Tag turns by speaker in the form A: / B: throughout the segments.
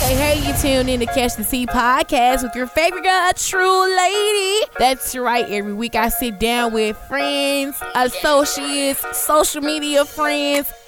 A: Hey, hey, you tuned in to Catch the Sea podcast with your favorite girl, a true lady. That's right. Every week I sit down with friends, associates, social media friends,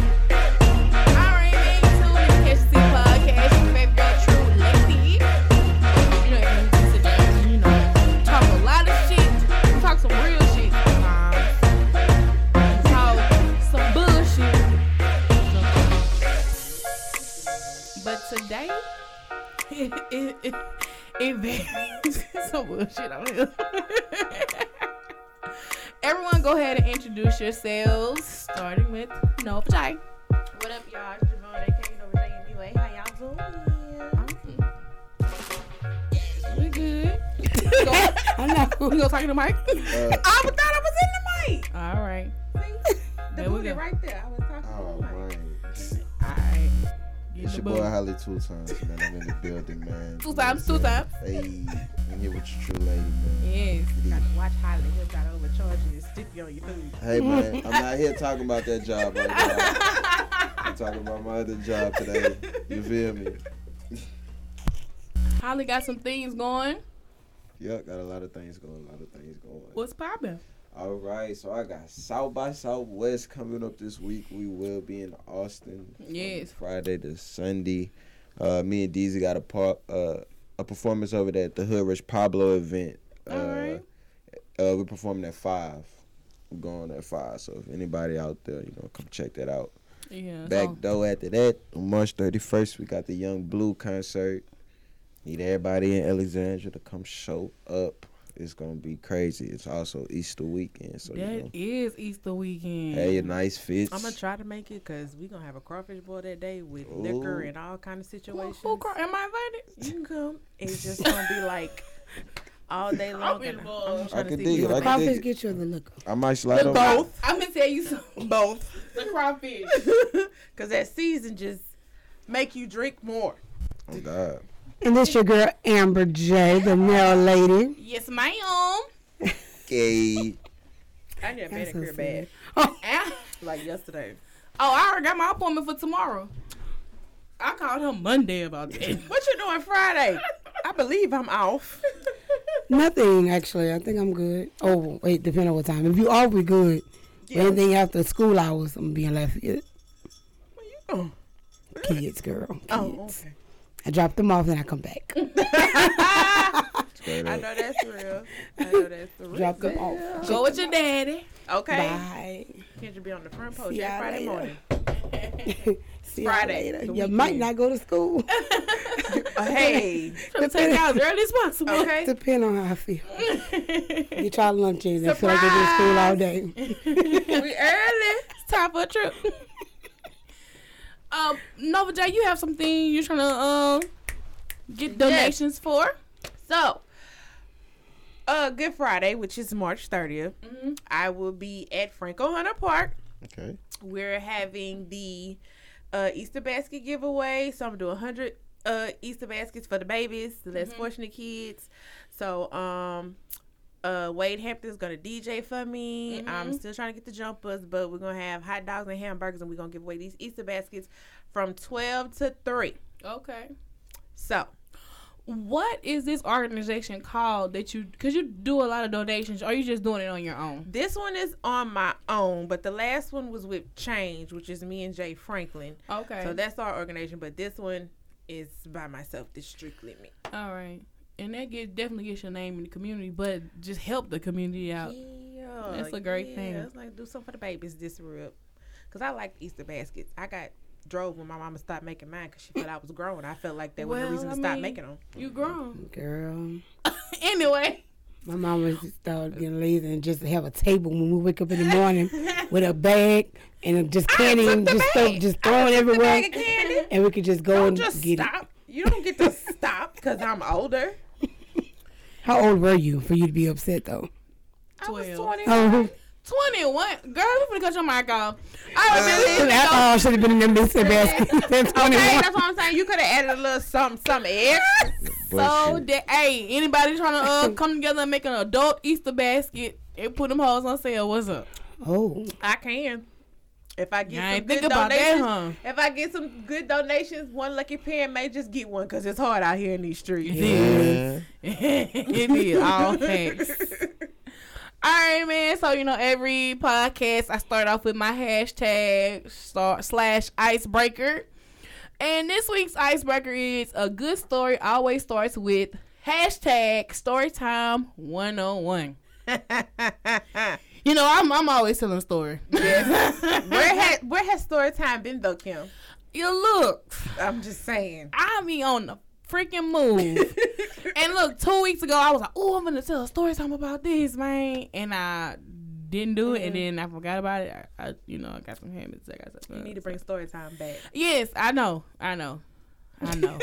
A: All right, man, you tuned in to Catch the Sea podcast. Your favorite girl, True Lady. You know, if you sit down and, you know, talk a lot of shit. You talk some real shit sometimes. You talk some bullshit sometimes. But today, it, it, it, it varies. some bullshit on here. Everyone, go ahead and introduce yourselves, starting with Noah Pachai.
B: What up, y'all? It's Javon, aka Nova J and B-Way. How y'all doing?
A: We good. I know. We gonna talk to the mic.
C: Uh,
B: I thought I was in
A: All right.
B: the mic. See? The
A: There we
B: booty
A: go.
B: right there. I was talking
C: oh,
B: to the mic.
C: man.
A: All right.
C: It's your boy Holly two times, man. I'm in the building, man.
A: Two times, two times.
C: Hey, I'm here with your true lady, man.
A: Yes.
B: You got to watch Holly. You got to overcharge you and stick you on your food.
C: Hey, man, I'm not here talking about that job right now. I'm talking about my other job today. You feel me?
A: Holly got some things going.
C: Yeah, got a lot of things going, a lot of things going.
A: What's popping?
C: All right, so I got South by Southwest coming up this week. We will be in Austin. from
A: Yes.
C: Friday to Sunday. Uh, me and Deezy got a part, uh, a performance over there at the Hood Rich Pablo event.
A: All right.
C: Uh, uh, we're performing at five. We're going at five. So if anybody out there, you know, come check that out.
A: Yeah.
C: Back
B: Oh.
A: so-
C: door after that, on March thirty first, we got the Young Blue concert. Need everybody in Alexandria to come show up. It's gonna be crazy. It's also Easter weekend, so you know.
A: That is Easter weekend.
C: Hey, a nice fits.
B: I'm going to try to make it because we're going to have a crawfish boil that day with
C: liquor
B: liquor
C: Ooh.
B: and all kind of
A: Who,
B: situations.
A: who cry- am I invited?
B: You can come. It's just going to be like all day long.
A: Crawfish
B: and
A: boil.
B: I'm
C: I
B: trying to
C: can
B: see
C: dig it.
B: you.
C: I can
D: Crawfish
C: dig it.
D: get you the liquor.
C: I might slide over.
A: I'm gonna tell you something.
B: Both.
A: The crawfish.
B: Because that season just make you drink more.
C: Oh, God.
D: And this your girl Amber J, the male lady.
A: yes, ma'am. Oh,
C: Okay.
B: I got
D: That's so
B: manicure bad
D: silly.
A: Ah,
B: like yesterday.
A: Oh, I already got my appointment for tomorrow. I called her Monday about that.
B: What you doing Friday? I believe I'm off.
D: Nothing actually. I think I'm good. Oh wait, depending on what time. If you off, we good.
B: Yeah.
D: Anything after school hours, I'm being left at
B: Where you going?
D: kids, girl. Kids.
B: Oh, okay.
D: I drop them off and I come back.
C: Straight
B: I
C: up.
B: know that's real. I know that's the real.
D: Drop them off.
A: Go with your daddy.
B: Okay.
D: Bye.
B: Can't you be on the front porch
D: See
B: every
D: y'all
B: Friday
D: later.
B: morning?
D: See y'all
B: Friday,
D: later.
B: the
D: You
B: weekend.
D: might not go to school.
B: Uh, hey.
A: Trying to take out as early as possible.
B: Okay.
D: Depend on how I feel. Get y'all lunches. I feel like they've been in school all day.
A: we early. It's time for a trip. um, Nova J, you have something you're trying to um get donations for?
B: So, uh, Good Friday, which is March 30th, I will be at Franco Hunter Park.
C: Okay.
B: We're having the uh, Easter basket giveaway. So I'm doing 100 uh, Easter baskets for the babies, the less fortunate kids. So um, uh, Wade Hampton's going to DJ for me. I'm still trying to get the jumpers, but we're going to have hot dogs and hamburgers, and we're going to give away these Easter baskets from 12 to 3.
A: Okay.
B: So
A: What is this organization called that you? Cause you do a lot of donations. Or you just doing it on your own?
B: this one is on my own, but the last one was with Change, which is me and Jay Franklin.
A: Okay.
B: So that's our organization, but this one is by myself. This strictly me.
A: All right. And that get definitely gets your name in the community, but just help the community out.
B: Yeah,
A: That's a great
B: yeah,
A: thing.
B: It's like do something for the babies this real, cause I like Easter baskets. I got drove when my mama stopped making mine because she felt I was growing. I felt like that was
A: Well,
B: the reason
A: I
B: to stop
A: mean-
B: making them.
A: You grown.
D: Girl.
A: anyway.
D: My mom was just started getting lazy and just have a table when we wake up in the morning with a bag and just candy and
B: the
D: just stuff,
B: bag.
D: just
B: I
D: throwing
B: took the
D: everywhere,
B: bag of candy.
D: and we could just go
B: Don't
D: and
B: just
D: get it.
B: stop. You don't get to stop because I'm older.
D: How old were you for you to be upset though?
A: I was
B: Twelve.
A: 20,
D: Oh,
A: 21. Girl, we finna cut your mic off. All right, Billy.
D: that alcohol should have been in them biscuit baskets. That's funny.
B: Hey, that's what I'm saying. You could have added a little something, something extra.
A: So,
C: Bless you.
A: that, hey, anybody trying to uh, come together and make an adult Easter basket and put them hoes on sale, what's up?
D: Oh,
B: I can. If I get
A: I
B: some
A: ain't
B: good
A: think about that,
B: donations,
A: huh?
B: if I get some good donations, one lucky parent may just get one because it's hard out here in these streets.
A: It
C: Yeah.
A: it is all thanks. All right, man. So you know, every podcast I start off with my hashtag star, slash icebreaker, and this week's icebreaker is a good story always starts with hashtag storytime one hundred and one. You know, I'm I'm always telling a story.
B: where has where has story time been though, Kim?
A: you look,
B: I'm just saying.
A: I be on the freaking move. and look, two weeks ago I was like, "Oh, I'm gonna tell a story time about this, man," and I didn't do it, and then I forgot about it. I, I you know, I got some habits. I got some.
B: Mm-hmm. You need to bring story time back.
A: Yes, I know, I know, I know.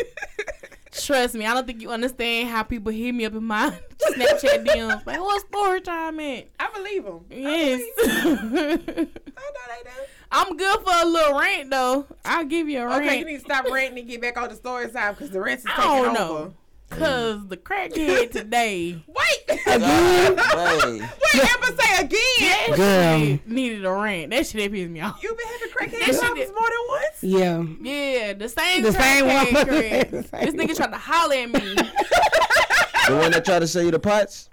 A: Trust me, I don't think you understand how people hit me up in my Snapchat DMs. Like, what's story time at?
B: I believe them.
A: Yes.
B: I know they do.
A: I'm good for a little rant though. I'll give you a rant.
B: Okay, you need to stop ranting and get back on the story time because the rest is taking
A: I don't
B: over.
A: know. Cause the crackhead today
B: Wait,
C: God, hey.
B: wait, Amber, say again.
A: that
D: Girl.
A: shit needed a rant. That shit pissed me off.
B: You've been having
A: That
B: crackhead
A: shit
B: problems
A: is-
B: more than once.
D: yeah.
A: Yeah, the same
D: The same
A: crackhead,
D: one.
A: Chris.
D: The
A: This
D: same
A: nigga tried to holler at me.
C: The one that tried to sell you the pots?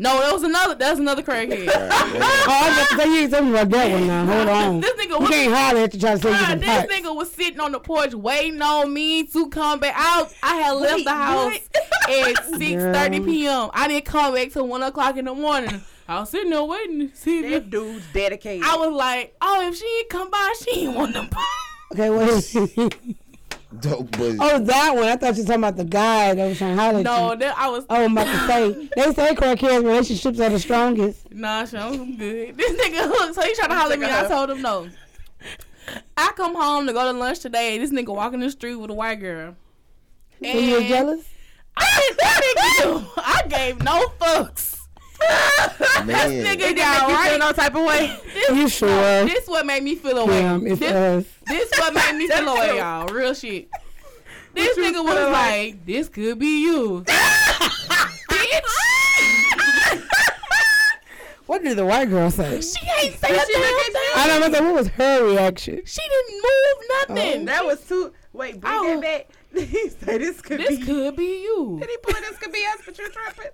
A: No, that was another that was another crackhead.
D: Oh, I got to tell you something about that one now. Hold on.
A: This nigga
D: you
A: was
D: can't holler at you trying to say you
A: God,
D: some
A: this
D: pipes.
A: nigga was sitting on the porch waiting on me to come back. I was- I had left
B: Wait,
A: the house at six thirty
D: Girl.
A: p.m. I didn't come back till one o'clock in the morning. I was sitting there waiting. to See, if-
B: That dude's dedicated.
A: I was like, oh, if she ain't come by, she ain't want them.
D: Okay, wait.
C: Dope buddy.
D: oh, that one. I thought you were talking about the guy that was trying to holler at
A: no,
D: you.
A: that I was.
D: Oh, I'm about to say. They say crackheads relationships are the strongest.
A: Nah, shit, I'm good. This nigga hooked, so he tried to holler at me. I told him no. I come home to go to lunch today. and This nigga walking the street with a white girl.
D: And you was
A: And
D: jealous?
A: I, didn't- I didn't give- I gave no fucks.
C: Man.
A: This nigga
B: It didn't
A: got
B: make you
A: right.
B: feel no type of way.
A: This,
D: You sure?
A: This what made me feel away.
D: Damn, it's uh,
A: this,
D: us.
A: this what made me feel away, y'all. Real shit. This nigga was like, this could be you. Bitch.
D: What did the white girl say?
A: she ain't say a damn thing.
D: I don't know. What was her reaction?
A: She didn't move nothing.
B: That was too. Wait, bring
A: Oh.
B: that back. he said this could be.
A: This could be you.
B: Did he put this could be us, but you're tripping?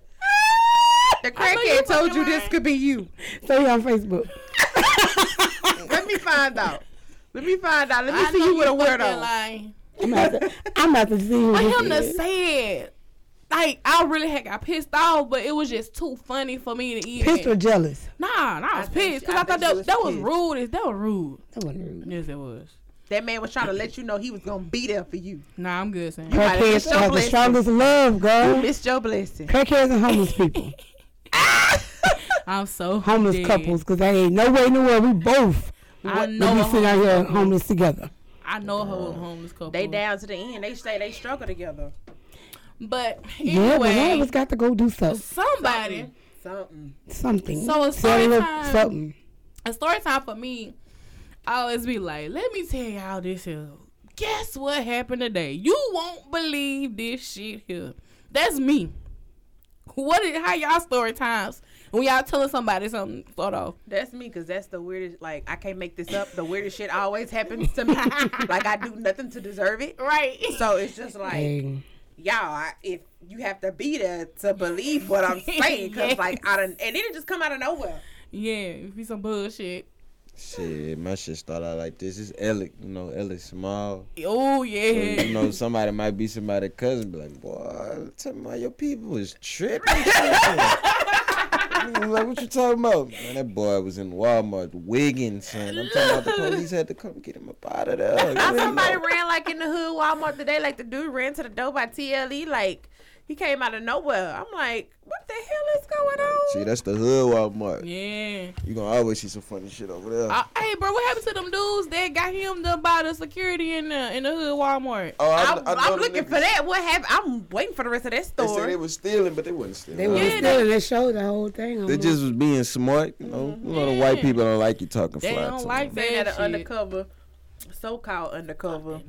B: The
A: I know you
B: crackhead told
A: fucking
B: you this
A: lying.
B: could be you.
D: So you on Facebook.
B: Let me find out. Let me find out. Let me
A: I
B: see
A: know
B: you with a
A: fucking
B: weirdo.
A: lying.
D: I'm about to, I'm about to see who
A: For
D: this
A: him to
D: is.
A: say it, like I really had got pissed off, but it was just too funny for me to even.
D: Pissed or jealous?
A: Nah, nah, I was
B: I think
A: pissed
B: she-
A: because
B: I
A: I, thought
B: think
A: that
B: she
A: was,
B: was
A: that was
B: pissed.
A: rude. Is that was rude?
D: That wasn't rude.
A: Yes, it was.
B: That man was trying to let you know he was gonna be there for you.
A: Nah, I'm good, Sam.
B: might have
D: Crackheads
B: missed your
D: have the
B: blessing.
D: strongest love, girl.
B: It's your blessing.
D: Crackheads and homeless people.
A: I'm so
D: Homeless
A: dead.
D: couples, because there ain't no way in the world we both
A: I
D: would
A: know
D: be
A: a
D: sitting out here homeless together.
A: I know a whole homeless couple.
B: They down to the end. They say they struggle together.
A: But
D: Yeah, but one
A: anyway,
D: of us got to go do so,
A: somebody.
B: Something.
D: something.
A: So it's
D: Set it
A: story
D: up
A: time.
D: something.
A: a story time for me, I always be like, let me tell y'all this here. Guess what happened today? You won't believe this shit here. That's me. What is how y'all story times when y'all telling somebody something sort of
B: That's me, cause that's the weirdest. Like I can't make this up. The weirdest shit always happens to me. like I do nothing to deserve it.
A: right?
B: So it's just like.
D: Dang.
B: y'all, I, if you have to be there to believe what I'm saying, because
A: Yes.
B: like I done, and then it just come out of nowhere.
A: yeah, it be some bullshit.
C: Shit, my shit started out like this. It's Ellick, you know, Ellick Small.
A: Oh
C: So, you
A: yeah.
C: know, somebody might be somebody's cousin, be like, boy, tell me why your people is tripping. I'm like, what you talking about? Man, that boy was in Walmart wigging, son. I'm talking about the police had to come get him up out of there. You
B: Now,
C: ain't
B: somebody
C: know.
B: ran like in the hood
A: E,
B: Walmart today, like the dude ran to the door by TLE, like he came out of nowhere. I'm like, what
A: hell is going on?
C: See, that's the hood Walmart.
A: Yeah.
C: You gonna always see some funny shit over there.
A: Uh, hey, bro, what happened to them dudes that got hemmed up by the security in the in the hood Walmart?
C: Oh, I-
A: I'm,
C: I know
A: I'm
C: them
A: looking
C: niggas.
A: for that. What happened? I'm waiting for the rest of that
C: they said
A: story.
C: they was stealing, but they wasn't stealing.
D: They was
A: Yeah,
D: stealing. They showed the whole thing. on
C: They
D: there.
C: just was being smart. You know, you know the white people don't like you talking
B: They
C: fly
B: don't
C: to
B: like
C: them.
A: They had an
B: Bad shit.
A: undercover, so-called undercover.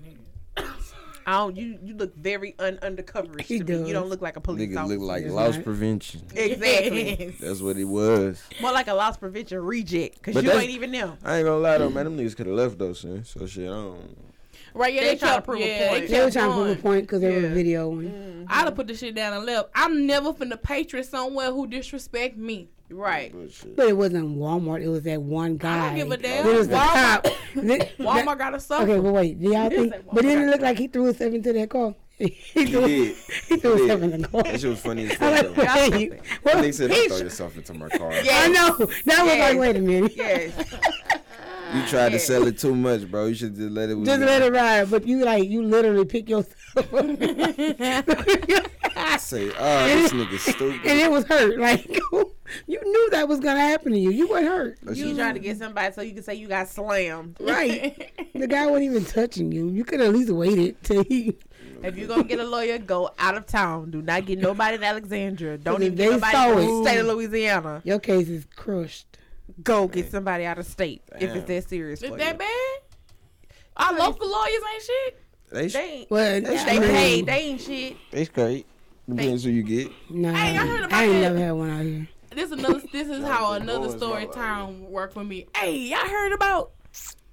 A: I don't. You you look very un undercoverish
D: He
A: to me.
D: does.
A: You don't look like a police
C: Nigga
A: officer.
C: look like
D: It's
C: loss
D: not-
C: prevention.
A: exactly.
C: That's what it was.
A: More like a loss prevention reject because
C: But
A: you
C: that's-
A: ain't even them.
C: I ain't gonna lie though, man. Them niggas could have left though, son. So shit, I don't.
B: Right, yeah,
A: They
B: they,
A: tryna
B: kept,
A: prove a
B: yeah,
A: point.
B: They
D: They were
B: kept
D: trying to prove a
B: going.
D: point because they were
A: Yeah.
D: videoing.
B: I'd have put this shit down and left. I'm never finna patron somewhere who disrespect me.
A: Right.
C: But shit.
D: But it wasn't Walmart. It was that one guy.
B: give a damn.
D: It was the
B: Walmart-
D: cop. Th-
B: Walmart got us
D: that-
B: up.
D: okay, but wait. Do y'all think?
A: like
D: But didn't
A: Walmart.
D: it look like he threw himself into that car? he threw,
C: did.
D: He threw
C: He
D: himself
C: did.
D: in the car.
C: That shit was funny as
D: I'm
C: fuck.
D: like,
C: though.
D: wait, what-
E: They said,
D: he-
E: throw yourself into my car.
D: I know. That was
A: Yes.
D: like, wait a minute.
A: Yes.
C: You tried to sell it too much, bro. You should just let it.
D: Just let it ride. But you like, you literally pick yourself up. and
C: Say, oh, this nigga stupid.
D: it was hurt. Like, you knew that was going to happen to you. You weren't hurt.
C: That
A: you
C: shit-
A: trying to get somebody so you can say you got slammed.
D: Right. the guy wasn't even touching you. You could at least waited till he.
A: If you're gonna get a lawyer, go out of town. Do not get nobody in Alexandria. Don't
D: 'Cause
A: even
D: if
A: get
D: they saw
A: nobody in the
D: it-
A: state of Louisiana.
D: Your case is crushed.
A: Go get somebody out of state if it's that serious.
B: Is
A: for you.
B: that bad? Our local lawyers ain't shit.
C: They
A: They
C: sh-
A: ain't.
D: Well,
A: They
D: I mean,
A: paid. They ain't shit.
C: they great. Depends who you get.
D: Nah,
B: Hey, I heard about
D: ain't
B: that.
D: never had one out here.
B: This another. This is how another
C: Lord's
B: story
C: not like
B: time worked with me. Hey, y'all heard about?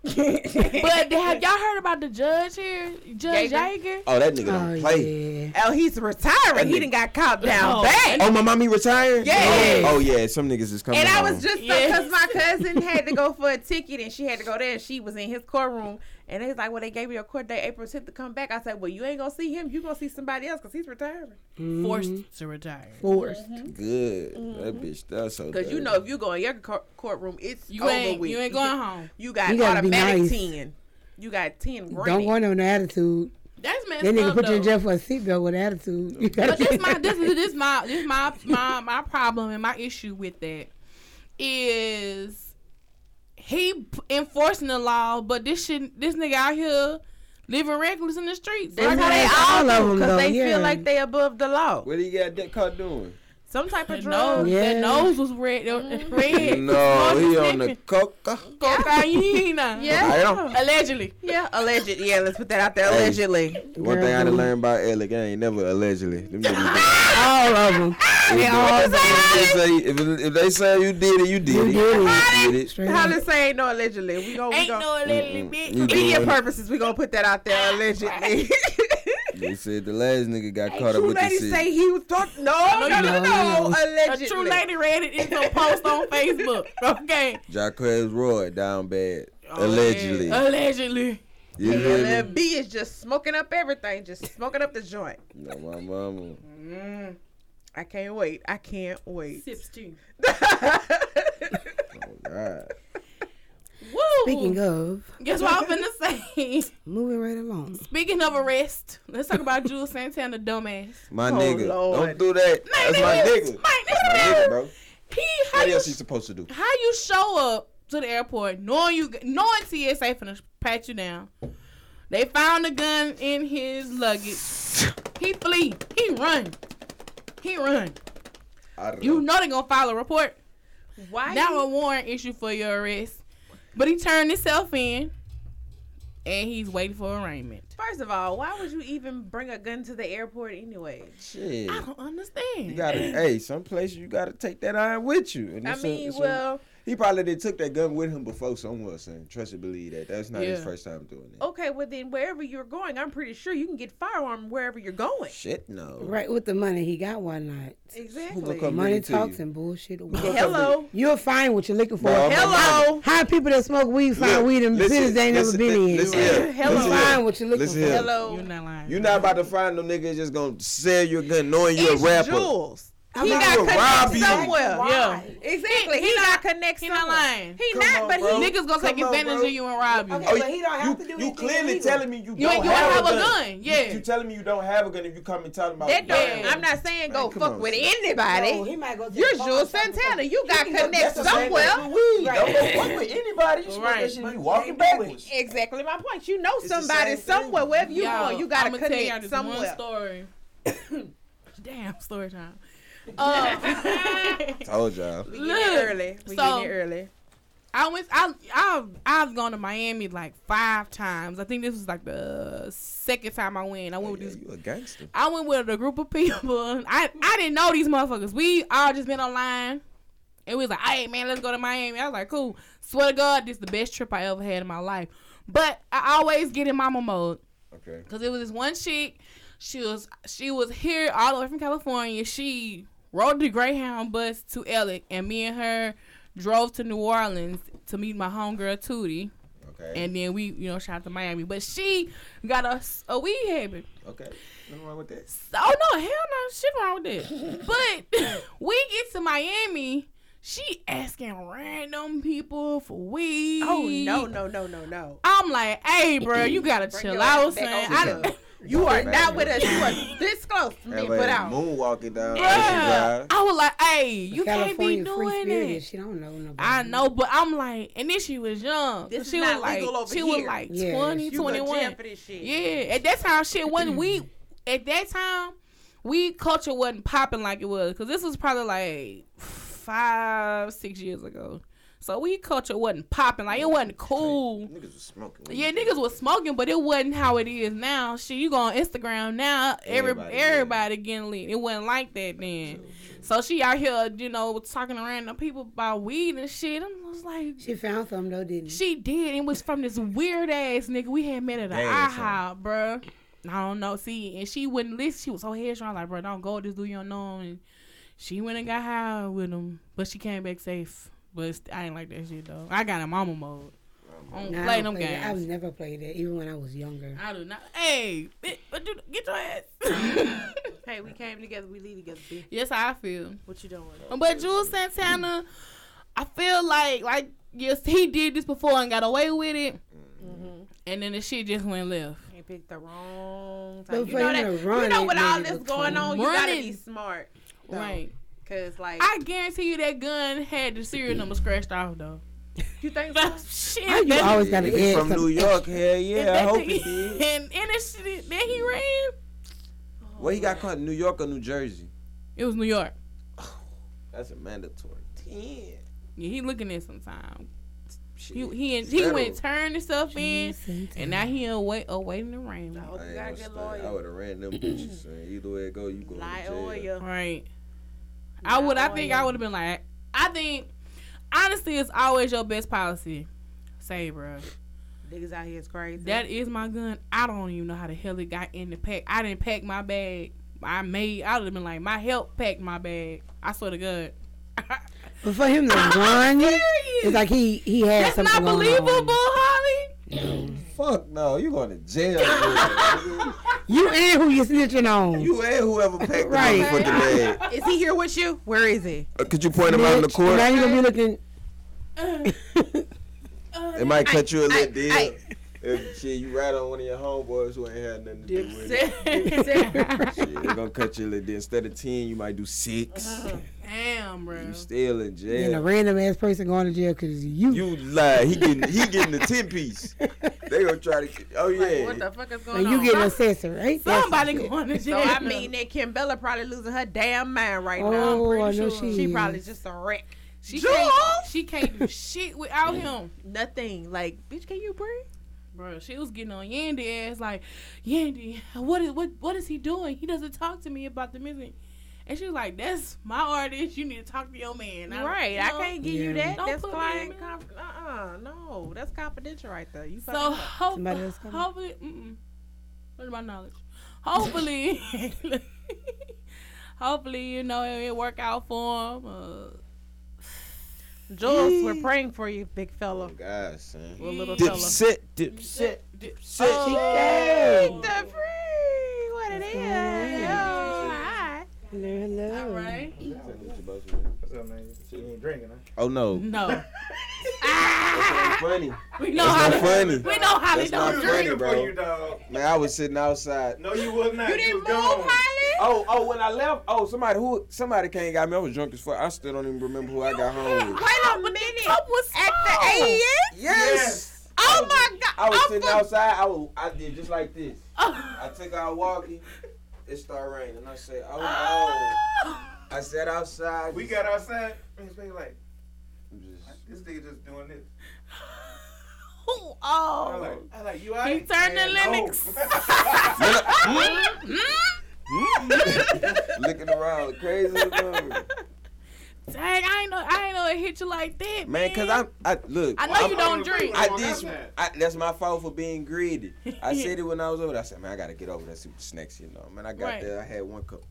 B: but have y'all heard about the judge here, Judge
A: Yeager?
B: Yeager?
C: Oh, that nigga
D: Oh
C: don't play.
D: yeah.
A: Oh, he's retiring. He didn't got caught down
B: Oh.
A: bad.
C: Oh, my mommy retired.
A: Yes.
C: Oh, oh, yeah. Some niggas is coming.
A: And I
C: home.
A: was just because
B: Yes.
A: my cousin had to go for a ticket and she had to go there. and She was in his courtroom, and they was like, "Well, they gave me a court date, April 10th, to come back." I said, "Well, you ain't gonna see him. You gonna see somebody else because he's retiring.
B: Forced to retire.
D: Forced.
B: Mm-hmm.
C: good. That
D: Mm-hmm.
C: bitch. That's so.
A: Because you
C: dirty.
A: know, if you go in your cour- courtroom, it's
B: You
A: over
B: ain't.
A: with.
B: You ain't going home.
A: You got
D: You gotta be
A: automatic
D: nice.
A: ten. You got ten.
D: Don't
A: Granted.
D: want no attitude.
B: That's messed
D: That nigga
B: up
D: put you
B: though.
D: in jail for a seatbelt with attitude. You gotta
B: But this my this is this my this my my my problem and my issue with that is he p- enforcing the law, but this shit this nigga out here living reckless in the streets.
A: That's
B: Like,
A: how they
D: That's all
A: all
D: of
A: do
D: them,
A: because
D: though,
A: they
D: yeah.
A: feel like they above the law.
C: What do you got that car doing?
A: Some type of
B: that nose,
A: drug.
B: that
D: Yeah.
B: nose was red,
A: Mm-hmm.
B: red.
C: No, he on the coca.
B: cocaine.
A: Yeah.
C: Damn.
B: allegedly.
A: Yeah, alleged. Yeah, let's put that out there.
C: Hey.
A: Allegedly.
C: One
D: Girl,
C: thing I done
D: boo.
C: learned about Alec, I ain't never allegedly. Them niggas
D: all of them.
C: do-
D: They all
C: if, they say, if, it- if they say you did it, you did
D: You
C: it.
D: did it.
C: You did it.
D: Straight
A: How
D: up.
A: to say ain't no allegedly? We gon' we
B: Ain't
A: gon'
B: no allegedly bitch.
C: You
A: media
C: doing it.
A: purposes. We gonna put that out there allegedly.
C: They said the last nigga got caught up
A: True
C: with
A: lady
C: this
A: say
C: shit.
A: he was talking. No, no, no, no,
D: no.
A: allegedly.
B: A true lady read it into a post on Facebook. Okay.
C: Jacquez Roy down bad. allegedly.
B: Allegedly.
C: You
A: And
C: hear me?
A: Lil B is just smoking up everything, just smoking up the joint.
C: No, my mama.
A: Mm, I can't wait. I can't wait.
B: Sixteen.
C: Oh, God.
B: Woo.
D: Speaking of,
B: Guess what I'm finna say.
D: moving right along.
B: Speaking of arrest, let's talk about Jules Santana, dumbass.
C: My
A: Oh,
C: nigga.
A: Lord.
C: Don't do that. That's my
B: My
C: nigga. My nigga,
B: nigga.
C: bro.
B: He, how,
C: What
B: you,
C: else he supposed to do?
B: how you show up to the airport knowing you knowing TSA finna pat you down? They found a gun in his luggage. He flee. He run. He run.
C: I don't
B: You
C: know.
B: know they gonna file a report.
A: Why?
B: Now
A: you-
B: a warrant issue for your arrest. But he turned himself in and he's waiting for arraignment.
A: first of all, why would you even bring a gun to the airport anyway?
C: Shit.
B: I don't understand.
C: You gotta, hey, some place you gotta take that iron with you. And
A: I
C: it's a-
A: mean,
C: it's a-
A: well,
C: He probably did took that gun with him before somewhere, son. Trust and believe that. That's not his
B: Yeah.
C: first time doing
D: Oh.
C: that.
A: okay, well then wherever you're going, I'm pretty sure you can get firearm wherever you're going.
C: Shit, no.
D: Right with the money he got, why not?
A: Exactly.
C: come-
D: Money
C: it to you.
D: talks and bullshit. away.
A: Hello.
D: You'll find what you're looking for.
C: Bro, I'm
D: How-
C: not-
A: Hello.
D: How people that smoke weed find
C: Look,
D: weed in
C: listen,
D: cities they ain't
C: listen,
D: never been in.
C: listen here,
A: Hello.
D: You'll
A: listen
D: find what you're looking
C: listen
D: for.
C: here.
A: Hello.
B: You're not lying.
C: You not about to find no nigga that's just gonna sell you a gun knowing you're
A: It's
C: a rapper. Oh,
A: Jules.
B: He
C: He
B: got
C: will rob
B: connects
C: you.
B: somewhere.
D: Why?
A: Yeah.
B: Exactly. He,
A: He not-
B: got connects
A: he not
B: somewhere.
A: lying.
B: He
D: Come
B: not,
D: on,
B: but
D: bro.
B: he
A: Niggas gonna take
C: Come on,
A: advantage
C: bro.
A: of you and rob you.
D: Okay. but he don't have
C: you,
D: to do
C: You
D: anything
C: clearly
D: illegal.
C: telling me you,
A: You
C: don't
A: ain't- you
C: have,
A: don't
C: a
A: have a
C: gun.
A: gun, yeah.
C: You, you telling me you don't have a gun if you coming talking about
B: That
A: Oh, Yeah.
B: don't, I'm not saying go
C: Man, come
B: fuck
C: on,
B: with
C: son.
B: anybody.
D: No, he might go to the
B: You're
D: bar
B: Jules
D: or something.
B: Santana. You
D: He
B: got
D: can go-
B: connects
D: that's the same
B: somewhere.
C: That's weed.
D: Right.
C: Don't go fuck with anybody. You smoke
A: Right.
C: that shit. You walking backwards.
B: Exactly my point. You know
C: the
B: somebody
C: same thing.
B: somewhere, wherever you
A: Y'all,
B: want, you gotta
A: I'ma tell y'all
B: connect
A: this
B: somewhere.
A: One story. Damn story time. Uh,
C: Told y'all.
B: We
A: Look,
B: getting it early. We
A: so-
B: getting it early.
A: I went. I I I've gone to Miami like five times. I think this was like the second time I went. I went with
C: Yeah,
A: this.
C: you a gangster.
A: I went with a group of people. I I didn't know these motherfuckers. We all just been online. And we was like, hey man, let's go to Miami. I was like, cool. Swear to God, this is the best trip I ever had in my life. But I always get in mama mode.
C: Okay.
A: Cause it was this one chick. She was she was here all the way from California. She rode the Greyhound bus to Ellick, and me and her drove to New Orleans to meet my homegirl Tootie,
C: Okay.
A: and then we you know shot to Miami. But she got us a weed habit.
C: okay. Nothing wrong with that.
A: So, oh no, hell no, shit wrong with that. but we get to Miami. She asking random people for weed.
B: Oh no, no, no, no, no.
A: I'm like, hey, bro, you gotta
B: Bring
A: chill
B: your ass
A: out,
B: back
A: son.
B: on
A: I,
B: the
A: done-
B: club. You are
C: Back
B: not
C: on
B: with
C: the
B: us. You are this close to being
C: LA
B: put out.
C: moonwalking down
A: Yeah.
C: yeah.
A: I was like, hey, you can't be
D: California free
A: doing
D: spirit and
A: it.
D: shit. I don't know nobody.
A: I know, but I'm like, and then she was young.
B: This
A: she
B: is
A: was
B: not
A: like,
B: legal over
A: she
B: here.
A: was like
D: Yes.
A: 20,
D: You
B: You a jam
A: 21.
B: for this shit.
A: Yeah, at that time, shit wasn't we. At that time, we culture wasn't popping like it was because this was probably like five, six years ago. So we culture wasn't popping like it wasn't cool.
C: Niggas was smoking. weed.
A: Yeah, niggas was smoking, but it wasn't how it is now. Shit, you go on Instagram now, every everybody,
C: Everybody, yeah.
A: getting lit. It wasn't like that then. So she out here, you know, talking to random people about weed and shit. I was like,
D: She found something though, didn't she?
A: she did. It was from this weird ass nigga we had met at the
C: Damn,
A: IHOP, bro. I don't know. See, and she wouldn't listen. She was so headstrong. I was like, bro, don't go. This dude you don't know. him." And she went and got high with him, but she came back safe. But st- I ain't like that shit though. I got a mama mode. I don't
D: Nah, I
A: play
D: don't
A: them
D: play that. I've
A: games.
D: never played that, even when I was younger.
A: I do not. Hey, bitch, but you, get your ass.
B: Hey, we came together. We leave together. bitch.
A: yes, I feel.
B: What you doing?
A: But Jules Santana, I feel like like yes, he did this before and got away with it,
C: Mm-hmm.
A: and then the shit just went left.
B: He picked the wrong
D: But
B: time. You
D: for
B: know,
D: him
B: that,
D: to
B: you
D: run
B: know
D: it,
B: with all
D: man,
B: this
D: it's
B: going on, you
A: Run
B: gotta
A: it.
B: be smart. though.
A: Right.
B: Cause like
A: I guarantee you that gun had the serial number scratched off though.
B: you think so?
A: That shit.
D: How you
A: that-
D: always got
C: If
D: to
C: he
D: add
C: from New
D: something?
C: York, hell yeah. I
A: that
C: hope he
A: thing-
C: did.
A: And and that shit that he ran,
C: Where he got caught? New York or New Jersey?
A: it was New York.
C: That's a mandatory. Ten.
A: Yeah, he looking at some time.
C: Shit.
A: He he, he
C: Federal.
A: went turned himself in, and now he away awaiting the rain.
B: I hope
C: I,
B: you got a
C: ain't
B: good
C: gonna stunt. I
B: lawyer.
C: would have ran them bitches. man. Either way it go, you go to
B: Lie
C: jail.
B: or you.
A: Right. I would. I think I would have been like. I think honesty is always your best policy. Say, bro,
B: Niggas out here is crazy.
A: that is my gun. I don't even know how the hell it got in the pack. I didn't pack my bag. I made. I would have been like, my help packed my bag. I swear to God.
D: But for him to
A: I'm
D: run it,
A: serious.
D: it's like he he had
A: That's
D: something
A: not
D: going
A: believable,
D: on.
A: Holly.
C: Fuck no, you going to jail. nigga.
D: You and who you snitching on?
C: you and whoever packed
D: Right.
C: the motherfucking bag.
B: is he here with you? Where is he?
C: Uh, Could you point him out in the
D: Bitch,
C: court?
D: Now you gonna be looking.
C: It might cut you a little deal.
B: I-
C: if shit, you ride on one of your homeboys who ain't had nothing to do with it.
B: Dipset.
C: Shit, they gonna cut you a little deal. Instead of ten, you might do six.
A: Damn, bro.
C: You still in
D: And a
C: jail.
D: random ass person going to jail because you.
C: You lie. He getting he getting the ten piece. They gonna try to. Get, oh yeah.
B: what the fuck is going
D: and you
B: on?
D: get an assessor, right?
A: Somebody going to
B: so
A: jail.
B: I mean that Kim Bella probably losing her damn mind right
D: Oh,
B: now.
D: I
B: I'm pretty
D: know
B: sure
D: she is.
B: probably just a wreck.
A: she
B: Jewel?
A: can't. She can't do shit without him.
B: Nothing. Like, bitch, can you breathe?
A: Bro, she was getting on Yandy ass like, Yandy, what is what what is he doing? He doesn't talk to me about the music. And she was like, That's my artist. You need to talk to your man. I-
B: right.
A: you
B: I
A: know?
B: can't give
D: Yeah.
B: you that.
A: Don't
B: that's
A: put me in
B: client
A: the-
B: conf- uh-uh. No, that's confidential right there. You
A: So
B: fucking-
A: hope,
D: Somebody else coming?
A: hopefully mm-mm. Where's my knowledge? Hopefully Hopefully, you know, it work out for him. Uh,
B: Jules, we're praying for you, big fella.
C: Oh, God, son.
B: Well, little
A: he-
B: fella.
C: Dipset, dipset,
A: Dip-
C: dipset.
A: Oh.
B: The free, what it is?
D: going on?
B: Oh, hi.
D: Hello, hello.
B: All right.
F: What's up, man? So you ain't drinking, huh?
C: Oh no.
A: No.
C: That's not funny.
A: We know
C: That's
A: Holly.
C: not funny.
A: We know Holly
C: That's not
A: don't
C: funny.
A: drink.
F: Drinking
C: bro.
F: for you, dog.
C: Man, I was sitting outside.
F: No, you was not.
B: You didn't move,
F: was gone.
B: Holly.
C: Oh, oh, when I left, oh, somebody who somebody came and got me. I was drunk as fuck. I still don't even remember who I got home with.
B: Wait a minute.
A: Cup was
B: At
A: small.
B: the E end.
C: Yes.
B: Oh my god.
C: I was
B: I'm
C: sitting
B: for-
C: outside. I was, I did just like this.
A: Oh.
C: I took out walking. It started raining. And I said, oh no. I sat outside.
F: We got outside. Man, it's like,
C: Just-
F: this nigga just doing this.
A: Oh.
F: I like, I like, you out?
A: He turned to Lennox. Mm-hmm.
C: looking around crazy. as hell.
A: Dang, I ain't know. I ain't know it hit you like that,
C: Man, cause I'm, I look.
A: I know
C: I'm-
A: you don't drink.
C: I did. I, that's my fault for being greedy. I said it when I was over. there. I said, man, I gotta get over there. See what the snacks, you know. Man, I got
A: Right.
C: there. I had one cup.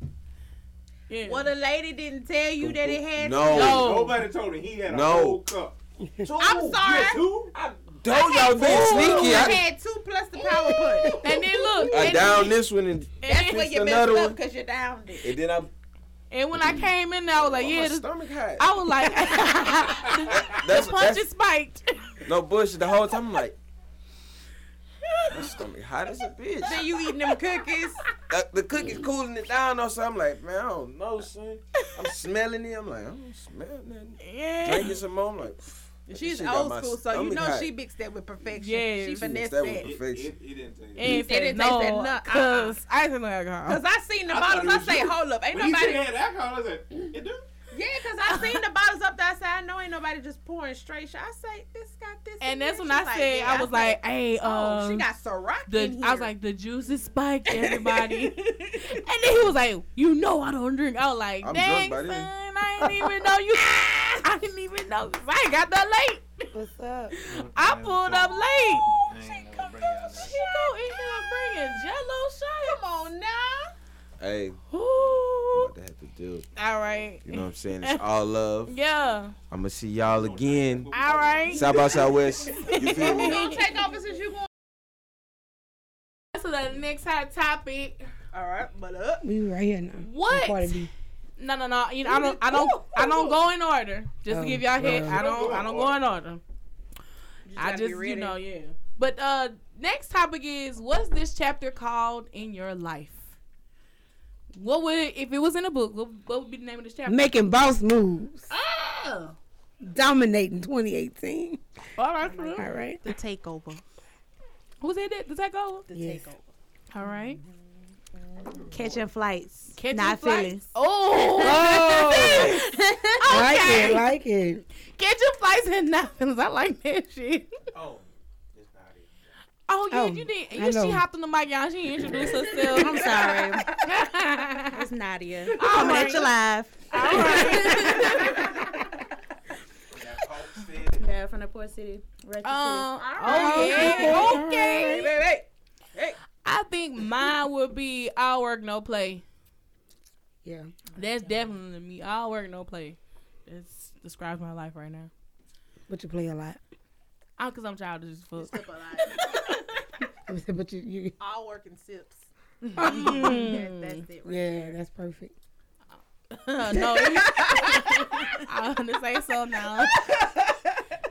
A: Yeah.
B: Well, the lady didn't tell you that it had.
C: No.
A: No.
F: Nobody told him he had a
C: No.
F: whole cup. Two.
B: I'm sorry.
F: Yeah, two. I,
C: Don't y'all being sneaky.
B: You
C: I,
B: had two plus the power punch.
A: And then look.
C: I
A: and,
C: down this one and,
B: That's where
C: It's
B: you messed
C: another
B: up
C: one.
B: because you downed it.
C: and then I.
A: and when I came in, I was like,
C: my
A: yeah, this,
C: stomach hot.
A: I was like,
C: that's,
A: the punch
C: that's
A: is spiked.
C: no bullshit. The whole time I'm like, my stomach hot as a bitch.
B: Then you eating them cookies.
C: The, the cookie's cooling it down or something. I'm like, man, I don't know, son. I'm smelling it. I'm like, I don't smell nothing.
A: yeah.
C: Drinking some more. I'm like, this
B: She's
C: shit got
B: old
C: my
B: school, so you
C: stomach
B: know
C: hot.
B: she mixed that with perfection.
A: Yeah,
B: she
A: she
B: finessed
C: mixed
B: that.
C: that with-
F: it,
C: Perfection.
F: it, it didn't tell
A: And
F: you.
B: They
A: said
B: didn't taste that
A: no,
B: nut, uh-uh.
A: cause I didn't like alcohol.
B: Cause I seen the
F: I thought
B: bottles,
F: it
B: I
F: was
B: say,
F: you.
B: hold up, ain't
F: When he said
B: nobody.
F: he had alcohol, I said, it do?
B: Yeah, cause I seen the bottles up there. I said, I know ain't nobody just pouring straight. shot. I say, this got this. in
A: and that's
B: here.
A: when
B: She
A: I said
B: yeah.
A: I was
B: said,
A: like, "Hey, um,
B: oh, she got Ciroc
A: the."
B: in here.
A: I was like, "The juice is spiked, everybody." and then he was like, "You know I don't drink." I was like,
C: I'm drunk
A: "Dang,
C: by
A: son,
C: then."
A: I didn't even know you. I didn't even know 'cause I ain't got that late.
D: What's up?
A: I pulled up late.
F: Man,
A: She
F: I'm
A: come
F: gonna bring y'all
A: through. She go in here bringing Jello shots.
B: come on now.
C: Hey,
A: Ooh.
C: what they have to do.
A: All right.
C: You know what I'm saying? It's all love.
A: Yeah.
C: I'm gonna see y'all again.
A: All right.
C: South by Southwest. You feel
B: You
C: me?
B: gonna take over since you going.
A: So the next hot topic.
B: All right, but uh, up.
D: We right here now.
A: What?
D: Party B.
A: No, no, no. You know, I don't, I don't, I don't go in order. Just
D: Oh,
A: to give y'all a hint,
D: right.
A: I don't, I don't go in order.
B: You
A: I
B: gotta be
A: just, you
B: ready.
A: know, yeah. But uh, next topic is what's this chapter called in your life? What would if it was in a book? What, what would be the name of this chapter?
D: Making boss moves.
A: Oh,
D: Dominating 2018.
A: all right, for real.
D: All right.
B: the takeover.
A: Who said that? Does that go?
B: The
D: Yes.
A: All right.
B: Catching flights.
A: Catching
B: Not
A: flights.
B: feelings.
A: Oh,
D: Like it,
A: okay.
D: like it.
A: Catching flights and not feelings. I like that shit.
F: Oh, it's not it.
A: Oh yeah,
D: Oh,
A: you did.
D: I
A: You, she
D: know.
A: hopped on the mic, y'all. She introduced herself. Oh, I'm
B: sorry.
A: sorry.
B: It's Nadia.
A: Coming at you
B: live.
A: All right.
F: That Hulk said,
G: Yeah, from the Port City. Ratchet
A: um,
B: right.
A: oh yeah.
B: Hey,
A: Okay.
B: wait, wait.
A: I think mine would be I work no play.
D: Yeah.
A: That's definitely me. I work no play. That describes my life right now.
D: But you play a lot.
A: I'm because I'm childish as fuck.
D: But you, you
B: All working sips. that's it. Right.
D: yeah, that's perfect.
A: no, I want to say so now.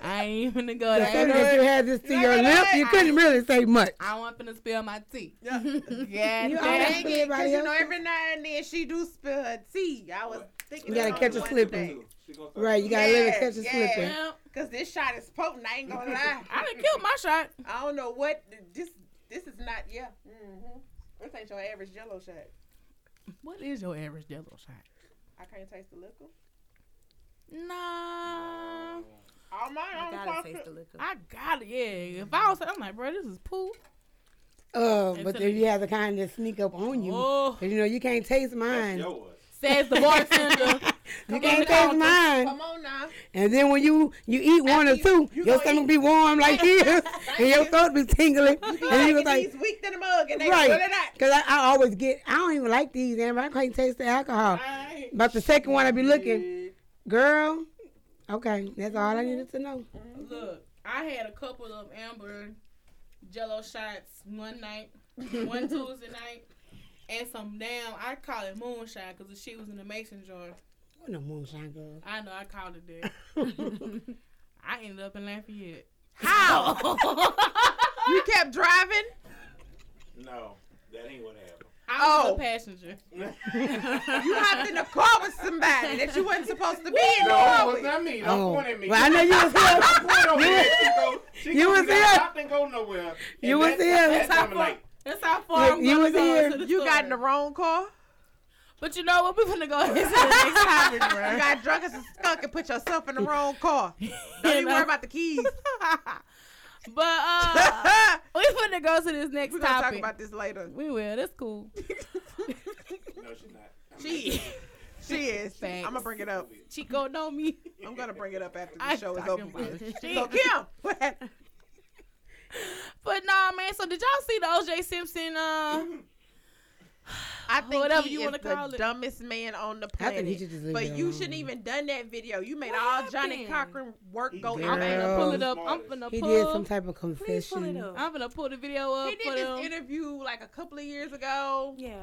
A: I ain't even gonna go
D: The fact
A: there.
D: that you had this to your lip, you couldn't really say much.
A: I want to spill my tea.
B: Yeah.
A: Yeah,
D: You
A: damn.
D: already did,
B: Because
D: everybody
B: you know,
D: else.
B: every now and then she do spill her tea. I was thinking
D: You gotta
B: about
D: catch
B: it
D: a
B: one
D: slipping.
B: day.
F: she gonna start
D: Right, you gotta let it
B: Yeah,
D: catch a
B: yeah.
D: slipping.
A: Well,
B: Cause this shot is potent. I ain't gonna lie.
A: I done killed my shot.
B: I don't know what this. This is not. Yeah. Mm-hmm. This ain't your average Jello shot.
A: What is your average yellow shot?
B: I can't taste the liquor.
A: Nah,
B: All mine.
G: I
B: I don't
G: gotta
B: talk
G: taste the
B: to.
G: liquor.
A: I got it. Yeah, if I was, I'm like, bro, this is
D: Uh,
A: poo.
D: but
A: Absolutely.
D: then you have the kind that sneak up on you.
A: Oh,
D: 'Cause, you know, you can't taste
F: That's
D: mine. You
F: yours.
A: says the bartender.
D: can't
A: Come
D: taste
A: on,
D: mine.
B: Come on now.
D: And then when you you eat one or
B: After
D: two,
B: you
D: your
B: go
D: stomach
B: eat-
D: be warm like this, and your throat be tingling. And you was
B: Like,
D: like,
B: he's weak than a mug, and they
D: Right.
B: right. it out.
D: Cause I, I always get, I don't even like these, and I can't taste the alcohol. But the second one, I be looking, girl. Okay, that's all I needed to know.
A: Look, I had a couple of amber jello shots one night, one Tuesday night,
C: and some damn. I call it moonshine because the shit was in the mason jar.
D: What no moonshine girl.
C: I know I called it that.
D: Oh,
C: I ended up in Lafayette.
A: How?
B: Oh,
A: you kept driving?
F: No, that ain't what happened.
C: I was
A: Oh.
C: a passenger.
A: You hopped in the car with somebody that you wasn't supposed to be in the
F: No,
A: car
F: it was
A: with.
F: not me. Don't
D: Oh,
F: point at me.
D: well, I know you was here.
F: Don't point over there. She go- She
D: You
F: go,
D: was
F: got
D: here.
F: stopped and go nowhere.
D: You
F: And
D: was
F: that-
D: here.
F: That,
C: That's how
F: time of
C: far-
F: night.
C: That's how far I'm
D: You
C: gonna
D: was
C: go
D: here.
C: to the
A: You got in the
C: story.
A: wrong car?
C: But you know what? We're gonna go into the next topic,
A: You
C: bro.
A: got drunk as a skunk and put yourself in the wrong car. Don't even worry about the keys.
C: But uh,
A: We're
C: we're gonna go to this next
A: going to talk
C: topic.
A: about this later.
C: we will. That's cool.
F: No, she's not. I'm
A: She, she is. I'm
C: Facts.
A: going to bring it up.
C: Chico know me.
A: I'm going to bring it up after the
C: I'm
A: show is
C: talking
A: over.
C: about
A: with.
C: shit.
A: So, Kim, what happened?
C: But nah, man. So did y'all see the O.J. Simpson? Uh,
A: I think
C: Whatever
A: he
C: you
A: is
C: wanna
A: the
C: call it.
A: dumbest man on the
D: I
A: planet.
D: think he should just leave
A: but
D: it
A: you
D: alone.
A: shouldn't even done that video. You made
C: What
A: all
C: happened?
A: Johnny Cochran work go
F: He
A: in
B: Mm-hmm.
C: I'm
A: vain.
D: did.
C: gonna pull it up. I'm
F: Smartest.
C: gonna
D: He
C: pull.
D: did some type of
B: Please pull it
D: confession.
B: up.
C: I'm gonna pull the video up
A: He
C: for
A: did
C: them.
A: this interview like a couple of years ago
B: Yeah.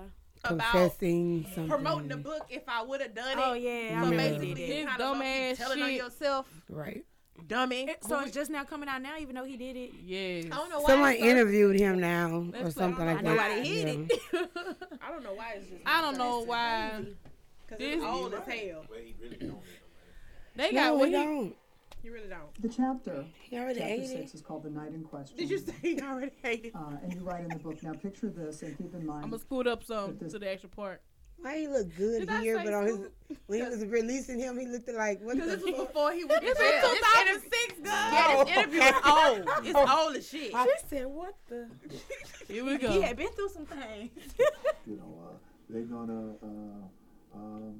A: about
D: Confessing something.
A: promoting the book. If I would have done it,
B: Oh yeah.
A: so
B: I
D: Yeah.
B: basically
A: basically,
B: did it.
C: This
A: you kind
C: dumb
A: of
C: ass
A: telling on
C: shit.
A: yourself,
D: Right.
A: dummy.
B: It- So it's just now coming out now, even though he did it.
C: Yes.
A: I don't know why.
D: Someone
A: it's so-
D: interviewed him now or
C: put-
D: something
C: I
D: like that.
B: don't know why they
D: Yeah.
B: hid
A: I don't know why it's just.
C: I don't know why
A: Because it's
C: This-
A: old as hell.
F: But he really don't.
C: they got
D: No,
C: what
D: we
C: he-
D: don't.
A: You really don't.
H: The chapter,
D: He already
H: chapter
D: ate it.
H: six, is called The Night in Question.
A: Did you say you already hate it?
H: Uh, and you write in the book. Now picture this and keep in
C: I'm
H: mind.
C: gonna scoot up some to the actual part.
D: Why he look good
C: Did I
D: here,
C: say
D: but on his
C: school?
D: when he was releasing him, he looked like what
A: Because this
D: the
A: was before he was in jail.
C: It's in
A: This
C: 2006, girl.
A: Yeah, this interview is old. It's old as shit.
C: Here we go.
A: He had been through some things.
H: You know, uh, they're gonna. Uh, um,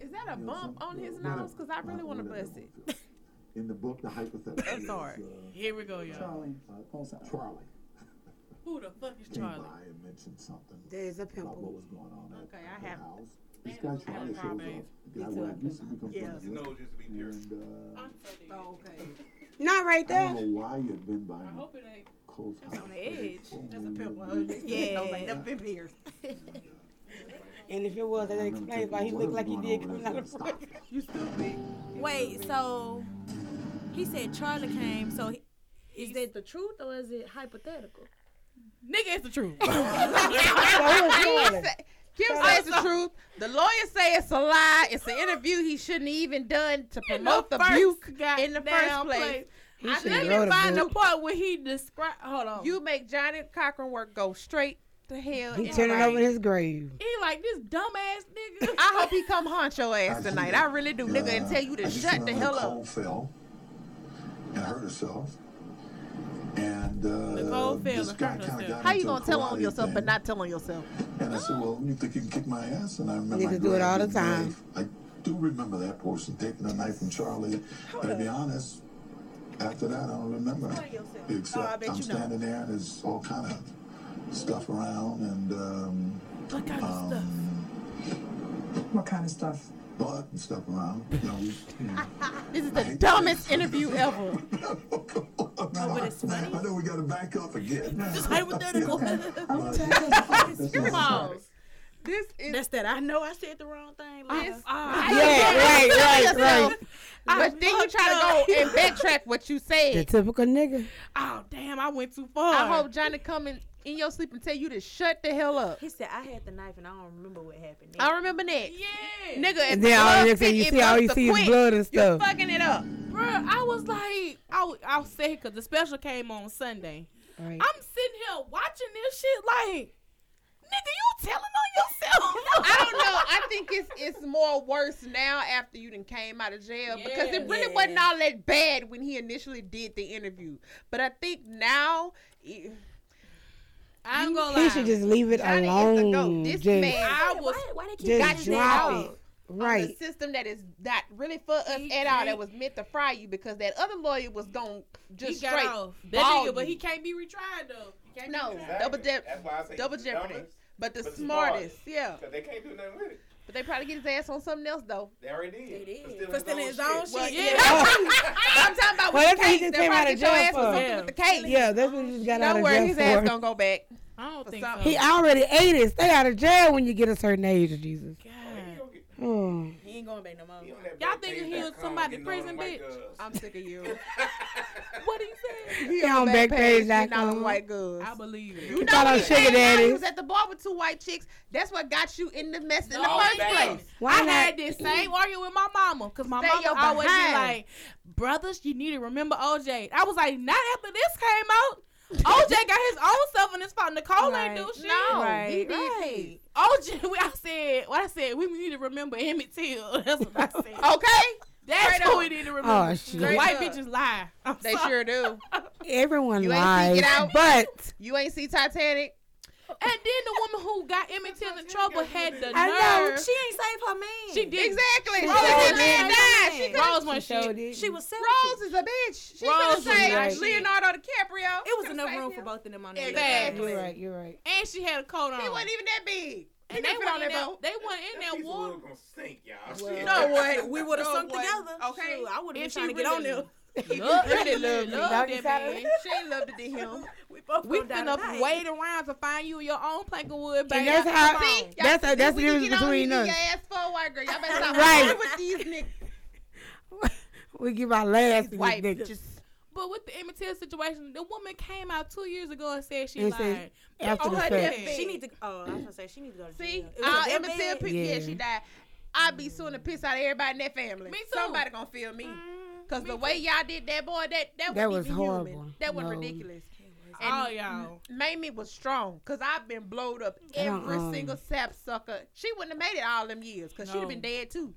A: Is that a
H: you know,
A: bump
H: some-
A: on his
H: whatever,
A: nose? Because I really
H: uh,
A: want to
H: whatever.
A: bust it.
H: In the book, the hypothetical.
A: I'm
H: is,
A: sorry.
H: uh,
C: Here we go, y'all.
H: Charlie. Uh, also Charlie.
C: Who the fuck is
H: came by
C: Charlie?
H: and mentioned something
D: There's a
H: about what
D: pimple.
H: was going on at
A: Okay, I
H: at
A: have-
H: the house. This guy Charlie shows up.
C: problems.
H: The guy where I used to become
A: Yeah.
H: friends
F: You
H: with.
F: know, just to be there.
H: And, uh,
A: Oh, okay.
D: Not right
H: I don't
D: there.
H: know why you'd been by
C: I
H: my
C: hope it ain't.
H: close house.
B: on the edge.
A: That's a pimple. Yeah. I never been here.
D: And if it was, that explains why he looked like he did coming out of prison.
A: You stupid.
B: Wait, so he said Charlie came. So he, is that the truth or is it hypothetical?
C: Nigga, it's the truth.
A: Kim says the truth. The lawyers say it's a lie. It's an interview he shouldn't even done to promote the,
C: first
A: Buke in the first
C: goddamn
A: place.
C: place.
D: He
C: I
D: should
C: let
D: wrote a
C: me find the
D: book.
C: part where he described. Hold on.
A: You make Johnny Cochran work go straight to hell.
D: He
A: in
D: turning
A: the
D: over in
A: night.
D: his grave.
C: He like this dumbass nigga.
A: I hope he come haunt your ass tonight. I really do, nigga, and tell you to shut the hell up.
H: Fell and hurt herself. And uh,
C: Nicole fell
H: this
C: and
H: guy
C: hurt
H: kinda
C: herself.
H: got
A: How you
H: into a
A: gonna tell on
H: karate
A: yourself but
H: thing.
A: not tell on yourself?
H: And I said, well, you think you can kick my ass? And I remember
D: Niggas
H: I
D: do it all the
H: grabbed a
D: time.
H: knife. I do remember that portion, taking a knife from Charlie. But to be honest, after that, I don't remember. Except
A: Oh, I bet
H: am
A: you know.
H: standing there and there's all kind of stuff around and um,
C: What kind of stuff?
H: what kind of stuff? Blood and stuff around. You know, we, you know.
A: This is the dumbest interview ever.
H: I'm sorry. Oh, I know we got to back up again. Just
B: hypothetical.
A: Pause. This is
B: That's that. I know I said the wrong thing. Like,
A: this.
D: Yeah, right, right,
A: yourself.
D: right.
A: But then you try to go and backtrack what you
D: The
A: said.
D: typical nigga.
C: Oh damn, I went too far.
A: I hope Johnny come in, in your sleep and tell you to shut the hell up.
B: he said I had the knife and I don't remember what happened.
A: I remember that.
C: Yeah,
A: Nigga, at
D: And
A: the
D: then all
A: club
D: next thing
A: fit,
D: you
A: it
D: see, all
A: must
D: you
A: have
D: see is
A: quit.
D: blood and
A: You
D: stuff.
A: fucking it up.
C: bro. I was like, I w- I'll say because the special came on Sunday.
D: Right.
C: I'm sitting here watching this shit like, nigga, you telling on yourself.
A: I don't know. I think it's it's more worse now after you done came out of jail because it really
B: Yeah.
A: wasn't all that bad when he initially did the interview. But I think now it,
C: I'm gonna
D: He
C: lie.
D: should just leave it
A: Johnny is the goat.
D: alone.
A: This
D: Just,
A: man
C: I
B: why,
C: was
B: why, why they keep
D: just
A: gotten it
D: drop
A: out.
D: it.
A: on
D: Right.
A: the system that is not really for us
C: He
A: at all. That
C: can't-
A: was meant to fry you because that other lawyer was gonna
C: he
A: just
C: got
A: straight
C: off. That
A: ball
C: nigga, but
A: you.
C: he can't be retried though. He can't
A: no
C: be retried.
A: double
F: Exactly.
A: je-
F: That's why I say
A: double
F: the
A: jeopardy.
F: dumbest,
A: But the
F: but the
A: smartest, yeah.
F: Cause they can't do nothing with it.
A: But they probably get his ass on something else though.
F: They already did.
B: did.
F: stealing
B: For stealing his own shit.
A: Well,
C: Yeah.
A: I'm talking about
D: Well, that's what
A: with the
D: he
A: case.
D: just
A: They
D: came out
A: probably
D: of
A: get your
D: jail
A: ass for
D: for.
A: something with the case.
D: Yeah, that's what he just got out
A: Don't
D: of
A: worry, his
D: jail
A: ass
D: for.
A: gonna go back. I don't think
B: something.
A: so.
D: He already ate it. Stay out of jail when you get a certain age, Jesus.
A: God.
D: Mm.
B: He ain't going back no more.
A: Y'all think he was somebody prison, bitch?
B: I'm sick of you. Uh,
A: What he said?
B: He
D: on Backpage
B: Backpage getting all
D: dot
B: the
D: com.
B: white girls.
A: I believe it.
D: You thought I'm sugar
B: He
D: daddy.
B: was at the bar with two white chicks. That's what got you in the mess in the
A: No,
B: first
A: baby.
B: place.
D: Why
A: I
D: not?
A: had this same argument with my mama because my
B: Stay
A: mama
B: your
A: always be
B: behind.
A: like, "Brothers, you need to remember OJ." I was like, "Not after this came out." OJ got his own stuff in his spot. Nicole ain't do
B: Right.
A: shit.
B: No, he
A: Right,
B: did
A: right. OJ, we- I said, what I said, we need to remember Emmett Till. That's what I said.
B: Okay?
A: That's
B: straight
A: who
B: up.
A: we need to remember.
D: Oh
A: The
D: shit!
B: Straight
A: white
B: up.
A: bitches lie. I'm
B: They
A: sorry.
B: sure do.
D: Everyone
B: You ain't
D: lies,
B: seek it out.
D: but
B: You ain't see Titanic?
A: And then the woman who got Emmett Till in trouble had the
I: I know
A: nerve.
I: she ain't saved her man.
A: She did.
B: Exactly. She
I: Rose
B: didn't
I: ain't
B: die.
I: no
B: She
I: man.
B: could-
A: Rose one
D: showed
A: shit.
D: it.
I: she was selfish.
B: Rose is a bitch. She
A: Rose
B: could
A: was
B: say
D: right.
B: Leonardo DiCaprio.
I: It was
B: She
I: enough
B: could've
I: room
B: saved
I: for
B: him.
I: both of them on
B: Exactly.
I: that.
B: You're
D: you're right. You're right.
A: And she had a coat on.
B: He wasn't even that big.
A: and they
B: went
A: weren't in that.
B: boat.
A: They weren't in that water.
F: gonna stink, y'all.
B: You
F: Shit.
B: know what?
I: We would have
B: You know
I: sunk
B: what?
I: together.
B: Okay.
I: Shoot, I would have been
A: If she
I: trying to get on
A: really
I: there.
A: loved,
B: really loved me.
A: loved that
D: Doggy
A: man.
B: She ain't loved it to him.
I: We both
A: We
I: gonna die
A: finna
I: tonight.
A: wait around to find you your own Plankenwood, baby.
D: And that's how.
B: See? Y'all
D: That's
B: see,
D: that's the
B: we can
D: difference
B: get on
D: between
B: here,
D: us.
B: Your ass for a white girl. Y'all better stop
D: Right.
B: playing with these niggas.
D: We give our last to
B: White
D: this
B: bitches.
A: But with the Emmett Till situation, the woman came out two years ago and said she
D: And
A: lied.
D: said-
A: But
D: after
A: on
D: the fact.
A: her deathbed,
I: She need to. Oh, I was gonna say she need to go to
B: See,
I: jail. It was
B: uh,
I: a
B: Emma
I: deathbed.
B: Till Pitt, yeah.
D: Yeah.
B: she died. I be suing the piss out of everybody in that family.
A: Me too.
B: Somebody gonna feel me, cause the way y'all did that boy, that that,
D: That
B: was
D: was horrible.
B: That was
D: No.
B: ridiculous.
A: all
B: And
A: y'all.
B: Mamie was strong, cause I've been blowed up every
D: Uh-uh.
B: single sap sucker. She wouldn't have made it all them years, cause she'd
A: No.
B: have been dead too.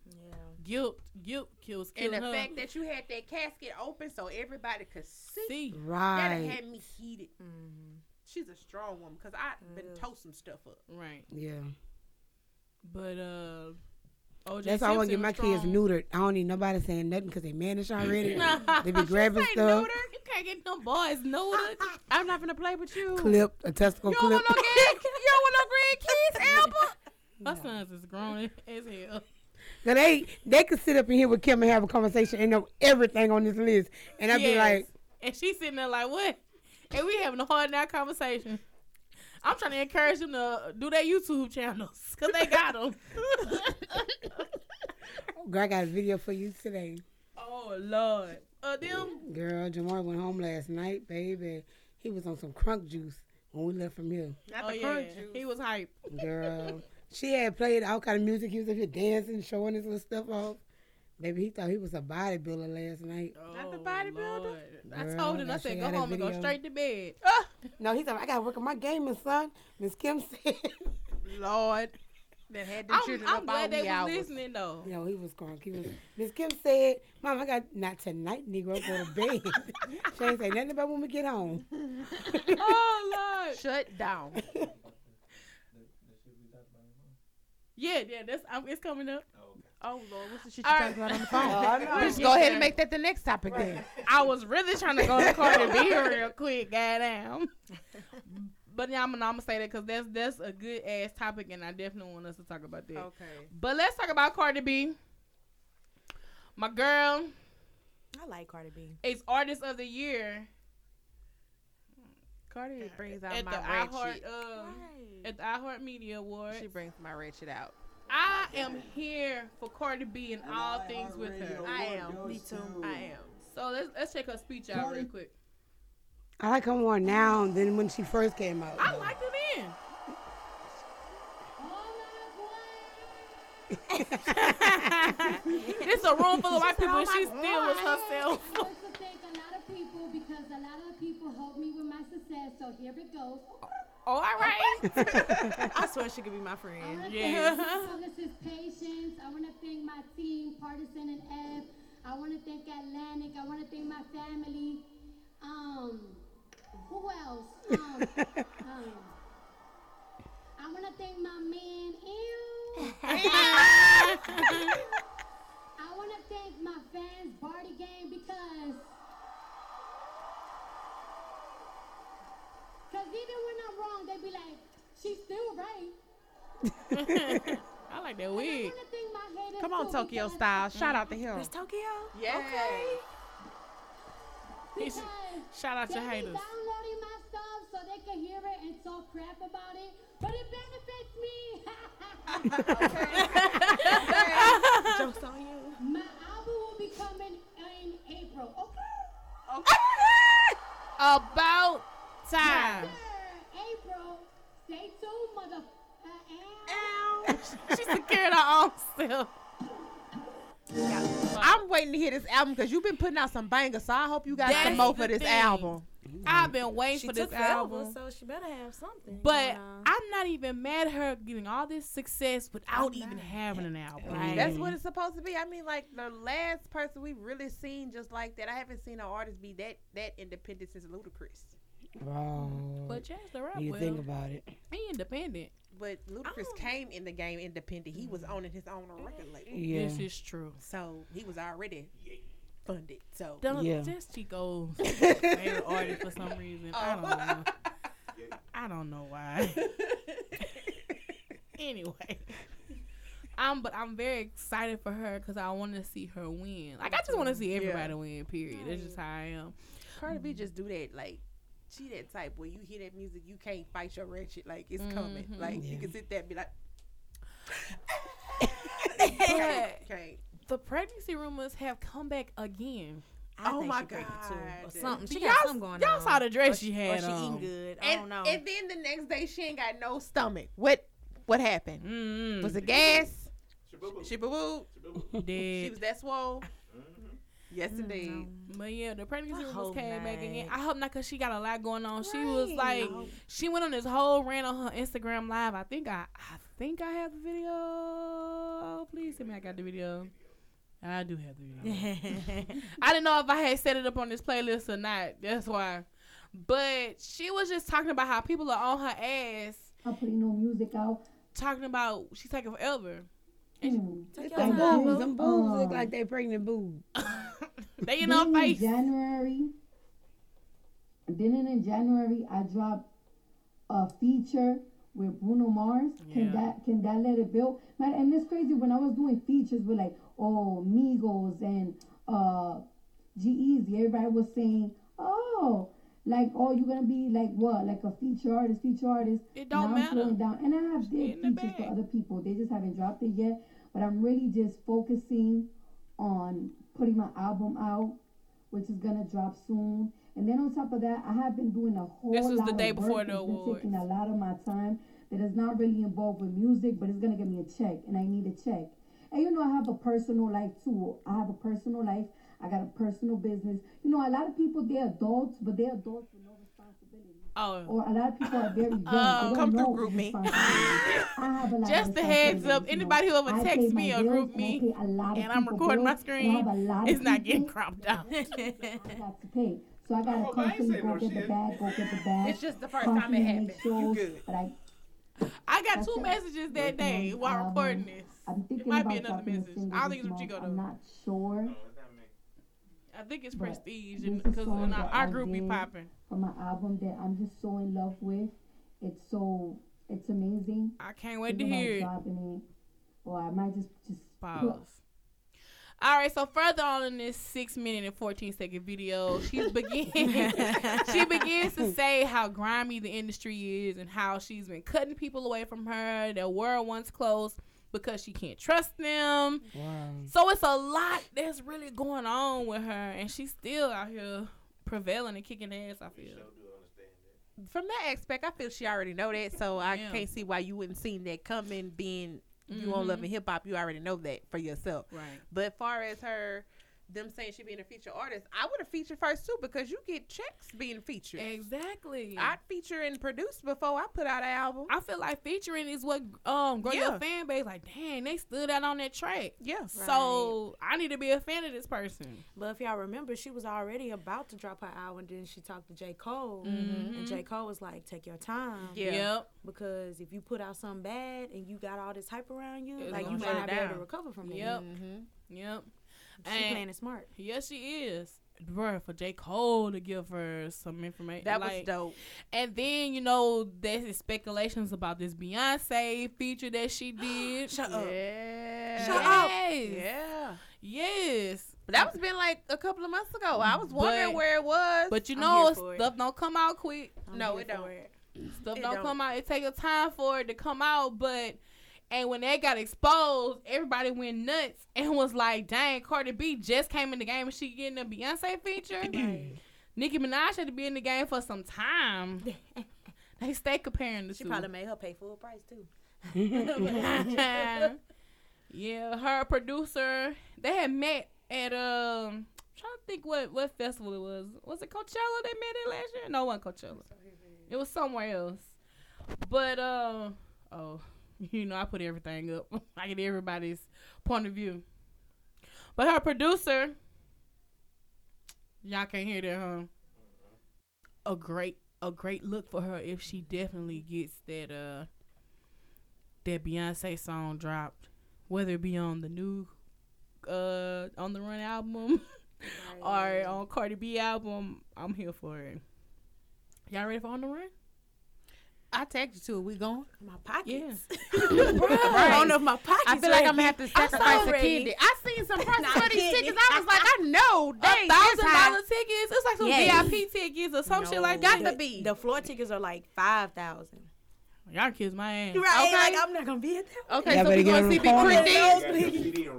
A: Guilt, guilt kills,
B: And
A: killing
B: the
A: her.
B: fact that you had that casket open so everybody could see, Mm-hmm.
A: See,
B: that
D: Right.
B: had me heated. She's a strong woman, cause I been told some stuff up.
A: right.
D: Yeah.
A: But uh, OJ
D: That's why I want to get
A: Simpson
D: my
A: was
D: kids
A: strong.
D: neutered. I don't need nobody saying nothing because they managed already. they be grabbing
A: Say
D: stuff,
A: neuter. You can't get no boys neutered.
B: I'm not gonna play with you.
D: clip, a testicle
B: You don't
D: clip.
B: want no grand, you don't want no grandkids, Albert.
A: My sons is grown as hell.
D: Now they they could sit up in here with Kim and have a conversation and know everything on this list, and I'd be like,
A: and she's sitting there like, what? And we having a hard now conversation. I'm trying to encourage them to do their YouTube channels because they got them.
D: "Oh, "Girl, I got a video for you today."
A: oh Lord, uh, them
D: Girl, Jamar went home last night, baby. He was on some crunk juice when we left from here.
B: Not
A: oh
B: the
A: yeah,
B: crunch juice.
A: he was hype.
D: Girl, she had played all kind of music. He was up here dancing, showing his little stuff off. Baby, he thought he was a bodybuilder last night.
B: Not the
A: Oh,
B: bodybuilder?
A: Lord. I
D: Girl,
A: told
D: I
A: him, I
D: gotta show
A: said,
D: you
A: go
D: how that
A: home and go
D: video-
A: straight to bed.
D: No, he thought I gotta work on my gaming, son. Miss Kim said.
B: Lord. That had them
A: I'm,
B: children
A: Oh, I'm
B: up all
A: glad they
B: wee
A: was
B: hours.
A: listening though.
D: no, he was crunk. He was. Miss Kim said, "Mom, I got not tonight, Negro. Go to bed." she ain't say nothing about when we get home.
A: oh Lord,
B: Shut down.
A: yeah, yeah, that's um, it's coming up.
B: Oh Lord, what's the shit you
A: All
B: talking about on the phone?
D: Oh,
B: Just go ahead and make that the next topic then.
A: I was really trying to go to Cardi B real quick, goddamn. But yeah, I'm gonna, I'm gonna say that because that's that's a good ass topic, and I definitely want us to talk about that. But let's talk about Cardi B. My girl
I: I like Cardi B.
A: is artist of the year
B: Cardi brings out
A: at the
B: my ratchet.
A: iHeart uh, at the iHeart Media Award.
B: She brings my ratchet out.
A: I am here for Cardi B and all things with her.
B: I am.
I: Me too.
B: I am.
A: So let's let's check her speech out real quick.
D: I like her more now than when she first came out.
A: I liked it then. It's a room full of white people, and she still was herself.
J: I like to thank a lot of people because a lot of people helped me with my success. So here it goes.
A: Oh, all right.
I: I swear she could be my
J: I
I: friend.
J: want to
A: Yeah.
J: thank Publicis Patience. I want to thank my team, Partisan and F. I want to thank Atlantic. I want to thank my family. Um, who else? Um, um, I want to thank my man. Ew. I want to thank my fans, Party Game, because. Because even when I'm wrong, they be like, she's still right.
A: I like that
J: And I
A: wig.
J: want to thank my haters.
B: Come on,
J: too,
B: Tokyo
J: because-
B: style. Shout out to him.
I: It's Tokyo.
B: Yeah.
I: Okay.
J: Because
A: Shout out
J: they
A: to
J: be
A: haters.
J: downloading my stuff so they can hear it and
K: talk crap about it, but it benefits me.
B: Jokes on you.
K: My album will be coming in April. Okay.
A: About time.
K: Sir, April. Stay tuned, mother. Uh,
A: she secured her own self.
J: I'm waiting to hear this album because you've been putting out some bangers. So I hope you got
L: That's
J: some more for
L: the
J: this
L: thing.
J: album.
A: I've been waiting
B: She
A: for
B: took
A: this album.
B: so she better have something.
A: But
B: you know.
A: I'm not even mad at her getting all this success without even having an album.
L: Right.
J: That's what it's supposed to be. I mean, like the last person we've really seen just like that. I haven't seen an artist be that that independent since Ludacris.
D: Wrong.
A: But Chance the Rapper,
D: you think
A: well,
D: about it.
A: he independent.
J: But Ludacris
A: Oh.
J: came in the game independent. He
A: Mm.
J: was owning his own record label,
D: Yeah.
A: This is true.
J: so he was already funded. So
A: Don't
D: Yeah.
A: just Chico's favorite artist for some
J: Oh.
A: reason. I don't know. I don't know why. anyway, I'm but I'm very excited for her because I want to see her win. Like I just want to see everybody win. Period. That's just how I am.
J: Cardi B just do that like. She that type where you hear that music, you can't fight your ratchet. Like it's coming. Like you can sit there and be like,
A: But
J: okay.
A: the pregnancy rumors have come back again.
B: I
J: oh
B: think
J: my
B: she pregnant
J: God.
B: too. Or something. She
A: Y'all-
B: got something going
A: y'all
B: on.
A: saw the dress
B: Or
A: she had
B: Or she
A: on.
B: eating good. I
J: And,
B: don't know.
J: and then the next day she ain't got no stomach. What what happened?
A: Mm,
J: Was it gas?
M: Shabubu.
J: She boo boo.
M: Shabubu.
J: She
A: dead.
J: was that swole. Mm-hmm. Yes, indeed.
B: Mm-hmm.
A: But yeah, the pregnancy
B: I
A: rumors
B: hope
A: came back
B: not.
A: again. I hope not, cause she got a lot going on. She was like,
B: Right.
A: she went on this whole rant on her Instagram live. I think I, I think I have the video. Please tell me I got the video. I do have the video. I didn't know if I had set it up on this playlist or not. That's why. But she was just talking about how people are on her ass,
K: I'm putting no music out.
A: talking about she's taking forever.
K: Hmm.
B: Take your
D: Them
B: time.
D: boobs, them boobs look like they pregnant boobs.
A: They in her
K: Then in
A: face.
K: January. Then in January, I dropped a feature with Bruno Mars. Can that can that let it build? Man, and it's crazy when I was doing features with like oh Migos and uh G Easy, everybody was saying oh like oh you're gonna be like what like a feature artist, feature artist.
A: It don't
K: Now I'm
A: matter.
K: slowing down, and I have
A: in
K: did
A: the
K: features for
A: bag.
K: other people. They just haven't dropped it yet. But I'm really just focusing on putting my album out which is gonna drop soon. And then on top of that, I have been doing a whole
A: This was
K: lot
A: the day
K: of
A: before
K: work.
A: the
K: It's been
A: awards.
K: taking a lot of my time that is not really involved with music, but it's gonna give me a check, and I need a check. And you know, I have a personal life too. I have a personal life. I got a personal business. You know, a lot of people they're adults, but they're adults with no responsibility.
A: Oh,
K: Or a lot of people are very young.
A: Oh,
K: they don't
J: come through,
K: know
J: group me.
K: responsibility. I have a lot
A: Just
K: of
A: a heads up,
K: responsibilities, you know.
A: anybody who ever
K: I pay
A: texts
K: my
A: me or
K: bills,
A: group
K: and I
A: me,
K: pay a lot of
A: and I'm
K: people
A: recording my
K: bills, and I have a
A: screen.
K: lot of
A: It's not
K: people
A: getting cropped out.
K: I have to pay. So I
M: Oh, but
K: gotta
M: I ain't
K: constantly
M: saying
K: go
M: no
K: get the
M: shit.
K: bag, go get the bag.
J: It's just the first time it
K: constantly
J: happened.
K: make
J: You
K: shows,
J: good.
K: But I,
A: I got two
K: That's it. um,
A: messages that
K: Working on
A: day
K: the
A: while
K: album.
A: recording this.
K: I'm thinking
A: might
K: about
A: be another
K: dropping a
A: message.
K: single
A: I don't
K: this
A: think it's what you
K: month.
A: got
K: I'm
A: though.
K: not sure
M: No, it's not me.
A: I think it's
K: But
A: prestige
K: this is
A: because
K: all
A: our,
K: that
A: our
K: I
A: group be
K: did.
A: popping.
K: for my album that I'm just so in love with. It's so, it's amazing.
A: I can't wait to
K: Thinking about
A: hear it.
K: dropping it, or I might just just put-
A: Pause. All right, so further on in this six minute and fourteen second video, she begins she begins to say how grimy the industry is and how she's been cutting people away from her that were once close because she can't trust them.
D: Wow.
A: So it's a lot that's really going on with her, and she's still out here prevailing and kicking ass. I feel.
J: From that aspect, I feel she already know that, so I
A: Yeah.
J: can't see why you wouldn't seen that coming. Being
B: Mm-hmm.
J: you on
A: Mhm.
J: Love and Hip Hop, you already know that for yourself.
A: Right.
J: But far as her, them saying she being a feature artist, I would have featured first too because you get checks being featured.
A: Exactly. I,
J: I'd feature and produce before I put out an album.
A: I feel like featuring is what um grow your
J: Yeah.
A: fan base. Like, dang, they stood out on that track.
J: Yes.
A: So I need to be a fan of this person.
B: But if y'all remember, she was already about to drop her album. Then she talked to J. Cole, and J. Cole was like, "Take your time,
J: Yeah.
A: Yep.
B: because if you put out something bad and you got all this hype around you,
A: It's
B: like
A: gonna
B: you might
A: shut
B: not
A: it
B: be able
A: down.
B: to recover from that."
A: Yep.
J: Mm-hmm.
A: Yep.
B: She
A: And-
B: playing it smart.
A: Yes, she is. Bruh, for J. Cole to give her some information.
J: That was
A: like-
J: dope.
A: And then, you know, there's speculations about this Beyonce feature that she did.
B: Shut up.
J: Yeah.
B: Shut up.
A: Yes.
J: Yeah.
A: Yes.
J: But that was been like a couple of months ago. I was wondering
A: But-
J: where it was.
A: But you
B: I'm
A: know,
B: here for it.
A: stuff don't come out quick.
B: I'm
J: No,
B: here
J: it don't.
B: for it.
A: Stuff
J: It
A: don't,
J: don't.
A: come out. It takes time for it to come out, but and when that got exposed, everybody went nuts and was like, "Dang, Cardi B just came in the game and she getting a Beyonce feature." Nicki Minaj had to be in the game for some time. they stay comparing the
B: She
A: two.
B: probably made her pay full price too.
A: yeah, her producer. They had met at um. Trying to think what what festival it was. Was it Coachella they met at last year? No, it wasn't Coachella. It was somewhere else. But uh oh, you know I put everything up. I get everybody's point of view. But her producer, y'all can't hear that, huh? A great a great look for her if she definitely gets that uh that Beyonce song dropped, whether it be on the new uh on the Run album or on Cardi B album, I'm here for it. Y'all ready for On the Run?
L: I tagged you to it. We going?
B: My pockets.
A: Yeah.
B: I don't know if my pockets.
L: I feel like I'm gonna have to sacrifice a
B: ready.
L: kid. I seen some prices
B: Nah,
L: for these
B: kidding.
L: tickets. I was like, I know they this
A: Thousand
L: high.
A: dollar tickets. It's like some
L: Yes.
A: VIP tickets or some shit like
L: got
A: that.
L: to be.
B: The floor tickets are like five thousand.
A: Y'all kiss my ass.
B: Right?
A: Okay.
B: Like I'm not gonna be at that.
L: Okay,
D: Y'all
L: so
D: better
L: we
D: get
L: gonna
D: on
L: see
D: the
L: Big
D: corner.
L: Crit then?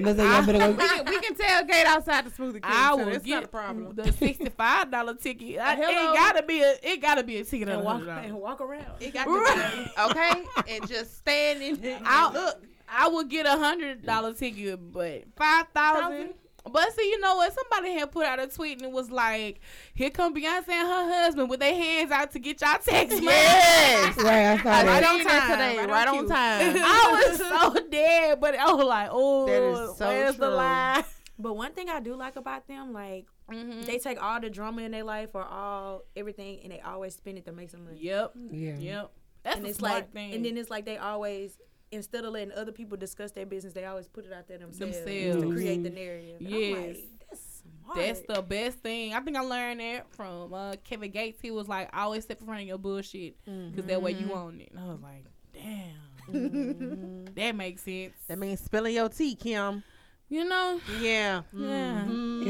D: Listen, y'all better go.
L: We can, we can tailgate outside the smoothie. King,
A: I
L: so
A: will
L: it's
A: get
L: not a problem.
A: the sixty five dollar ticket. I,
L: Hello.
A: it gotta be a it gotta be a ticket of
B: And walk,
A: one hundred
B: and
A: dollars.
B: walk around.
J: It got to be, okay, and just stand in it.
A: I'll- I would get a hundred dollar ticket, but five thousand. But see, you know what? Somebody had put out a tweet and it was like, "Here come Beyonce and her husband with their hands out to get y'all tax money."
J: Yes,
D: Right, I saw
J: right
D: that.
J: on time today, right, on, time.
A: I was so dead, but I was like, "Oh,
J: That is so
A: where's the
J: true.
A: line?"
B: But one thing I do like about them, like
A: Mhm.
B: they take all the drama in their life or all everything, and they always spend it to make some money.
A: Yep,
D: Yeah.
A: yep. That's
B: and
A: a
B: it's
A: smart
B: like,
A: thing.
B: and then it's like they always instead of letting other people discuss their business, they always put it out there themselves, to
D: Mm-hmm.
A: Themselves.
B: create the narrative. And I'm
A: Yes.
B: like, that's smart.
A: That's the best thing. I think I learned that from uh, Kevin Gates. He was like, always step in front of your bullshit because that way
B: Mm-hmm.
A: you own it. And I was like, damn.
B: Mm-hmm.
A: that makes sense.
J: That means spilling your tea, Kim.
A: You know?
J: Yeah.
A: Yeah.
B: Mm-hmm.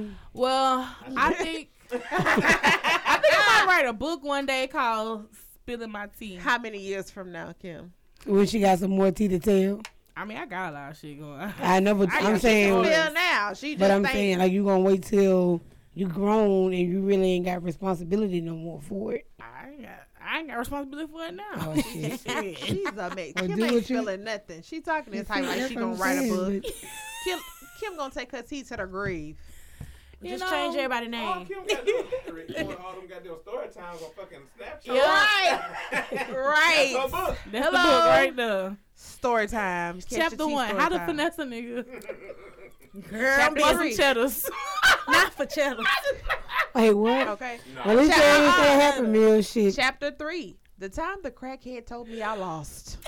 D: Yeah. huh
A: Well, I think I think I might write a book one day called Spilling My Tea.
J: How many years from now, Kim?
D: When she got some more tea to tell.
A: I mean, I got a lot of shit going on.
D: I know, but
J: I
D: I'm
J: got
D: saying.
J: Spill now. She just
D: But I'm
J: think-
D: saying, like, you gonna wait till you grown and you really ain't got responsibility no more for it.
A: I ain't got, I ain't got responsibility for it now.
D: Oh, shit.
J: She's a man. Kim
D: Well, do
J: ain't
D: what you-
J: spilling nothing. She talking this type like
D: That's
J: she
D: what
J: gonna
D: I'm
J: write a
D: saying,
J: book.
D: but-
J: Kim, Kim gonna take her tea to the grave.
A: You
B: just
A: know?
B: change everybody's name.
M: All Kim got to do is record all them goddamn story times on fucking Snapchat.
J: Right.
M: That's her
J: right.
M: book.
A: Hello, right there.
J: Story time. Catch your
A: Chapter
J: tea
A: one:
J: story
A: How to
J: time.
A: finesse a nigga.
J: Chapter
A: Bust some
J: three.
A: cheddars.
B: not for channel.
D: Wait, what?
J: Okay.
D: Well, at least
J: Shut
D: that ain't
J: up.
D: that happened, Mill. Shit.
J: Chapter three. The time the crackhead told me I lost.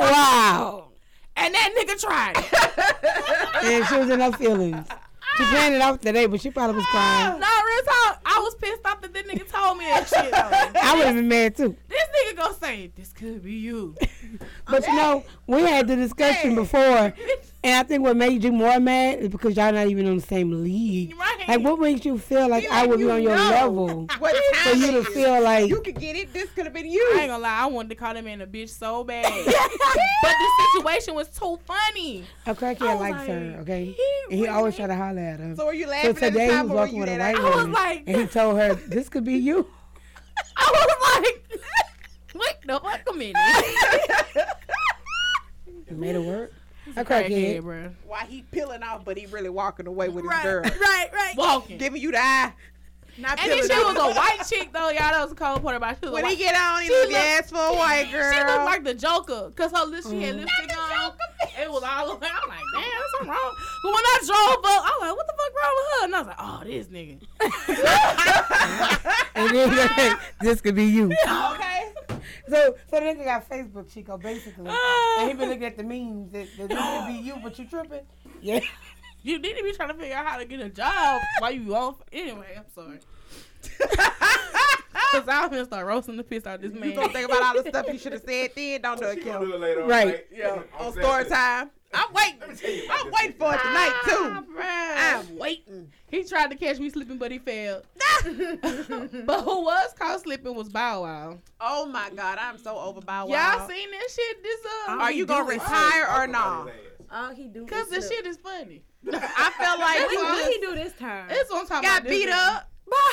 D: Wow.
A: and that nigga tried. it.
D: And she was in her feelings. She planned it off today, but she probably was
A: no,
D: crying.
A: real talk. I was pissed off that this nigga told me that shit. though.
D: I would have been mad too.
A: this nigga gonna say this could be you.
D: But you know, we had the discussion before, and I think what made you more mad is because y'all not even on the same league.
A: Right.
D: Like, what makes you feel like I would be
J: you
D: on your
J: know.
D: level
J: What
D: for
J: time
D: you to
J: it is.
D: feel like
J: You could get it. This could have been
A: I
J: you.
A: ain't gonna lie, I wanted to call that man a bitch so bad. but the situation was too funny.
D: a crackhead likes her? Okay, and he always try to holler at her.
J: So were you
D: So
J: laughing at the
D: today he
J: time
D: was
J: or were
D: walking
J: you
D: with a
J: that
D: white
A: I was
D: woman,
A: like-
D: and he told her, "This could be you."
A: I was like, wait the fuck a minute.
D: It made it work. A
A: Crackhead,
D: crackhead.
A: bro.
J: Why he peeling off, but he really walking away with his
B: right,
J: girl,
B: right, right.
A: Walking.
J: giving you the eye. Not
A: and
J: peeling
A: then she
J: off.
A: was a white chick though, y'all. That was a cold part about she was a
J: When he
A: white-
J: get on, he
A: She
J: look
A: look-
J: ass for a white girl. Mm.
A: She looked like the Joker, cause her lip, she had lipstick on. It was all over. I'm like, damn, something wrong. But when I drove up, I'm like, what the fuck wrong with her? And I was like, oh, this nigga.
D: And then he's like, this could be you.
J: okay.
D: So, so the nigga got Facebook, Chico, basically.
B: Ah.
D: and he been looking at the memes that, that this could be you, but you tripping. Yeah.
A: You need to be trying to figure out how to get a job while you off. Anyway, I'm sorry. Cause I'm gonna start roasting the piss out of this man.
J: You gonna think about all the stuff you should have said then? Don't do
M: Oh, She
J: it,
M: gonna do
J: Kim.
M: it later on,
D: Right.
M: right?
J: Yeah.
M: I'm
J: On
M: saying
J: story
M: that.
J: time.
M: Let me
J: I'm waiting.
M: tell you about
J: I'm
M: this
J: waiting
M: nigga.
J: for it tonight too.
A: Ah, bruh.
J: I'm waiting.
A: He tried to catch me sleeping, but he failed. but who was caught sleeping was Bow Wow.
F: Oh my God, I'm so over Bow Wow.
A: Y'all seen that shit? This uh,
F: Are you gonna retire or
N: Fuck
F: not?
N: with his ass.
B: All he do
A: Cause
B: is
A: the shit is funny.
F: I felt
B: What he,
F: like
B: what
F: he
B: he do this time?
A: It's on top.
F: got beat up.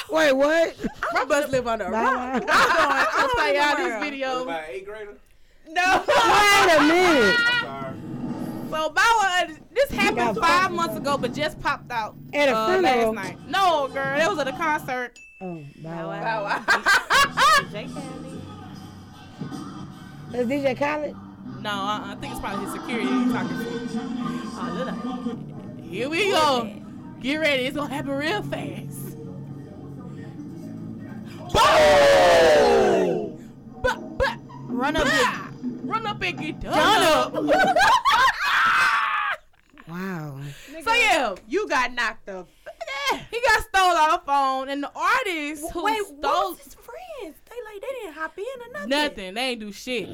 D: Wait, what?
B: I'm just live under a
D: Bye.
A: I'm telling
B: in the
A: y'all this
N: What
B: world.
A: video.
N: about eighth grader?
F: No.
D: Wait a minute.
N: I'm sorry.
A: So Bow Wow, this happened five months ago, but just popped out
D: At a
A: uh, last
D: funeral.
A: night. No, girl, it was at a concert.
D: Oh, Bow Wow.
B: Bow Wow. J Candy.
D: Is DJ Khaled?
A: No, uh-uh, I think it's probably his security he's talking to. Oh, look. Here we go. Get ready. It's going to happen real fast. Boom! Ba- ba- Run up, and, run up and get done, up.
D: Wow.
A: so yeah,
F: You got knocked up.
A: he got stole our phone, and the artist who
B: Wait, what
A: stole
B: was his friends? They like they didn't hop in or nothing.
A: nothing, they ain't do shit.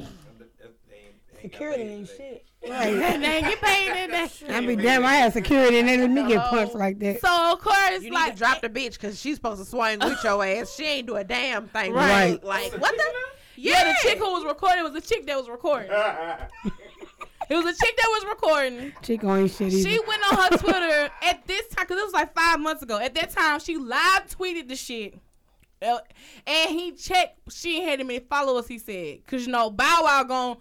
D: Security ain't shit.
A: they
D: Right.
A: ain't get paid anything.
D: I be damn, I had security and they let me get punched like that.
A: So of course,
F: You need
A: like
F: to drop the bitch because she's supposed to swing with your ass. She ain't do a damn thing.
D: Right.
F: Like what the?
A: Yeah, the chick who was recording was the chick that was recording. It was a chick that was recording.
D: Chico ain't shit either.
A: She went on her Twitter at this time, because it was like five months ago. At that time, she live tweeted the shit. Uh, And he checked, she ain't had him any followers, he said. Because, you know, Bow Wow gone.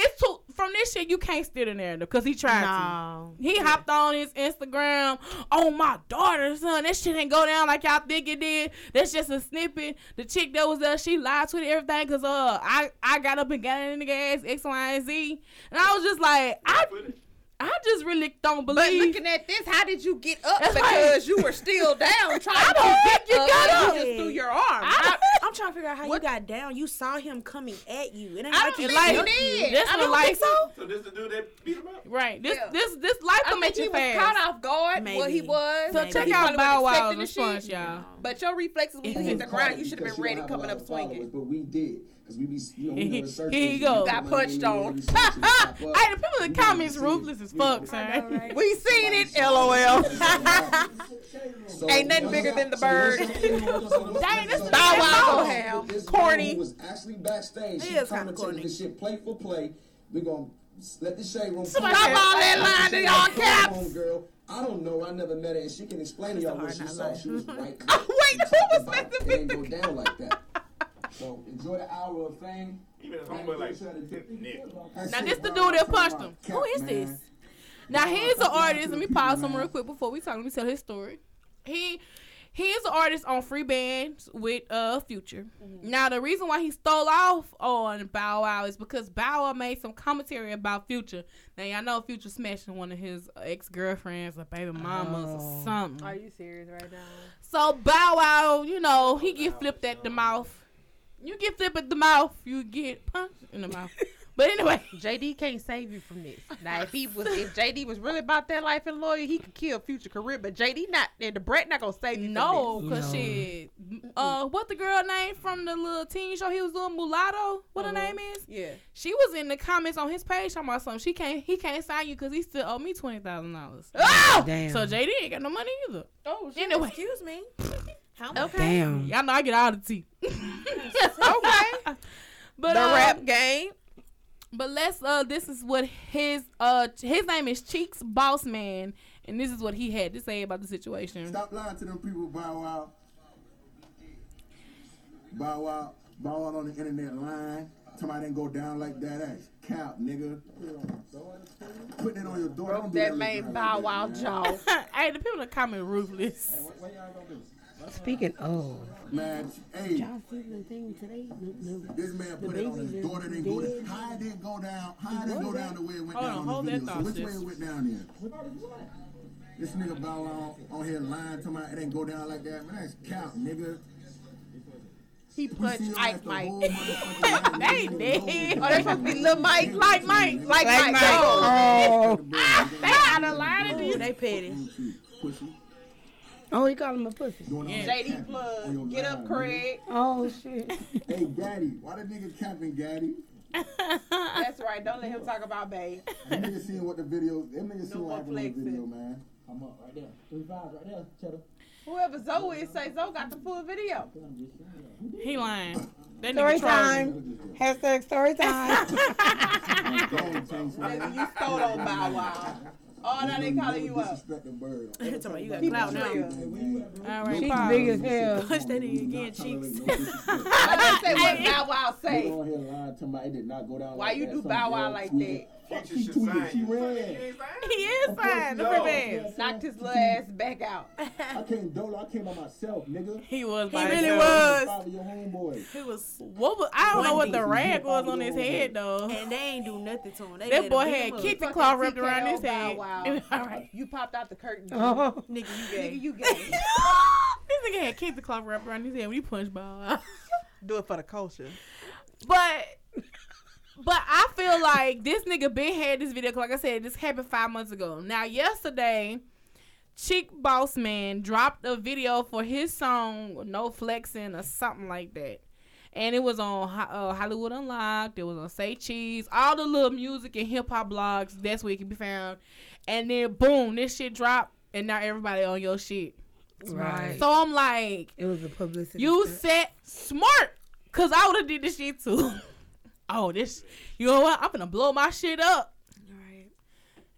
A: It's too, from this shit, you can't steal the narrative because he tried
B: No.
A: to. He hopped on his Instagram. Oh, my daughter, son. That shit didn't go down like y'all think it did. That's just a snippet. The chick that was there, she lied tweeted everything because uh, I, I got up and got in the gas, X, Y, and Z. And I was just like, I, I just really don't
F: But
A: believe.
F: looking at this, how did you get up?
A: That's
F: because you were still down trying
A: I
F: to
A: don't think you got
F: up.
A: up.
F: You just threw your arm.
A: I,
B: I'm trying to figure out how
F: What?
B: you got down. You saw him coming at you. It ain't
A: I don't
B: like he
A: think like
B: jumped
F: did.
A: This
F: I
A: one
F: don't
A: like
F: think so.
N: So this the dude that beat him up?
A: right. This
F: Yeah.
A: this this life
F: I
A: will make
F: think he
A: you
F: was
A: fast.
F: caught off guard what he
B: Maybe.
F: was.
A: So
B: Maybe.
A: check
B: He
A: out
F: probably
A: Bow
F: wasn't
A: Wow's
F: expecting the
A: response,
F: shit.
A: y'all.
F: But your reflexes when you hit the ground, you should have been ready coming up swinging.
C: But we did, cause we be, you know, we
A: Here
C: never searched
A: you
C: it.
A: go.
C: We
F: Got
C: went
F: punched
C: in there,
F: on.
C: we searched it, pop up.
A: Hey, the people in the
C: We
A: comments
C: didn't see
A: ruthless
C: it.
A: as
C: We-
A: fuck, son.
B: right?
F: We seen it, lol.
C: So-
F: Ain't nothing bigger than the
C: So
F: bird.
C: what's- so what's- so what's-
A: Dang, this is
F: Bow
A: Bow
F: Wow
A: Wow.
F: gonna have.
C: This
F: Corny.
C: girl who was actually backstage. She
B: It is kinda
C: commentated
B: corny.
C: This shit play for play. We gonna s- let the shade room.
F: Stop all that lying in y'all caps.
C: Girl, I don't know. I never met her, and she can explain to y'all what she saw. She was right.
F: Oh, wait,
C: She talked
F: who was
C: about it.
F: Mr.
C: It ain't go down like that. So enjoy the hour of fame.
N: Even his homeboy like, Nick.
A: Now, this the dude that punched him.
C: Who
B: is this?
A: Now he's an artist. Let me pause him real quick before we talk. Let me tell his story. He he is an artist on free bands with uh Future. Now the reason why he stole off on Bow Wow is because Bow Wow made some commentary about Future. Now y'all know Future smashing one of his ex girlfriends or baby mamas or something.
B: Are you serious right now?
A: So Bow Wow, you know, he get flipped at the mouth. You get flipped at the mouth, you get punched in the mouth. But anyway,
F: JD can't save you from this. Now, if he was, if JD was really about that life and lawyer, he could kill future career. But JD not, and the Brett not gonna save you.
A: no,
D: this.
A: cause
D: No.
A: shit. Uh, what the girl name from the little teen show he was doing, Mulatto? What her name is?
F: from this. yeah.
A: She was in the comments on his page talking about something. She can't, he can't sign you because he still owe me twenty thousand dollars.
F: Oh,
D: Damn.
A: So JD ain't got no money either.
F: oh shit.
A: Anyway,
B: Excuse me. How much?
F: okay.
D: Damn.
A: y'all know I get all the tea.
F: Okay.
A: But
F: the
A: um,
F: rap game.
A: But let's uh this is what his uh his name is Cheeks Boss Man and this is what he had to say about the situation.
C: Stop lying to them people, Bow Wow. Bow Wow, Bow Wow on the internet lying. Somebody didn't go down like that. That's cap, nigga. Putting it on your door.
F: Broke that man Bow Wow jaw.
A: hey, the people in the comment ruthless.
D: Speaking of.
C: Man, hey,
D: Y'all seen the thing today? No, no.
C: this man put it on his daughter. Didn't go down. How it didn't go down? How it didn't go down the way it went
A: Hold
C: down
A: on,
C: on, the
A: hold that
C: video?
A: thought,
C: so which
A: sis.
C: way it went down there? This nigga Bow Wow on here lying to my. It didn't go down like that. Man, that's cap, nigga.
F: He punched Ike Mike. Oh,
A: They
J: Oh,
A: did.
F: they supposed to be Lil Mike, like Mike, like, Mike.
D: Mike.
F: Oh.
D: Oh.
A: They out of line of
B: Ooh,
A: these.
B: they petty.
D: Oh, he called him a pussy.
F: JD plug. Get up, Craig.
D: Oh, shit.
C: Hey, Daddy, why the nigga capping, Daddy?
F: That's right. Don't let him talk about Bae.
C: Them niggas seeing what the video, them niggas seeing
F: more
C: what happened on the
F: flexing.
C: video, man.
F: I'm up right there. Three fives right there, cheddar.
J: Whoever Zoe is, say Zoe got the full video.
A: He lying. That
D: Story
A: nigga trolling.
D: time. Hashtag story time.
J: Nigga, you stole on Bow Wow. Oh, now they calling you up.
B: It's all right, you got clout now.
A: All right.
D: She's big as hell.
B: Punch that nigga again, cheeks.
J: I didn't say what Bow Wow
F: Hey.
J: say.
F: on here lying to my, it did not go down
J: Why
F: like
J: you
F: that.
J: do
F: Some
J: Bow Wow
F: girl
J: like
F: tweeted.
J: that?
F: Fuck, she tweeted, she read.
A: He is fine. The
F: No.
A: revenge.
J: Knocked his little ass back out.
F: I came dolo, I came by myself, nigga.
A: He was.
B: He
A: by
B: really
A: himself.
B: was.
F: Five of your homeboys.
B: He was,
A: What was, I don't know what the
F: Wendy's.
A: rag was on his head though.
B: and they ain't do nothing to him. They let
A: That
B: him
A: boy
B: beat
A: had
B: him up.
A: kicked the
J: Fucking
A: claw wrapped
J: TKO
A: around his
J: Bow
A: head.
J: Wow.
A: All right.
J: You popped out the curtain.
D: Oh,
B: Nigga, you
J: Nigga,
B: gay.
J: you gay.
A: this nigga had kicked the claw wrapped around his head when he punched ball. out.
J: Do it for the culture.
A: but but I feel like this nigga been had this video. 'cause Like I said, this happened five months ago. Now yesterday, Chick Boss Man dropped a video for his song "No Flexing" or something like that. And it was on Ho- uh, Hollywood Unlocked. It was on Say Cheese. All the little music and hip hop blogs. That's where it can be found. And then boom, this shit dropped, and now everybody on your shit.
D: right.
A: So I'm like,
D: It was the publicity.
A: you
D: stunt.
A: said smart, cause I would have did this shit too. oh, this, you know what? I'm gonna blow my shit up,
B: Right.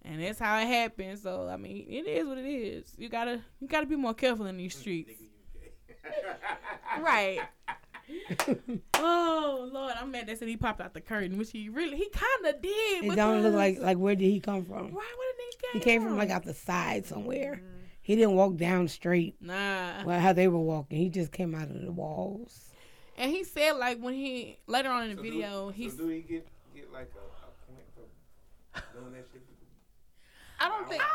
A: and that's how it happened. So I mean, it is what it is. You gotta, you gotta be more careful in these streets.
B: Right.
A: Oh Lord, I'm mad that said he popped out the curtain, which he really, he kind of did.
D: It don't look
A: because-
D: like like where did he come from?
A: Why would a nigga
D: He came from like out the side somewhere.
B: Mm-hmm.
D: He didn't walk down the street
A: Nah,
D: like how they were walking. He just came out of the walls.
A: and he said like when he later on in the
M: So do-
A: video he.
M: So do he get get like a, a point for doing that shit?
J: I don't think.
A: I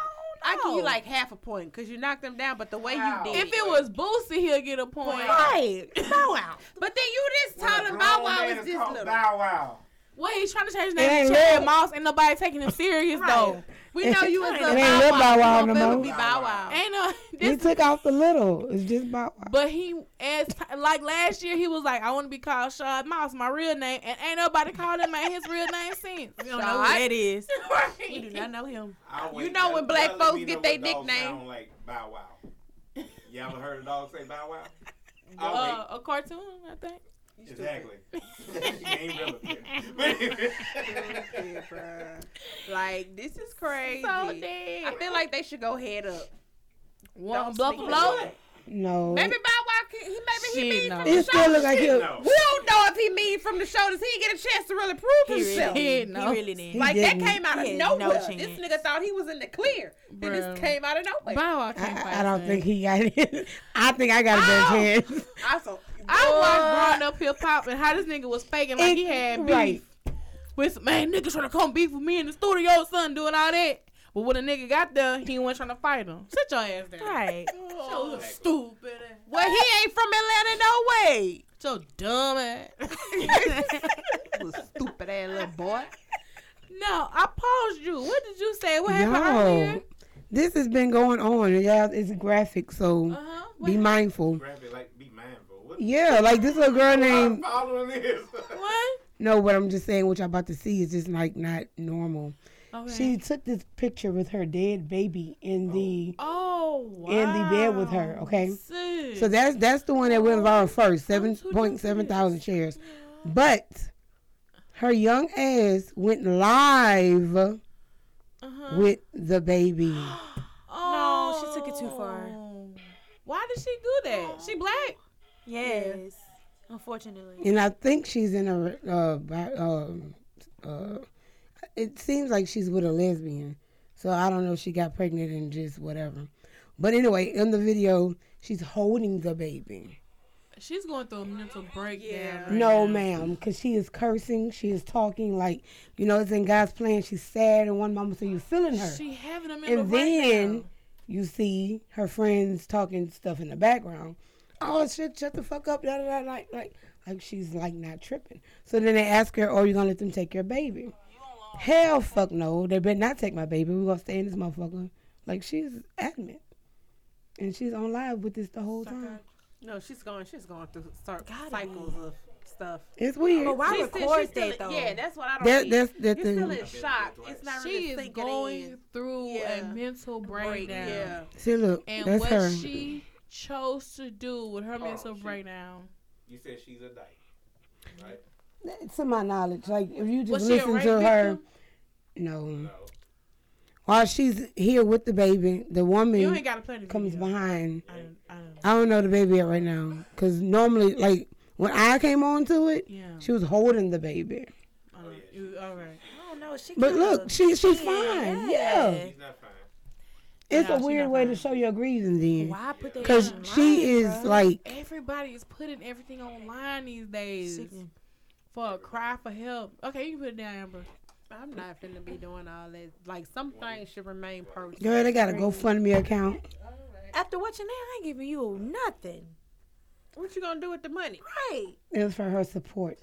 J: I
A: don't
J: give
A: know.
J: you like half a point because you knocked them down, but the way you
M: Wow.
J: did
A: if it was Boosie, he'll get a point.
D: Right. Bow out.
J: But then you just
M: When a
J: told him
M: grown
J: Bow Wow
M: man
J: is
M: is
J: this
M: called
J: little.
M: Bow Wow.
A: What he's trying to change his
D: It
A: name
D: ain't
A: to Chad
D: Lil.
A: Moss, and nobody taking him serious though.
J: We know you was a
D: It ain't Lil Bow Wow
J: You
D: no
J: gonna
D: more.
J: be Bow Wow.
A: Ain't no
D: He
A: this,
D: took off the little. It's just Bow Wow.
A: but he as t- like last year he was like I want to be called Shad Moss, my real name, and ain't nobody called him by his real name since.
B: We don't know who that is. We do not
A: Right.
B: know him.
M: I
J: You
M: went-
J: know when
M: y'all
J: black
M: let
J: folks
M: me
J: get
M: know
J: they
M: when dogs
J: nickname.
M: sound Like Bow Wow. You ever heard a dog say Bow Wow? Oh, I'll
A: Uh, a cartoon, I think.
M: wait. Exactly. Game relevant.
J: Like this is crazy.
A: So
J: I
A: dead.
J: feel like they should go head up.
A: One
J: Don't
A: blow
J: sleep
A: for
J: on
A: blow.
J: it.
D: No.
J: Maybe Bow Wow can, he maybe he
A: Shit,
J: mean
A: no.
J: from the
D: it still
J: shoulders.
D: look like he.
M: No.
J: We don't know if he mean from the shoulders. He didn't get a chance to really prove
B: He really,
J: himself.
B: did.
A: No.
B: he really did.
J: Like that
D: didn't.
J: came out of
B: He had no
J: nowhere.
B: chance.
J: this nigga thought he was in the clear. Then
A: Bruh.
J: this came out of nowhere.
A: Bow Wow can't fight
D: I, I don't
A: son.
D: think he got it. I think I got a better chance.
J: I saw.
A: I watched Growing Up Hip Hop and how this nigga was faking like he
D: It-
A: had beef.
D: right.
A: With some, man, niggas trying to come beef with me in the studio, son, doing all that. But when a nigga got there, he wasn't trying to fight him. Sit your ass down.
B: Right.
A: So stupid.
J: Well, he ain't from Atlanta, no way.
A: So dumb ass.
J: Little stupid ass little boy.
A: no, I paused you. What did you say? What happened earlier?
D: No. This has been going on. and Y'all, it's graphic, so
A: Uh-huh. What
D: be mindful.
M: Grab it like be mindful. What
D: Yeah, like this little girl
M: the
D: named.
M: following is?
A: What?
D: No, what I'm just saying, what y'all about to see is just like not normal.
A: Okay.
D: She took this picture with her dead baby in the
A: oh, wow.
D: in the bed with her. Okay,
A: Sis.
D: so that's that's the one that went viral first, seven point seven thousand shares. But her young ass went live
A: Uh-huh.
D: with the baby.
A: Oh.
B: No, she took it too far.
A: Why did she do that? She black.
B: Yes. Unfortunately.
D: and I think she's in a uh, bi- um uh, it seems like she's with a lesbian, so I don't know if she got pregnant and just whatever. But anyway, in the video, she's holding the baby.
A: She's going through a mental breakdown. right
D: No,
A: now.
D: ma'am, because she is cursing. She is talking like you know it's in God's plan. She's sad, and one moment so you're feeling her,
A: She having a mental
D: and
A: breakdown.
D: then you see her friends talking stuff in the background. Oh shit! Shut the fuck up! Da, da, da, like like like she's like not tripping. So then they ask her, "Are you gonna let them take your baby?"
J: Oh,
D: Hell fuck no! They better not take my baby. We're gonna stay in this motherfucker. Like she's adamant, and she's on live with this the whole time.
J: No, she's going. She's going through start cycles of stuff.
D: It's weird.
B: But why
J: She still-
B: record
J: she's still-
B: that, though?
J: Yeah, that's what I don't.
D: That-
J: get.
D: that's the
J: You're still
D: thing.
J: in shock. It's not
A: She
J: really
A: is
J: sinking in.
A: going through
J: Yeah.
A: a mental breakdown.
J: Yeah.
D: See, look,
A: And
D: that's
A: what
D: her.
A: she chose to do with
J: Oh,
A: her mental
M: shit.
A: breakdown.
M: You said she's a dyke, right?
D: to my knowledge, like if you just
A: Was she a
D: listen
A: rape
D: to her,
A: victim?
D: no.
M: No.
D: While she's here with the baby, the
A: You ain't
D: woman
A: gotta play the
D: comes
A: video.
D: behind.
A: I don't, I don't,
D: I don't know the baby right now, cause normally, like when I came on to it,
A: Yeah.
D: she was holding the baby.
A: I don't- you- all right.
B: I don't know. She
D: But
B: kinda-
D: look, she she's fine. Yeah,
M: She's not fine.
D: it's
A: Yeah,
D: a
A: she
D: weird
A: not
D: way to
A: fine.
D: show your grievance then,
B: Why put that?
D: cause
B: online,
D: she is
B: bruh?
D: like
A: Everybody is putting everything online these days. For a cry for help. Okay, you can put it down, Amber.
J: I'm not finna be doing all that. Like some things should remain personal.
D: girl. They got a GoFundMe account.
B: After watching that, I ain't giving you nothing.
J: What you gonna do with the money?
B: Right.
D: It was for her support,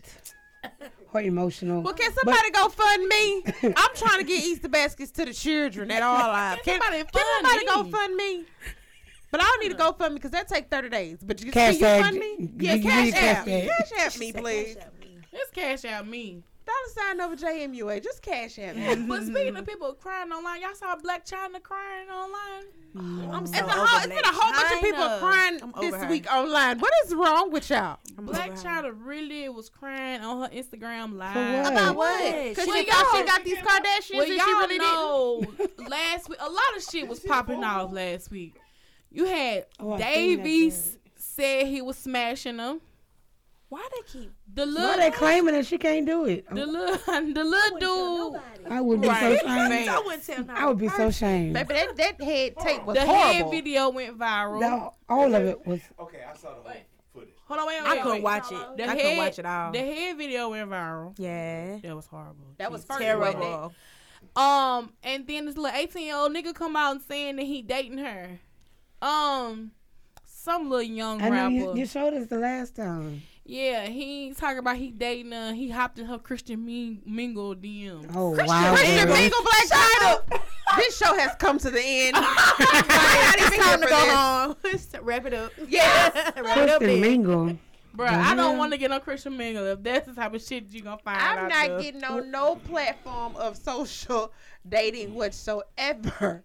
D: her emotional.
J: Well, can somebody go fund me? I'm trying to get Easter baskets to the children at all hours. Can,
A: somebody
J: can
A: fund
J: somebody go
A: me?
J: fund me? But I don't need to go fund me because that take 30 days. But you
D: Cash
J: can you
D: App.
J: fund me?
D: You
J: Yeah,
D: can
J: cash
D: use
J: app.
D: Cash App.
J: Cash app me, please.
A: Let's cash out me.
J: Dollar sign over JMUA. Just cash app me.
A: But speaking of people crying online, y'all saw Black China crying online.
B: I'm so
J: It's, a whole, it's
B: over
J: been a whole bunch of
B: China.
J: people crying
B: I'm over
J: this
B: her.
J: week online. What is wrong with y'all?
B: I'm over
A: Black
B: her.
A: China really was crying on her Instagram live.
D: what?
J: About what?
B: What?
J: Because
B: Well,
J: she thought she
A: y'all-
J: got these Kardashians
A: Well,
J: and she
A: y'all
J: really didn't.
A: know last week a lot of shit was popping off last week. You had
D: Oh, I think that's
A: Davies said he was smashing them.
B: Why they keep?
D: Why
A: The
D: they
A: little,
D: claiming that she can't do it?
A: the little, the little dude.
D: I would be so
A: Right.
D: ashamed.
B: I wouldn't tell no.
D: I would be so ashamed.
J: Baby, that, that head tape was
A: The head
J: horrible.
A: video went viral.
D: That- all of it was.
M: Okay, I saw the whole footage.
A: Hold on, wait, wait,
B: I
A: wait,
B: couldn't
A: wait.
B: watch it.
A: The
B: I
A: head,
B: couldn't watch it all.
A: The head video went viral.
B: yeah.
A: That was horrible.
J: That was first wasn't
B: Terrible.
A: Um, and then this little eighteen year old nigga come out and saying that he dating her. Um, some little young
D: I know
A: rapper.
D: you, you showed us the last time.
A: Yeah, he talking about he dating her. He hopped in her Christian Ming- Mingle DM.
D: Oh wow,
J: Christian
D: Eric.
J: Mingle Black China. this show has come to the end. i not even
B: Time
J: here
B: to
J: for
B: go
J: this.
B: home. Wrap it up.
J: Yes.
B: Wrap it up.
D: Kristen
B: bitch.
D: Mingle.
A: Bruh, I don't want to get no Christian Mingle if that's the type of shit you gonna find
J: I'm
A: out.
J: not
A: of.
J: getting on no platform of social dating whatsoever.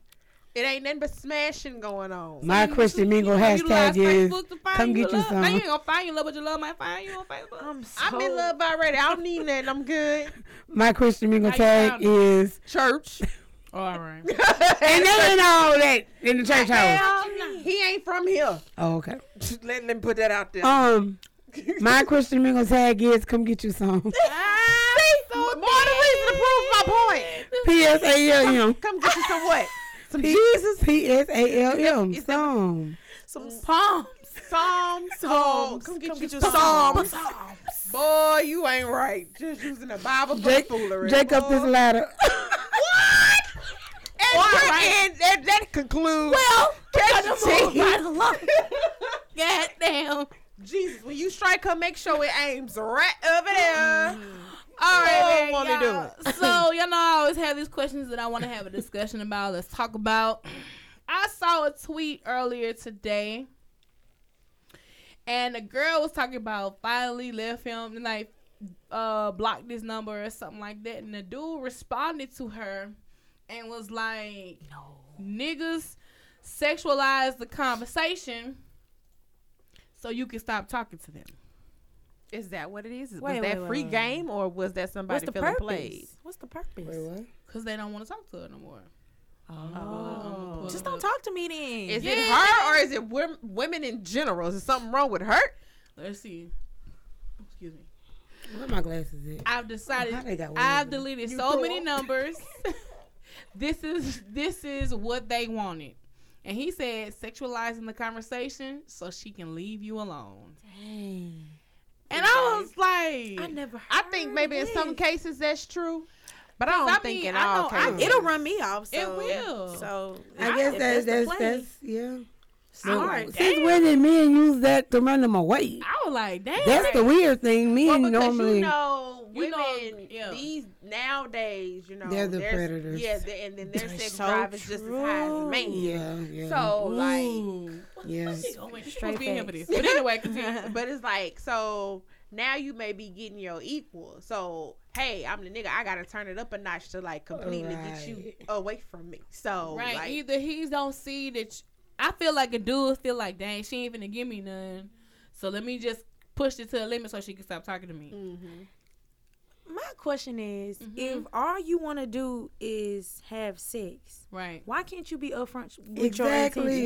J: It ain't nothing but smashing going on.
D: My Christian Mingle
A: Utilize
D: hashtag is
A: Facebook to find
D: come
A: you
D: get you
A: love. Now you
D: some.
A: ain't gonna find your love, but your love might find you on Facebook.
B: I'm so.
J: I'm in love already. I don't need nothing. I'm good.
D: My Christian Mingle
A: How you
D: tag
A: found it?
D: is
J: Church.
A: all right.
D: and that ain't all that in the church house.
J: he ain't from here.
D: Oh, okay.
J: Just let them put that out there.
D: Um, my Christian Mingle tag is come get you some.
B: Ah,
J: See? More the reason to prove my point.
D: P S A L M.
J: Come get you some what? Some
D: Jesus. P S A L M. Some.
B: Some
A: Palm.
J: Mm. Psalms. Oh, come get you Psalms. Boy, you ain't right. Just using the Bible for
D: Jake,
J: foolery.
D: Jake up
J: boy.
D: this ladder.
J: And, and, and that concludes.
A: Well,
J: Catch
A: move
J: tea.
A: right along. God damn.
J: Jesus, when you strike her, make sure it aims right over there.
B: Mm.
A: All right,
J: Oh, mommy
A: man,
J: do
A: y'all. so y'all know I always have these questions that I want to have a discussion about. Let's talk about. I saw a tweet earlier today, and a girl was talking about finally left him and like uh blocked this number or something like that, and the dude responded to her and was like, "Niggas sexualize the conversation, so you can stop talking to them."
J: Is that what it is? Was
B: Wait,
J: that
B: wait,
J: free
B: wait.
J: game or was that
B: What's
J: somebody
B: the
J: feeling
B: purpose?
J: played?
B: What's the purpose?
A: Cause they don't want to talk to her no more.
B: Oh.
A: Oh.
B: Just don't talk to me then.
J: Mm. Is it
A: Yeah.
J: her or is it wom- women in general? Is there something wrong with her?
A: Let's see. Excuse me.
D: Where my glasses at?
A: I've decided.
D: How they got one
A: I've
D: of them?
A: deleted so many numbers. this is this is what they wanted, and he said sexualizing the conversation so she can leave you alone. And I was like,
B: I never.
J: I think maybe in some cases that's true, but I don't
A: I
J: think
A: mean,
J: in
A: I
J: all
A: know- I-
J: cases.
B: It'll run me off. So,
A: It will.
B: So
D: I guess
B: if
D: that's
B: the
D: that's
B: plan,
D: that's yeah.
B: Smart.
D: Since when did men use that to run them away?
A: I was like, damn.
D: That's the weird thing. Men
J: Well, because
D: normally.
J: you know,
A: You
J: women
A: know, yeah.
J: these nowadays, you know,
D: They're the
J: there's-
D: predators.
J: Yeah, the- and then their
B: That's
J: sex
B: so
J: drive is just as high as
B: true.
J: man.
D: yeah, yeah.
J: So like,
A: Ooh.
D: yes.
A: Oh, wait, she
B: Straight
A: supposed to be here for
B: facts.
A: this. But anyway, continue.
J: but it's like so.
A: now you may be getting your equal. So hey, I'm the nigga. I gotta turn it up a notch to like completely get you away from me. So
C: Right.
A: like,
C: Either he's don't see that. sh- I feel like a dude feel like, dang, she ain't finna give me none. So let me just push it to a limit so she can stop talking to me.
J: Mm-hmm.
B: My question is,
C: Mm-hmm.
B: if all you want to do is have sex,
C: right?
B: Why can't you be upfront with your
D: Exactly.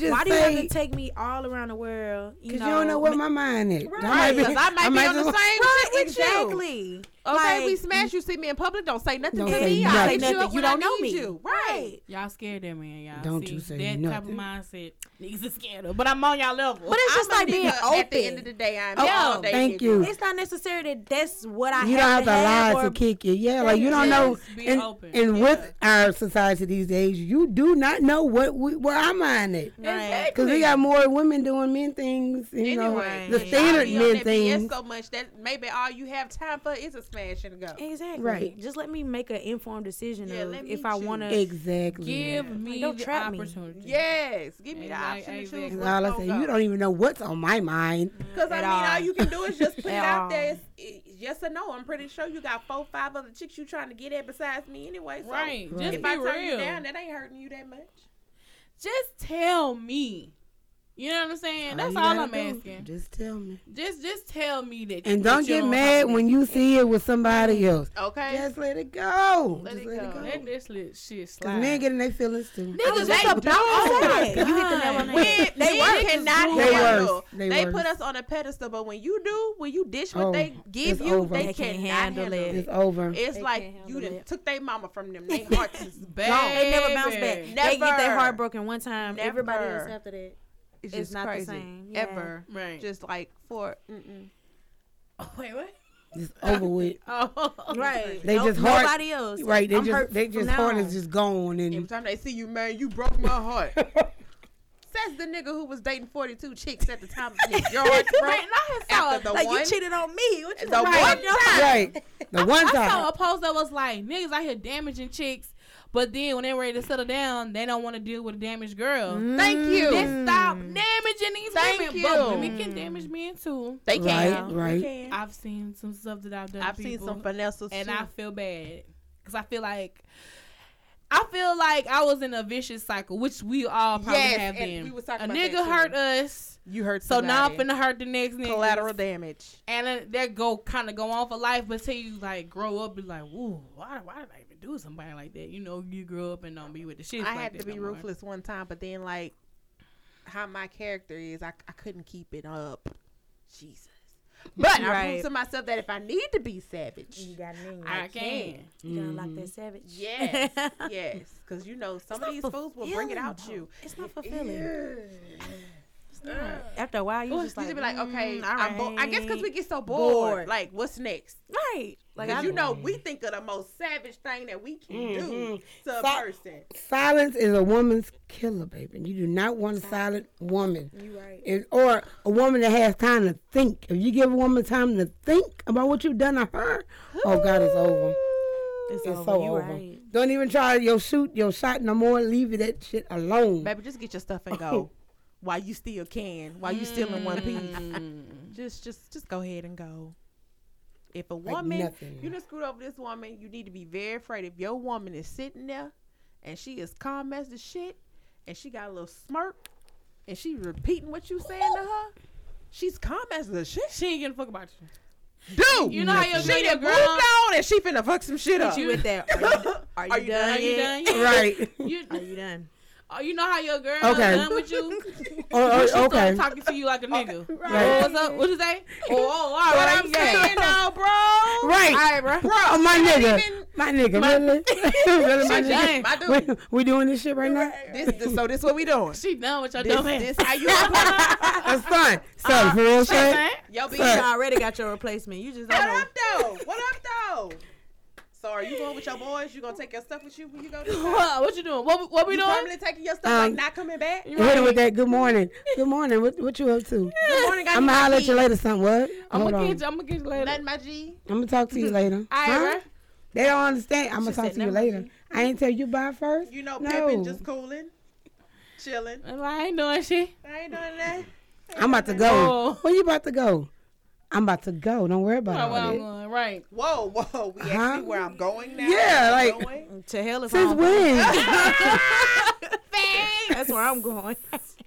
D: Just- just
B: why do you have
D: say-
B: to take me all around the world? You
D: Because
B: know,
D: you don't know where my mind is.
B: Right.
D: I might be,
A: 'Cause I might be on the
D: just-
A: same
B: Right,
A: shit with you.
B: exactly.
A: Okay, we
B: Like,
A: smash. You see me in public. Don't say nothing
D: Don't
A: to
D: say
A: me. I'll
D: nothing.
A: hit you up
B: Nothing.
A: when
B: You
A: I
B: don't know
A: need
B: me.
A: You. Right.
C: Y'all scared that man, y'all.
D: Don't
C: See,
D: you say
C: that type of
D: nothing.
C: mindset. Niggas is scared of, but I'm on y'all level.
B: But it's just
A: I'm a
B: like being
A: nigga
B: open.
A: At the end of the day, I'm
B: Oh,
A: all day
D: thank
A: nigga.
D: you.
B: it's not necessary that that's what I
D: you don't
B: have
D: have to lie to
B: have or-
D: kick it. Yeah, like you don't
C: Yes,
D: know.
C: be
D: and
C: open.
D: and with our society these days, you do not know what we, where our mind is.
B: Right.
D: Because we got more women doing men things, you
A: Anyway,
D: know, the
A: y'all
D: standard
A: be on
D: men
A: that BS
D: things.
A: So much that maybe all you have time for is a smash and go.
B: Exactly.
D: Right.
B: Just let me make an informed decision
A: Yeah,
B: of
A: let
B: if
A: me
B: I
A: choose.
B: want to.
D: Exactly.
C: Give me
B: don't
C: the
B: trap me.
C: opportunity.
A: Yes, give me the option
C: Exact-
A: to choose.
C: exactly.
D: That's
A: what's
D: all I
A: gonna
D: say.
A: go.
D: You don't even know what's on my mind.
A: Cause I
B: At
A: mean,
B: all.
A: all you can do is just put it
B: At
A: out
B: all.
A: there. It's- it- yes or no. I'm pretty sure you got four, five other chicks you trying to get at besides me anyway. So
C: Right. Just
A: If
C: be
A: I turn you
C: real.
A: down, that ain't hurting you that much.
C: Just tell me. You know what I'm saying? That's
D: you
C: all,
D: gotta
C: I'm
D: do.
C: asking.
D: Just tell me.
C: Just just tell me that.
D: And
C: that
D: don't
C: you
D: get
C: don't
D: mad
C: have
D: when you see it with somebody else.
A: Okay.
D: Just let it go.
A: Let
D: Just
A: it
D: let
A: go.
D: it
C: Let
D: go.
C: this lit shit slide.
D: Because men get in their feelings too.
C: Niggas,
A: They
C: it's about
A: do.
C: that.
B: You hit the nail on the
C: When-
B: head.
A: They
C: Niggas
A: work
C: is
A: cannot
C: doing
D: They
A: handle.
D: worse. Oh They
A: They
D: worse.
A: put us on a pedestal, but when you do, when you dish what
D: Oh,
A: they give
D: it's
A: you,
D: over.
A: they,
D: They
A: cannot
B: can't
A: handle,
B: handle
A: it.
D: It's over.
A: It's
B: They
A: like
B: can't
A: you
B: handle
A: done
B: it.
A: took their mama from them. They hearts is bad.
C: Gone.
B: They never bounce back.
C: Baby.
B: They get
A: Never.
B: their heart broken one time. Everybody else
A: Never.
B: after that.
A: It's,
B: It's
A: just
B: not the
A: crazy.
B: same. Yeah.
A: Ever.
C: Right.
A: Just like for mm-mm.
C: wait, what?
D: It's over with.
C: Oh,
B: Right.
D: They
B: Nope,
D: just hard-
B: Nobody else.
D: Right, they
B: I'm hurt
D: just they
B: from
D: just
B: now
D: heart
B: on.
D: is just gone
A: every
D: and
A: time they see you, man, you broke my heart. Says the nigga who was dating forty two chicks at the time of his yard broke
C: Man, I had saw
A: after the
B: Like
A: one.
B: you cheated on me. What you
A: the one time.
D: right. The one
C: I
D: time
C: saw a post that was like, niggas out here damaging chicks, but then when they're ready to settle down, they don't want to deal with a damaged girl.
A: Thank you.
C: Then stop damaging these
A: Thank
C: women.
A: you.
C: But women can damage men too.
A: They
D: Right,
A: can.
D: right.
A: They can.
C: I've seen some stuff that I've done. to
A: I've seen
C: people,
A: some finesses
C: and
A: too.
C: I feel bad because I feel like. I feel like I was in a vicious cycle, which we all probably
A: Yes, and
C: have been.
A: we was talking
C: a
A: about
C: nigga
A: that too.
C: hurt us,
A: you heard
C: so now I'm
A: somebody.
C: finna hurt the next nigga.
A: collateral damage.
C: and then that go kind of go on for life. But till you like grow up, be like, ooh, why, why did I even do somebody like that? You know, you grow up and don't be with the shit.
A: I
C: like
A: had
C: that
A: to be
C: no more.
A: ruthless one time, but then like how my character is, I, I couldn't keep it up. Jesus. But I proved
B: Right.
A: to myself that if I need to be savage,
B: You got it in you.
A: I,
C: I
A: can.
C: can.
B: You gotta lock that savage.
A: Yes, yes, because you know some of
B: not
A: these fools will bring it
B: fulfilling,
A: out
B: though.
A: you.
B: It's not fulfilling.
A: It's not.
B: After a while, you
A: Ooh,
B: just
A: you
B: like,
A: just be like, okay,
B: mm,
A: I'm bo- I guess because we
B: alright."
A: get so bored.
B: Bored.
A: Like, what's next?
B: right, like mm.
A: Because
B: I
A: you know, we think of the most savage thing that we can do
B: Mm-hmm.
A: to a
D: Sa-
A: person.
D: silence is a woman's killer, baby. You do not want a silent woman.
B: You right.
D: And- or a woman that has time to think. If you give a woman time to think about what you've done to her, oh God, it's over.
B: It's,
D: It's
B: over.
D: so
B: you
D: over.
B: right.
D: Don't even try your shoot your shot no more. Leave it that shit alone.
A: Baby, just get your stuff and go. while you still can, while you still in one piece. just just just go ahead and go. If a woman
D: nothing.
A: you done screwed over this woman, you need to be very afraid. If your woman is sitting there and she is calm as the shit and she got a little smirk and she repeating what you saying to her, she's calm as the shit.
C: She ain't gonna fuck about you.
A: Dude,
C: You know how your
A: she
C: girl- your
A: done moved
C: girl-
A: on and she finna fuck some shit up.
B: You with that? Are you, are you
A: Are you
B: done?
C: Are you
B: yet?
C: done? yet?
D: Right.
C: You,
B: Are you done?
C: oh, you know how your girl
D: Okay.
C: done with you?
D: Oh,
C: She
D: oh,
C: okay.
D: okay.
C: talking to you like a nigga.
D: Right.
C: What's up? What you say? Oh, oh, all
D: What
C: right.
D: I'm
C: I'm saying,
D: saying.
C: no, bro.
D: Right.
C: bro.
D: Bro, my nigga, my nigga, really, really my nigga.
A: done. My dude.
D: We, we doing this shit right now.
A: This, this, so this what we doing.
C: She done with your
A: This,
C: dumb ass.
A: this how you Uh, operate.
D: That's fine. So for real shit.
C: Huh?
A: Yo, be
D: Son.
B: You already got your replacement. You just don't
A: What up
B: know.
A: though? What up though? So are you going with your boys? You gonna take your stuff with you when you go? this time?
C: What, what you doing? What, what we
A: You
C: doing?
A: permanently taking your stuff,
D: Um,
A: like not coming back?
D: Hit her with that. Good morning. Good morning. What, what you up to?
A: Good morning,
D: I'm gonna holler at you later. Something. What?
C: I'm
D: Hold
C: gonna
D: on.
C: get you. I'm gonna get you later.
A: Nothing, my G.
D: I'm gonna talk to you later.
C: Ira.
D: They don't understand. I'm gonna talk
B: said,
D: to you
B: "Never
D: later. I ain't tell you bye first.
A: You know,
D: No.
A: Pippin just cooling, chilling.
C: I'm like, I ain't doing shit.
A: I ain't doing that.
D: I'm about to go.
C: Oh.
D: Where you about to go? I'm about to go. Don't worry about
A: Well, well,
D: it.
A: I'm going, right.
O: Whoa, whoa. We
D: Huh?
O: actually where I'm going now. Where
D: Yeah, like-
O: I'm going?
B: To hell if
D: Since
B: I'm
D: when?
B: That's where I'm going.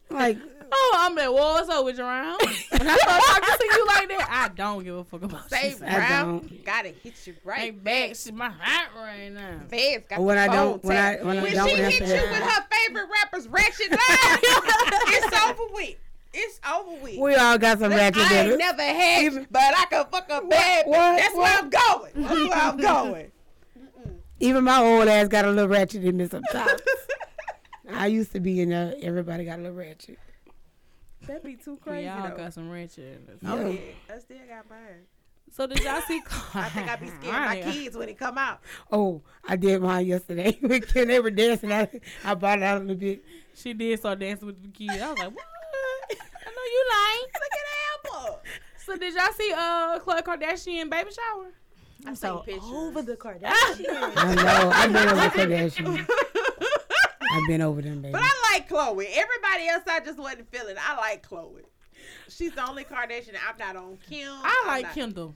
D: like,
A: Oh, I'm at war, what's up with you, Ron? When I start talking to you like that, I don't give a fuck about
O: Say
A: you.
D: I
O: round.
D: don't.
O: Gotta hit you right.
A: Ain't back. She my heart right now.
O: Feds got
D: When
O: the
D: I don't-
O: phone
D: when I-
O: tapped.
D: when I
O: When
D: don't
O: she hit
D: answer
O: you
D: that-
O: with her favorite rapper's ratchet line, it's over with. It's over with.
D: We all got some ratchet
O: I ain't
D: dinners.
O: never had, you,
D: Even-
O: but I can fuck a bad. bitch.
D: what,
O: That's where I'm going. That's where I'm going.
D: Even my old ass got a little ratchet in me sometimes. I used to be in there. Everybody got a little ratchet.
J: That'd be too
A: Well,
J: crazy.
A: y'all
J: though.
A: got some ratchet.
O: Oh yeah, I still got mine.
A: So did y'all see?
O: I think I be scared of my kids when they come out.
D: Oh, I did mine yesterday. When they were dancing. I, I bought out a little bit.
A: She did start dancing with the kids. I was like, what? I know you
O: Look at
A: lying.
O: Alba.
A: So did y'all see uh Khloe Kardashian baby shower?
O: I'm
B: so over the Kardashians.
D: I know. I've been over Kardashian. I've been over them, baby.
O: But I like Chloe. Everybody else, I just wasn't feeling. I like Chloe. She's the only Kardashian I'm not on. Kim.
A: I
O: I'm
A: like
O: not-
A: Kendall.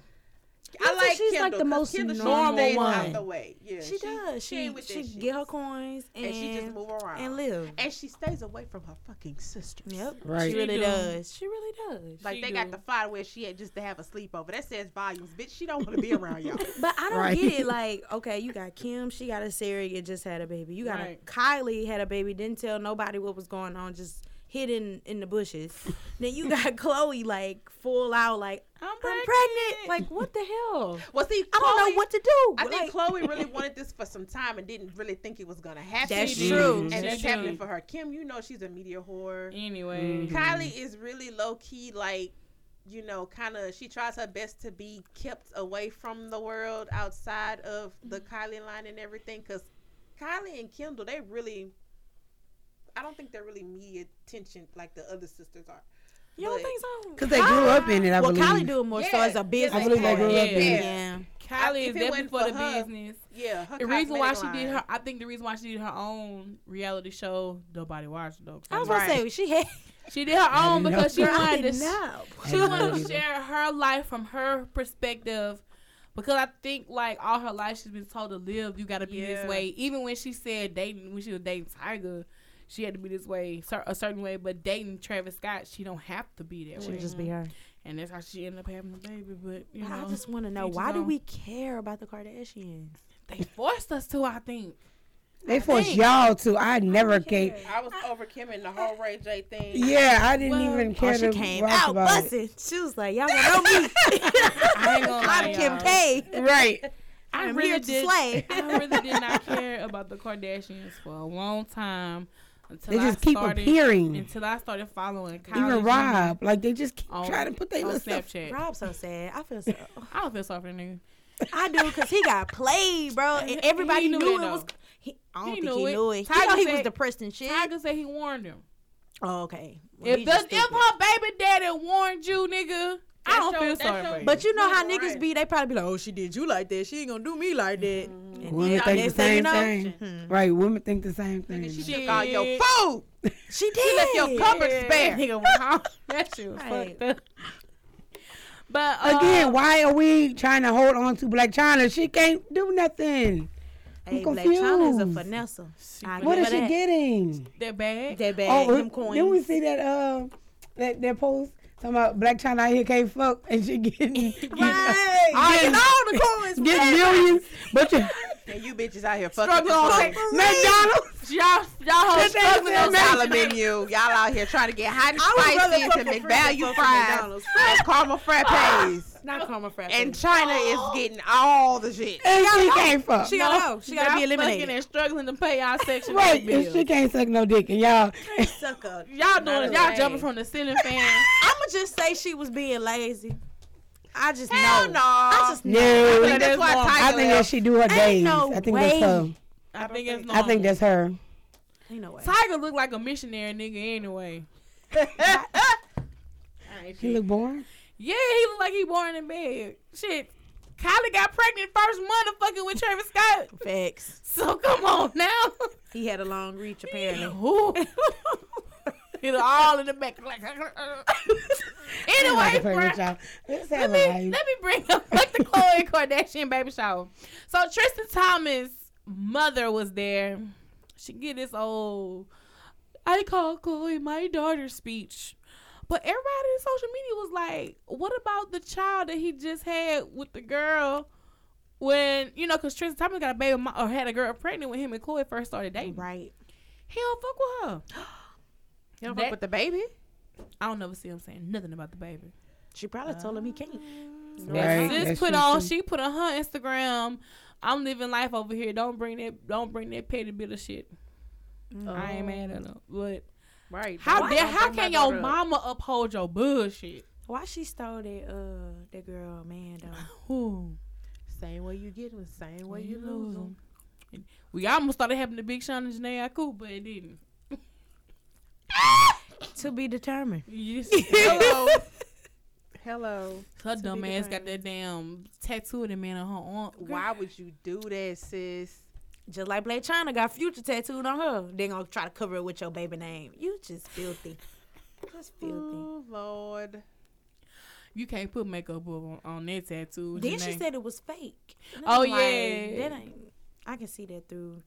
O: I
B: Listen,
O: like
B: she's like
O: Kendall.
B: the
O: 'cause
B: most
O: Kendall, she
B: normal
O: stays
A: one.
O: Out the way. Yeah,
B: She, does. She
O: ain't with
B: she
O: that shit.
B: get her coins and,
O: and, she just move around
B: and live.
O: And she stays away from her fucking sisters.
B: Yep.
D: Right.
B: She really
A: She do.
B: does. She really does.
O: Like
A: She
O: they
A: do.
O: got the fire where she had just to have a sleepover. That says volumes, bitch. She don't want to be around y'all.
B: But I don't
D: Right.
B: get it. Like, okay, you got Kim, she got a Siri and just had a baby. You got
A: Right.
B: a Kylie had a baby, didn't tell nobody what was going on, just hidden in the bushes. then you got Chloe like full out, like I'm, pregnant. Like what the hell?
O: Well, see,
B: I don't
O: Chloe-
B: know what to do.
O: I think
B: Like,
O: Chloe really wanted this for some time and didn't really think it was gonna happen.
B: That's
A: She
B: true.
A: did.
O: and
A: She
O: it's
A: did.
O: happening for her. Kim, you know she's a media whore.
A: Anyway,
O: Kylie
A: Mm-hmm.
O: is really low key, like, you know, kind of, she tries her best to be kept away from the world outside of the
A: Mm-hmm.
O: Kylie line and everything. Because Kylie and Kendall, they really, I don't think they're really media attention like the other sisters are.
B: you don't
O: But-
B: think so?
D: Because they grew up in it, I
B: well,
D: believe.
B: Kylie do it more so
O: Yeah.
B: as a business.
O: I believe they
B: part.
D: grew
A: up in it.
B: yeah.
A: Kylie
O: if
A: is
O: it
A: definitely
O: wasn't
A: for
O: for
A: the
O: her-
A: business.
O: Yeah, her
A: The reason why she
O: cosmetic
A: did
O: line.
A: her, I think the reason why she did her own reality show, nobody watched though.
B: I was
O: Right.
B: gonna say she had.
A: She did her own
D: didn't know.
A: because she
B: Girl, I
A: wanted
B: didn't
A: to
B: know.
A: she
D: I
A: wanted
D: didn't
A: to share her life from her perspective because I think like all her life she's been told to live you got to be
O: Yeah.
A: this way even when she said dating when she was dating Tiger she had to be this way cer- a certain way but dating Travis Scott she don't have to be that way
B: be her.
A: and that's how she ended up having the baby but you
B: But
A: know
B: I just want to know
A: each
B: why
A: his
B: do
A: own.
B: we care about the Kardashians?
A: they forced us to I think
D: They forced y'all to.
B: Oh,
D: I never came.
O: I was over Kim and the whole Ray J thing.
D: Yeah, I didn't
A: Well,
D: even
B: Oh,
D: care
B: she
D: to
B: came
D: watch
B: out
D: about it.
B: bussing. She was like, "Y'all want to know me?
A: I ain't gonna lie,
B: I'm Kim
A: y'all.
B: K.
D: Right.
A: I
B: I'm
A: really
B: here to
A: did.
B: slay.
A: I really did not care about the Kardashians for a long time until
D: They just
A: I
D: keep
A: started
D: appearing.
A: until I started following Kylie
D: Even Rob, like they just keep
B: Oh,
A: on,
D: trying to put their
A: on
D: little stuff.
A: Snapchat.
B: Rob's so sad. I feel so.
A: I don't feel sorry for the nigga.
B: I do because he got played, bro, and everybody
A: He
B: knew,
A: knew
B: it
A: that,
B: was.
A: though.
B: He, I don't
A: He
B: think
A: knew
B: he
A: it.
B: knew it. He
A: Tiger
B: know he was
A: said-
B: depressed and shit.
A: Tiger said he warned him.
B: oh, okay. Well,
A: If,
B: he's
A: the,
B: just
A: if
B: stupid.
A: her baby daddy warned you, nigga, I don't feel sorry for you.
B: but you know how
O: Right.
B: niggas be, they probably be like, "Oh, she did you like that. She ain't gonna do me like that." Mm-hmm. And
D: Women
B: then
D: think the
B: next thing
D: same
B: you know,
D: thing.
B: Hmm.
D: Right, women think the same thing.
O: She took all your
A: Shit.
O: food.
B: she did. Left
O: your cupboard spare.
B: Nigga, wow.
A: that shit was
B: Right.
A: fucked up. But uh,
D: Again, why are we trying to hold on to Black China? She can't do nothing.
B: Hey,
D: I'm
B: Black China is a
D: confused.
B: finesse. I
D: What
B: give
D: is
B: her
D: she
B: that.
D: getting?
A: that bag.
B: That bag,
D: Oh,
B: them coins.
D: didn't we see that uh that that post talking about Black China out here can't fuck and she getting getting,
B: Right.
D: I
B: Get
D: get-
B: all the coins.
D: getting millions, but you
O: And you bitches out here fucking.
A: Struggling.
D: McDonald's.
A: Y'all, y'all
D: That
A: hoes
D: bag
A: struggling
D: said
A: on
D: man-
O: Dollar menu. Y'all out here trying to get hot and
B: would rather
O: spicy
B: fuck
O: and
B: for free
O: McValue
B: than fuck for
O: fries
B: McDonald's.
O: and caramel frappes.
B: Not Karma Frappe.
O: And China is getting all the shit.
D: And she can't fuck.
B: she gotta go. She gotta
A: y'all
B: be eliminated.
A: fucking and struggling to pay y'all section
D: Right,
A: bills.
D: and she can't suck no dick, and y'all.
B: sucker.
A: Y'all doing it. Y'all
B: way.
A: jumping from the ceiling fan.
B: I'ma just say she was being lazy. I just
O: Hell
B: know.
O: no.
B: I just know.
D: No,
O: think that's why
D: I
O: Tiger
D: think that
O: left.
D: she do her days.
B: no
D: I think
B: way.
D: that's her.
A: I think it's
D: I
A: normal.
D: think that's her.
B: Ain't no way.
A: Tiger looked like a missionary nigga anyway. Alright,
D: He
A: shit.
D: look born.
A: yeah, he looked like he born in bed. Shit. Kylie got pregnant first motherfucking with Travis Scott.
B: Facts.
A: So come on now.
B: He had a long reach apparently.
A: Who? His
L: Kendall all in the back. Like,
D: I'm
A: Anyway,
D: not afraid with
A: bruh.
D: y'all. Let's
A: let
D: have
A: me
D: a life.
A: let me bring up like the Khloe Kardashian baby shower. So Tristan Thomas' mother was there. She get this old I call Chloe my daughter speech. But everybody in social media was like, what about the child that he just had with the girl when, you know, because Tristan Thomas got a baby mo- or had a girl pregnant when him and Chloe first started dating.
B: Right.
A: He don't fuck with her.
O: You don't fuck with the
A: baby? I don't never see him saying nothing about the baby.
B: She probably told him he can't.
A: Right.
D: Right,
A: Sis
D: that's
A: put
D: true,
A: on.
D: too.
A: She put on her Instagram. I'm living life over here. Don't bring that. Don't bring that petty bit of shit. I
D: Oh.
A: ain't mad at her. But
O: Right.
A: how
O: Why
A: dare?
O: don't
A: How
O: bring my
A: can your
O: daughter up?
A: mama uphold your bullshit?
B: Why she stole that uh that girl man though?
A: Who?
O: Same way you get them, same way you lose them.
A: We almost started having the Big Sean and Janae Aiko, but it didn't.
B: to be determined.
A: Yes.
O: Hello. Hello.
A: Her
O: To
A: dumb
O: be
A: ass got that damn tattoo of the man on her arm.
O: Why would you do that, sis?
B: Just like Blake China got future tattooed on her. They gonna try to cover it with your baby name. You just filthy. Just filthy.
O: Oh Lord.
A: You can't put makeup on, on that tattoo.
B: Then she
A: Janae.
B: said it was fake. And
A: Oh,
B: I'm like,
A: yeah.
B: That ain't I can see that through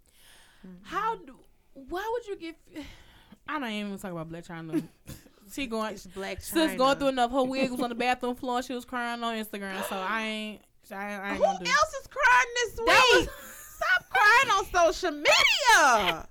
B: Mm-hmm.
A: How? Do, why would you get? I don't even talk about Black China. she going.
O: It's black China.
A: Sis going through enough. Her wig was on the bathroom floor. She was crying on Instagram. So I ain't. I ain't, I ain't
O: Who
A: gonna do.
O: else is crying this week?
A: That
O: Stop crying on social media.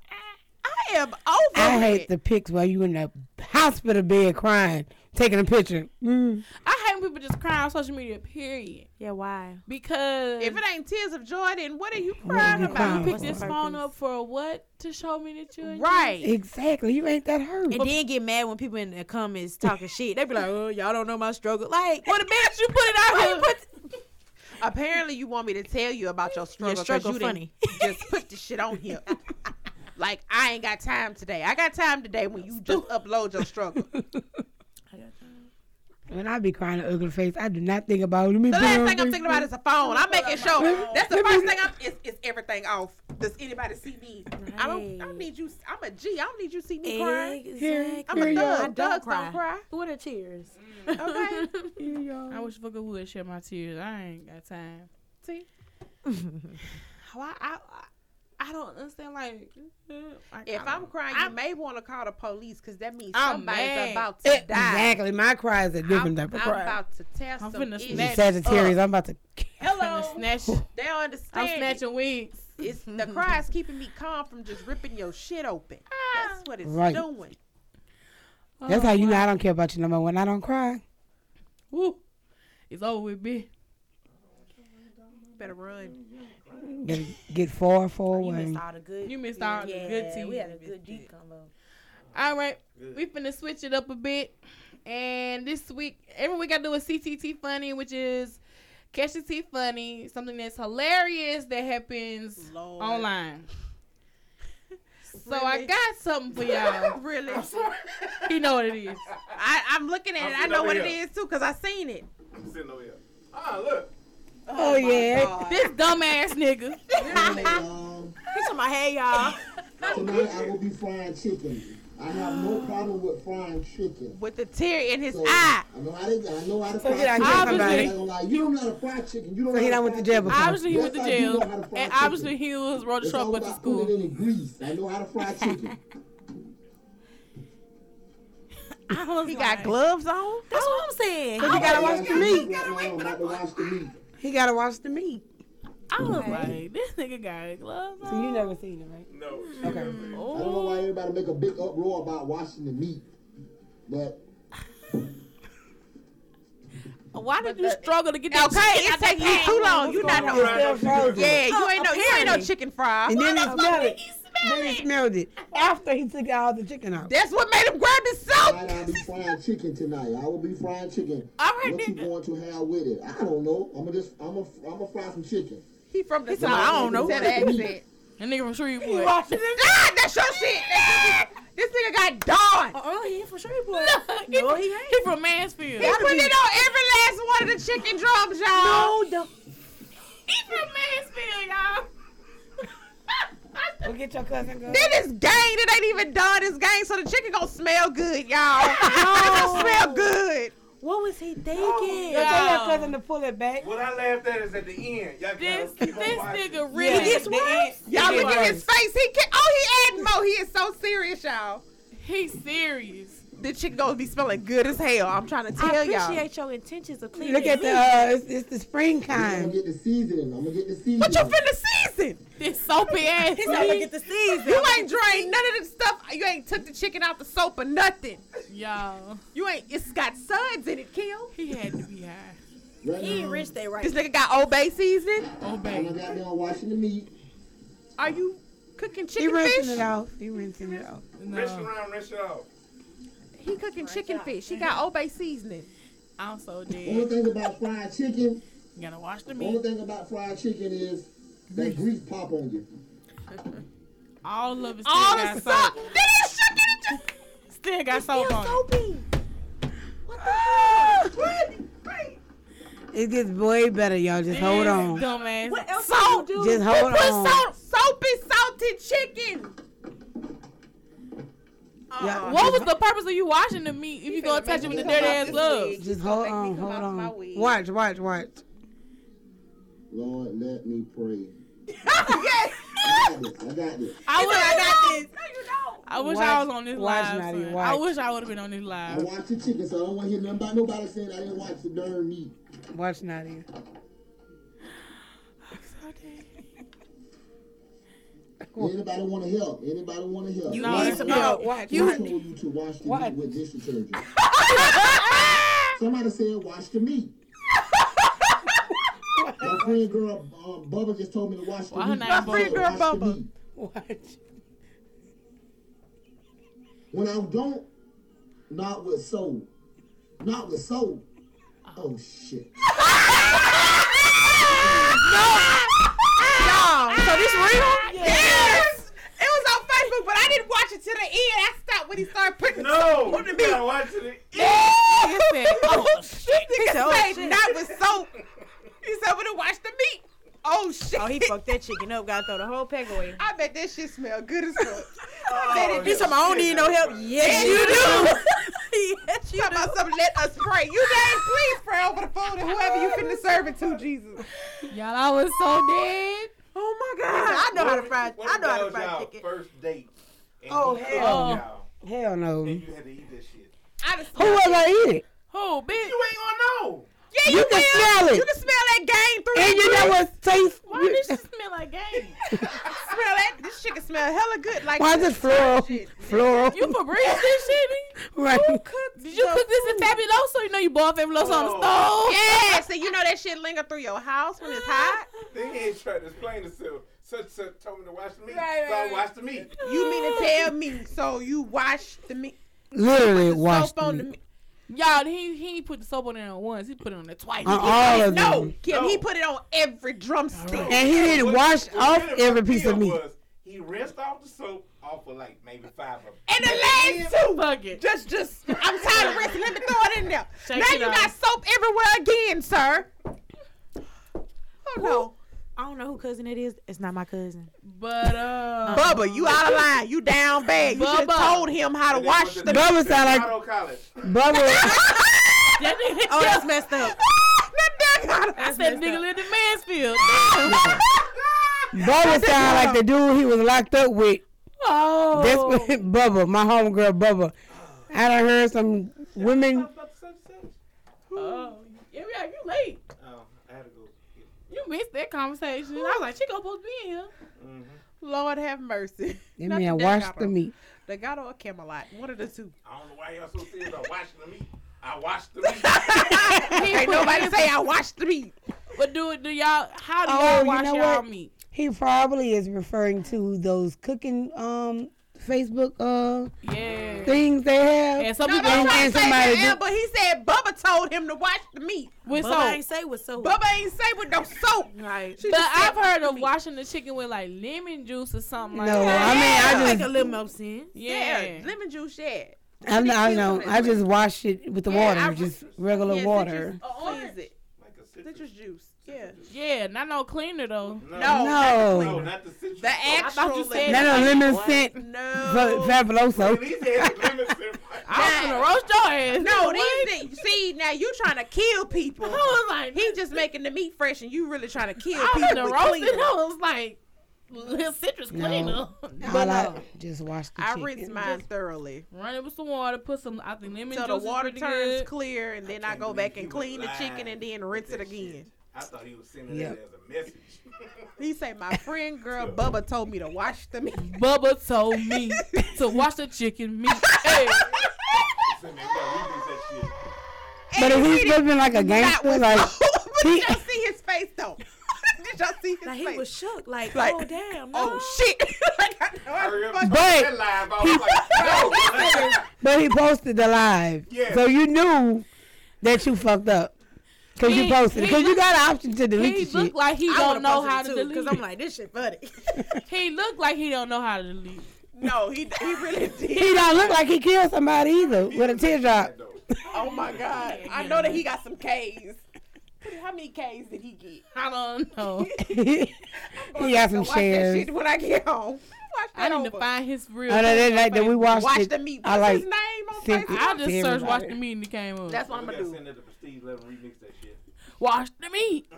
O: I am over
D: I
O: it.
D: hate the pics while you in the hospital bed crying, taking a picture. Mm.
A: I hate when people just cry on social media. Period.
B: Yeah, why?
A: Because
O: If it ain't tears of joy, then what are you crying
D: you
O: about?
D: crying
A: you pick
D: What's
A: this
D: the
A: phone up for what to show me that you
O: Right.
D: Exactly. You ain't that hurt.
B: And then get mad when people in the comments talking shit. They be like, "Oh, y'all don't know my struggle." Like,
A: What a bitch! You put it out here.
O: Apparently, you want me to tell you about your struggle because
B: struggle
O: you didn't
B: funny.
O: just put the shit on here. like I ain't got time today. I got time today when you just upload your struggle.
D: When I be crying an ugly face, I do not think about let me.
O: The
D: put it
O: last
D: on
O: thing I'm thinking about
D: Facebook.
O: is a phone. I'm making sure that's the first thing I'm is, is everything off. Does anybody see me? I don't. I don't need you. I'm a G. I don't need you see me crying.
B: exactly.
O: I'm a thug.
D: Here, y'all.
O: Thugs don't cry.
B: What are tears?
A: Mm.
O: Okay.
D: Here, y'all.
A: I wish fucker would shed my tears. I ain't got time. See. Why I, I I don't understand like like,
O: If
A: I
O: I'm
A: don't-
O: crying, you may want to call the police because that means
A: I'm
O: somebody's
A: mad.
O: about to die.
D: Exactly. My cry is a different
O: I'm, I'm
D: type of cry.
O: about to tell
A: I'm
O: some
A: finna
O: issues
A: snatch
D: Sagittarius, I'm about to.
O: Hello.
A: finna snatch
O: They don't understand.
A: I'm Mm-hmm.
O: it.
A: snatching wigs.
O: It's the cry is keeping me calm from just ripping your shit open. That's what it's
D: Right.
O: doing.
D: That's how you know I don't care about you no more. When I don't cry,
A: Woo. It's over with, bitch.
O: Better run.
D: gotta get far, far
B: You
D: away.
B: missed all the good.
A: You missed all the good
B: Yeah,
A: tea.
B: We had a good deep combo.
A: All right, we finna switch it up a bit. And this week, every week I do a CTT funny, which is catch the tea funny, something that's hilarious that happens
O: Lord.
A: online. So I
O: Really?
A: got something for y'all.
O: Really?
A: he know what it is.
O: I, I'm looking at it.
M: I'm
O: I know what it
M: sitting
O: is too because I seen it.
M: I'm sitting over here. Ah, look.
D: Oh, yeah.
O: God.
A: This dumbass nigga. Ah.
F: Um,
B: This my hair, y'all.
F: tonight I will be frying chicken. I have no problem with frying chicken.
O: With the tear in his
F: So,
O: eye.
A: Ah.
F: I know how to. I know how to
D: So
F: fry
D: he done
F: chicken.
D: killed
F: I'm not
A: somebody.
F: gonna lie. You don't know how to fry chicken. You don't.
D: So he
F: know how
D: done went to jail
F: fry
D: before.
A: Obviously he went to
F: Yes, I do
A: jail,
F: know how to fry
A: and
F: chicken.
A: obviously he was rode the
F: It's
A: truck
F: all
A: went to
F: about putting
A: school.
F: it in the grease. I know how to fry chicken.
A: I was
O: He
A: like,
O: got gloves on.
B: That's what I'm saying.
D: He gotta
F: I
D: watch the
F: gotta
D: meat.
F: Right now, I'm about to watch the meat.
D: He gotta watch the meat.
A: I was like, this nigga got gloves
D: So you
A: on.
D: never seen it, right?
M: No.
D: Okay.
F: I don't know
A: Oh.
F: why everybody make a big uproar about washing the meat, but
A: Why did you struggle to get that?
O: Okay, it's taking you too long. You not Uh,
D: It's
O: no.
D: still frozen.
O: Yeah, you ain't no. You ain't no chicken fry.
D: And then he smelled it. Then he smelled it after he took all the chicken out.
O: That's what made him grab his soap.
F: tonight I'll be frying chicken tonight. I will be frying chicken.
A: All right,
F: what you
A: nigga.
F: going to have with it? I don't know. I'm gonna just I'm gonna I'm gonna fry some chicken.
O: He from the south. I don't know. That accent.
A: That nigga from Shreveport.
O: God, that's your shit. That's your shit. This nigga got dawn.
B: Oh, he ain't for sure, boy.
A: he,
B: No,
A: from-
B: he ain't.
A: he from Mansfield.
O: He put it on every last one of the chicken drums, y'all.
B: No, the
A: He from Mansfield, y'all. I
D: Go get your cousin. Go.
A: Then it's gang. It ain't even done. It's gang. So the chicken gonna smell good, y'all. It's gonna smell good.
B: What was he thinking?
D: Tell your cousin to pull it back.
C: What I laughed at is at the end. Y'all
H: This
C: gotta keep on
H: this
C: watching.
H: nigga really
D: He gets worse? Yeah.
A: Y'all look at his face. He can Oh, he adding more. He is so serious, y'all.
H: He's serious.
A: The chicken gonna be smelling good as hell. I'm trying to tell
B: I
A: y'all.
B: appreciate your intentions of cleaning.
D: Look at the.
B: me.
D: Uh, it's, it's the
F: I'm gonna
D: springtime.
F: get the seasoning. I'm gonna get the seasoning.
A: But you finna season.
H: This soapy ass.
B: He's not looking at the season.
A: You ain't drained none of the stuff. You ain't took the chicken out the soap or nothing.
H: Y'all,
A: You ain't. It's got suds in it, Kill.
H: he had to be high.
F: Right
B: He ain't
F: now,
B: rich. They right.
A: This nigga got Old Bay seasoning.
H: Oh
F: when I
H: baby.
F: got down washing the meat.
A: Are you cooking
D: He
A: chicken
D: rinsing it
A: fish?
D: off. He rinsing it off.
C: Wrist
H: No,
C: around, wrist off.
A: He cooking chicken fish. He got Old Bay seasoning.
H: I'm so
F: Only
H: dead.
F: thing about fried chicken.
H: You gotta wash the
F: Only
H: meat.
F: thing about fried chicken is that grease pop on you.
H: All of it still
A: All
H: got
A: the
H: soap.
A: stuff. That is chicken. It just
H: Still got soap on. it.
B: Soapy.
D: It gets way better, y'all. Just hold
H: This
D: on.
H: Dumbass.
B: What else
A: Salt.
B: do you do?
D: Just hold
A: Put
D: on.
A: salt, soap and salted chicken.
D: Yeah,
H: What was the purpose of you washing the meat if you gonna touch it with the dirty ass gloves?
D: Just hold on, hold on. Watch, watch, watch.
F: Lord, let me pray.
A: yes.
F: I got this. I got this.
H: I wish
A: I got this.
H: I wish I
D: Watch-
H: was on this
D: watch,
H: live.
D: Maddie,
H: son.
D: watch.
H: I wish I would have been on this
F: I
H: live.
F: watched the chicken, so I don't want to hear nothing about nobody saying I didn't watch the darn meat.
D: Watch Nadia.
F: Anybody want to help? Anybody want to help?
B: You
A: Oh,
H: No,
B: need some
H: no,
B: help.
D: watch,
F: Who
D: watch.
F: told you to wash the
D: What?
F: meat with dish detergent? Somebody said wash the meat. My friend girl uh, Bubba just told me to wash the
H: Why her
F: meat.
H: name
F: I
H: Bubba?
F: said,
A: Friend girl
F: "Wash the
A: Bubba."
F: meat."
D: Watch.
F: When I don't, not with soul, not with soul. Oh shit!
A: Y'all, so this real? Yes. It was on Facebook, but I didn't watch it to the end. I stopped when he started putting soap
C: No,
A: on the
C: you
A: meat.
C: gotta watch it.
A: Yeah.
H: oh,
A: Nigga said not with soap. He said, "When to watch the meat." Oh shit!
B: Oh, he fucked that chicken up. Gotta throw the whole peg away.
A: I bet that shit smell good as fuck.
C: Oh,
B: This some I don't need no help. Yes, you do. yes, you
A: Talk
B: do.
A: about some let us pray. You guys, please pray over the phone and whoever you finna serve it to, Jesus.
H: y'all, I was so dead.
A: Oh my
B: I know how to
C: What
B: fry.
C: if- what
B: I
C: if
B: know how
C: that
B: to
C: was
B: fry
C: y'all
B: chicken.
C: First date. and
D: Oh,
C: he cooked
D: hell.
C: y'all,
D: Hell no.
C: And
D: Who
C: you had to eat that shit.
D: was gonna eat it?
H: Oh, bitch.
C: You ain't gonna know.
A: Yeah,
D: You can smell it.
A: You can smell that game through.
D: And
A: the
D: you know
A: grill.
D: what taste?
H: Why does she smell like game?
A: Smell that? This shit can smell hella good. Like
D: Why is it floral? Floral.
H: You Febreze this shit? nigga?
D: right.
H: Did you cook this in Fabuloso? You know you bought Fabuloso on the
C: Oh.
H: stove.
A: Yeah, so you know that shit linger through your house when it's hot.
C: Then he ain't trying to explain himself. Such such told me to watch the meat.
A: Right,
C: so I
A: right,
C: watched the meat.
A: You mean to tell me? So you wash the meat?
D: Literally Uh, wash
A: soap on the
D: them
A: meat?
H: Y'all, he he ain't put the soap on there once. He put it on there twice.
D: on all of them.
A: No, Kim, he
C: No.
A: put it on every drumstick.
D: And he didn't
C: What-
D: wash
C: what
D: off
C: really
D: every
C: fucked
D: piece
C: me
D: of
C: up
D: meat.
C: was He rinsed off the soap off of like maybe five of them.
A: And the last two,
H: Fuck it.
A: just, just, I'm tired of rinsing. Let me throw it in there.
H: Shake
A: now
H: it
A: you
H: off.
A: got soap everywhere again, sir. Oh no,
B: I don't know who cousin it is. It's not my cousin.
H: But uh,
A: Bubba, you out of line. You down bad. You should have
H: Bubba.
A: told him how to
C: And that
A: wash
C: was
A: the
C: the-
D: Bubba sound like-
C: Colorado College.
D: Bubba,
H: that nigga,
B: Oh, that's messed up.
H: I
B: That's
H: said
B: messed
H: nigga
B: up.
H: lived in Mansfield.
D: Bubba sound like the dude he was locked up with.
H: oh,
D: That's what Bubba, my homegirl Bubba. I done heard some women.
H: oh, yeah, yeah, you late.
C: Oh, I had to go. get-
H: You missed that conversation. I was like, she gonna supposed to be in here.
A: Lord have mercy.
D: That
A: Not
D: man
A: the
D: washed the
A: Delgado.
D: meat.
A: Legato or Camelot, one of the two.
C: I don't know why y'all so serious about washing the meat. I washed the meat.
A: Ain't nobody say I watched the meat.
H: But do do y'all? How do
D: Oh,
H: y'all
D: you
H: wash
D: know
H: y'all
D: what?
H: meat?
D: He probably is referring to those cooking um Facebook uh
H: Yeah.
D: things they have.
H: And some
A: No,
H: people
A: no, I'm
D: don't
H: don't
A: trying
D: get
A: to say
D: somebody
A: that,
D: to-
A: Amber. He said Bubba told him to watch the meat.
H: with
B: But I
H: soap.
B: ain't say what's so.
A: Bubba ain't say with no soap.
B: Right.
A: She
H: But
A: just said
H: I've heard
A: the
H: of
A: meat.
H: washing the chicken with like lemon juice or something like
D: No,
H: that.
D: I mean I
B: Make a
D: just
B: little more sense.
A: Yeah,
H: Yeah.
A: lemon juice. Yeah,
D: I know, I, know. I just wash it with the
A: Yeah,
D: water,
A: I was-
D: just regular
A: yeah,
D: water.
A: Citrus, uh, orange.
C: like a
A: citrus
C: citrus.
A: juice.
O: Yeah.
A: Yeah, not no cleaner though.
O: No.
D: No.
A: No,
D: not
A: the citrus.
M: Oh,
A: The actual
D: Not no lemon scent. No. Fabuloso.
O: I'm
A: gonna roast your ass.
O: No,
A: What?
O: these things, see now you trying to kill people. he just making the meat fresh, and you really trying to kill
A: I was
O: people.
A: gonna
O: with
A: roast
O: cleaner.
A: it. I was like, little citrus
D: No.
A: cleaner.
D: All I just wash the
O: I
D: chicken.
O: rinse mine thoroughly.
A: Run it with some water. Put some. I think lemon
O: Till the
A: juice is
O: water
A: pretty
O: turns
A: good.
O: clear, and then I go back and clean the chicken, and then rinse it again.
M: I thought he was sending
O: Yep.
M: it as a message.
O: He say, "My friend, girl, Bubba told me to wash the meat."
A: Bubba told me to wash the chicken meat. Hey.
D: But if he's living like a gangster, like
O: Did y'all see his face though? Did y'all see his
B: Like,
O: face?
B: he was shook. Like,
O: Like,
B: oh, damn.
O: Oh shit! like, I know I fucked
D: But
O: up that live.
D: he-
O: I was like, no.
D: But he posted the live.
O: Yeah.
D: So you knew that you fucked up. Cause
A: He-
D: you posted it.
A: he
D: Cause you
A: looked-
D: got an option to delete
A: He
D: the shit.
A: looked like he
O: I
A: don't
O: would've
A: know
O: posted
A: how
O: it
A: to
O: too,
A: delete.
O: 'cause I'm like, this shit funny.
A: he looked like he don't know how to delete.
O: No, he he really did.
D: he don't look like he killed somebody either with a teardrop.
O: Oh my god! I know that he got some K's. How many K's did he get?
A: I don't know.
D: he got some
O: Watch that
D: shares.
O: shit when I get home. Watch
A: I
O: that
A: need to
O: over.
A: find his real.
D: I know that
A: name on
D: night that we
A: Facebook.
D: watched
O: Watch
D: it.
O: the meat.
D: I
O: What's
D: like
O: his name on
D: sent it
O: Facebook?
A: I
D: to
A: just searched
D: everybody.
A: watch the meat and it came up.
O: That's what I'm
M: We
O: gonna
M: gotta
O: do.
M: send it to Prestige. Let him remix that shit.
A: Wash the meat.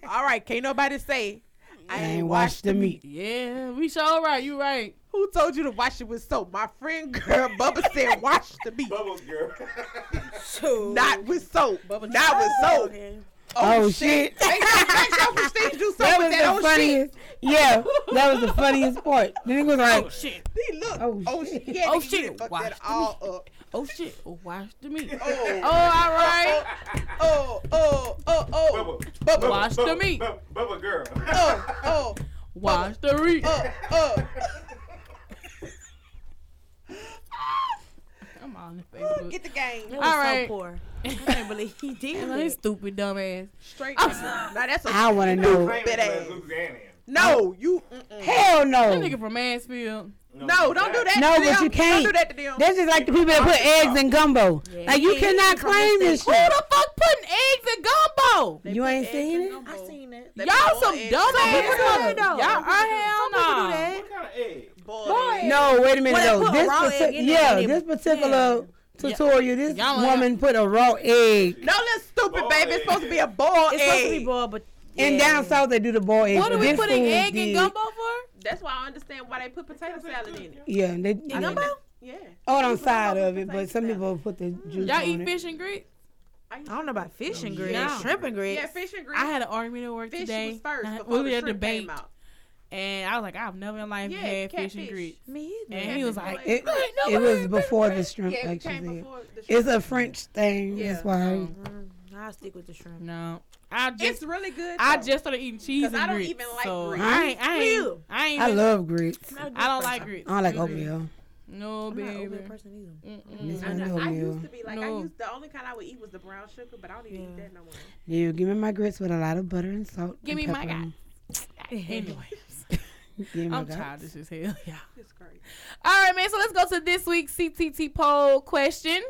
O: All right, can't nobody say I
D: I
O: ain't
D: ain't
O: watched.
D: watched the meat.
A: Yeah, we sure right. You right.
O: Who told you to wash it with soap? My friend girl Bubba said wash the meat.
M: Bubba girl.
B: Shoot.
O: Not with soap. Not with soap.
D: Oh, shit.
O: Make sure- make sure Prestige do
D: That
O: something
D: was
O: with that
D: the
O: old shit.
D: funniest. Yeah, that was the funniest part. Then it was like,
A: Shit.
O: He looked.
D: Oh,
O: Oh
D: shit.
O: shit. Yeah,
A: Oh,
O: nigga, you
A: shit.
O: done fucked
A: Wash
O: that
A: the
O: all up.
A: Oh shit. Oh, wash the meat.
O: Oh.
A: Oh, all right.
O: Oh, oh, oh, oh,
M: Bubba.
O: Bubba.
A: Wash the
M: Bubba,
A: meat.
M: Bubba, Bubba girl.
O: oh, oh,
A: Wash the meat.
O: oh, oh.
A: I'm on the Facebook.
O: Get the game.
B: All
A: right.
B: right. So poor. I can't believe he did.
A: His
B: it.
A: stupid dumb ass.
O: Straight. Now that's a
D: I want to know.
M: Famous
O: bit ass.
M: Louisianian.
O: No, you. Mm-mm.
D: Hell
A: That
D: no.
A: nigga from Mansfield.
O: No, don't do that.
D: No,
O: to
D: but
O: them.
D: you can't.
O: Don't do that to them.
D: This is like the people that put eggs in gumbo. Like you cannot claim this
A: Who
D: shit.
A: the fuck putting eggs in gumbo?
D: You ain't seen it?
B: I seen it.
O: They
A: Y'all
O: boil
A: some
O: eggs.
A: dumb ass.
D: people do it,
A: Y'all,
D: though.
A: oh, hell no.
M: What kind of egg?
O: Boil eggs.
D: No, wait a minute
B: Well, they
D: though.
B: put a
D: This
B: raw egg
D: partic-
B: in there
D: yeah,
B: and
D: this
B: it-
D: particular tutorial, this
A: Y'all ain't-
D: woman put a raw egg.
O: No, that's stupid,
M: Boiled
O: baby. It's supposed to be a boiled
B: It's supposed to be
O: egg.
B: boiled, but
D: And down south they do the boiled egg.
A: What
D: but
A: are we
D: this
A: putting
D: fool
A: egg in
D: did-
A: gumbo for?
O: That's why I understand why they put potato salad in it.
D: Yeah, they
O: Gumbo? Yeah.
D: yeah. all on side of it, but some people put the juice
A: Y'all
D: on
A: eat
D: it.
A: fish and grits?
B: I don't know about fish and grits,
A: Yeah.
B: shrimp and grits.
O: Yeah, fish and grits.
A: I had an argument at work
O: fish
A: today.
O: was first
A: and I-
O: before
A: we
O: the
A: had a
O: shrimp
A: debate,
O: came out.
A: and I was like, I've never in life
O: Yeah,
A: had fish and
O: catfish.
A: grits.
B: Me either.
A: And he was like,
D: It,
A: "Ain't
D: it
A: nobody
D: was before the shrimp,
O: Yeah,
D: like
O: it
D: she
O: came
D: said.
O: before the shrimp.
D: It's a French thing.
O: Yeah.
D: That's
A: Oh.
D: why.
B: I'll stick with the shrimp.
A: No, I
O: It's
A: just
O: really good.
A: I
O: though.
A: just started eating cheese
O: 'Cause
A: and
O: I don't
A: grits.
O: even like
A: so
O: grits.
A: I ain't, I ain't,
B: Ew.
A: I ain't.
D: I
A: even-
D: love grits.
A: I don't like grits.
D: I don't like
A: Mm-mm.
D: oatmeal.
A: No,
B: I'm not an
A: baby.
B: oatmeal person either.
A: Mm-mm.
D: It's
O: I,
D: not
O: know. I
D: oatmeal.
O: used to be like I
A: No.
O: used the only kind I would eat was the brown sugar, but I don't even eat
B: Yeah.
O: that no more.
D: Yeah, give me my grits with a lot of butter and salt.
A: Give me
D: and
A: my
D: pepperoni.
A: Anyway,
D: Give me my
A: I'm
D: guts.
A: tired as hell. Yeah.
O: It's great.
A: All right, man. So let's go to this week's CTT poll question.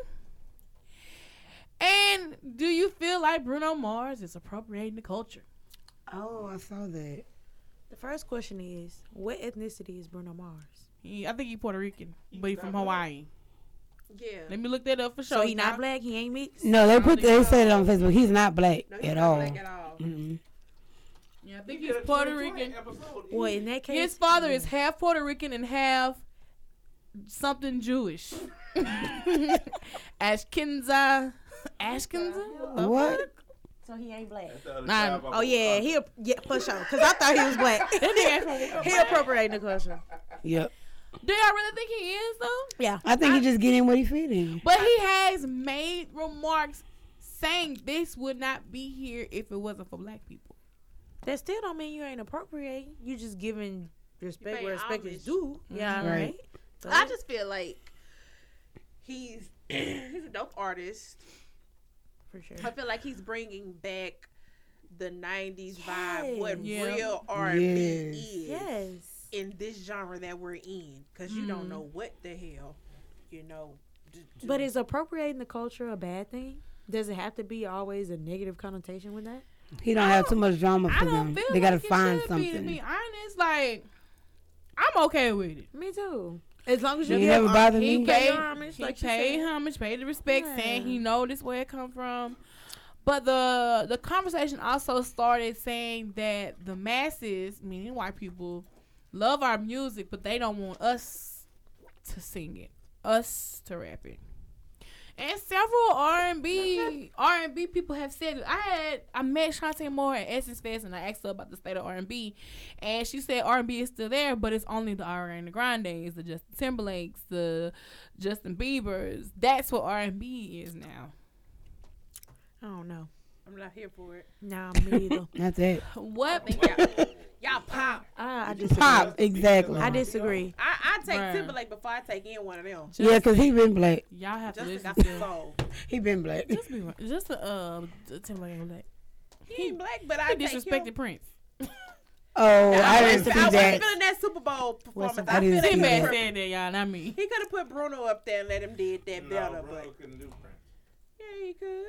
A: And do you feel like Bruno Mars is appropriating the culture?
D: Oh, I saw that.
B: The first question is, what ethnicity is Bruno Mars?
A: He, I think he's Puerto Rican, but he's from Hawaii.
O: Yeah.
A: Let me look that up for sure.
B: So he
A: Y'all-
B: not black. He ain't mixed.
D: No, they put they said it on Facebook. He's not black
O: No, he's
D: at
O: not
D: all.
O: black at all.
D: Mhm.
A: Yeah, I think he's Puerto Rican.
B: Well, in that case,
A: His father is half Puerto Rican and half something Jewish. Ashkenza. Ashkenza?
D: What?
B: So he ain't black.
M: That's the other
A: Nah.
M: job I
B: Oh yeah,
M: was-
B: he a- yeah for sure. Cause I thought he was black. he appropriating the culture.
D: Yep.
A: Do y'all really think he is, though?
B: Yeah.
D: I think he just getting what he feeding.
A: But he has made remarks saying this would not be here if it wasn't for black people.
B: That still don't mean you ain't appropriating. You just giving respect
O: paying
B: where respect
O: homage.
B: is due. Yeah.
D: Right.
B: Right. So,
O: I just feel like he's he's a dope artist.
B: for sure.
O: I feel like he's bringing back the '90s vibe, what
A: Yes. Yeah.
O: real R&B
D: Yes.
O: is
B: Yes.
O: in this genre that we're in, because you don't know what the hell, you know. d- d-
B: But is appropriating the culture a bad thing? Does it have to be always a negative connotation with that?
D: He don't have too much drama for them.
A: feel
D: They gotta
A: like it
D: find
A: should Be, to
D: something.
A: be honest, like I'm okay with it.
B: Me too. As long as
D: you You give never hom- bothered
A: he
D: me. Pay
A: Paid,
D: homage,
A: he
D: like you
A: paid
D: said.
A: homage, paid the respect, saying
D: Yeah.
A: he know this where it come from. But the the conversation also started saying that the masses, meaning white people, love our music, but they don't want us to sing it, us to rap it. And several R and B R and B people have said it. I had I met Shantae Moore at Essence Fest and I asked her about the state of R and B, and she said R and B is still there, but it's only the Ariana Grandes, the Justin Timberlakes, the Justin Bieber's. That's what R and B is now.
B: I don't know.
O: I'm not here for it.
B: Nah, me either.
D: That's it.
A: What?
O: y'all, y'all pop.
B: I, I
D: Pop exactly.
B: I disagree.
O: I, I take
D: Bruh.
O: Timberlake before I take in one of them.
D: yeah, cause he been black.
A: Y'all have
O: Justin
A: to
O: got some
A: listen to
O: soul.
D: He been black.
A: just be right. Just the uh the Timberlake ain't black.
O: He ain't black, but
A: He
O: I take
A: disrespected
O: him.
A: Prince.
D: Oh,
O: Nah,
D: I
O: wasn't-
D: didn't see
O: I
D: that.
O: wasn't feeling that Super Bowl performance.
D: Wasn't-
O: I,
D: I
O: feel
D: didn't
O: like
D: see
O: he
D: that.
O: could've
A: Saying that y'all, not me.
O: put- he could have put Bruno up there and let him did that better, but yeah, he could.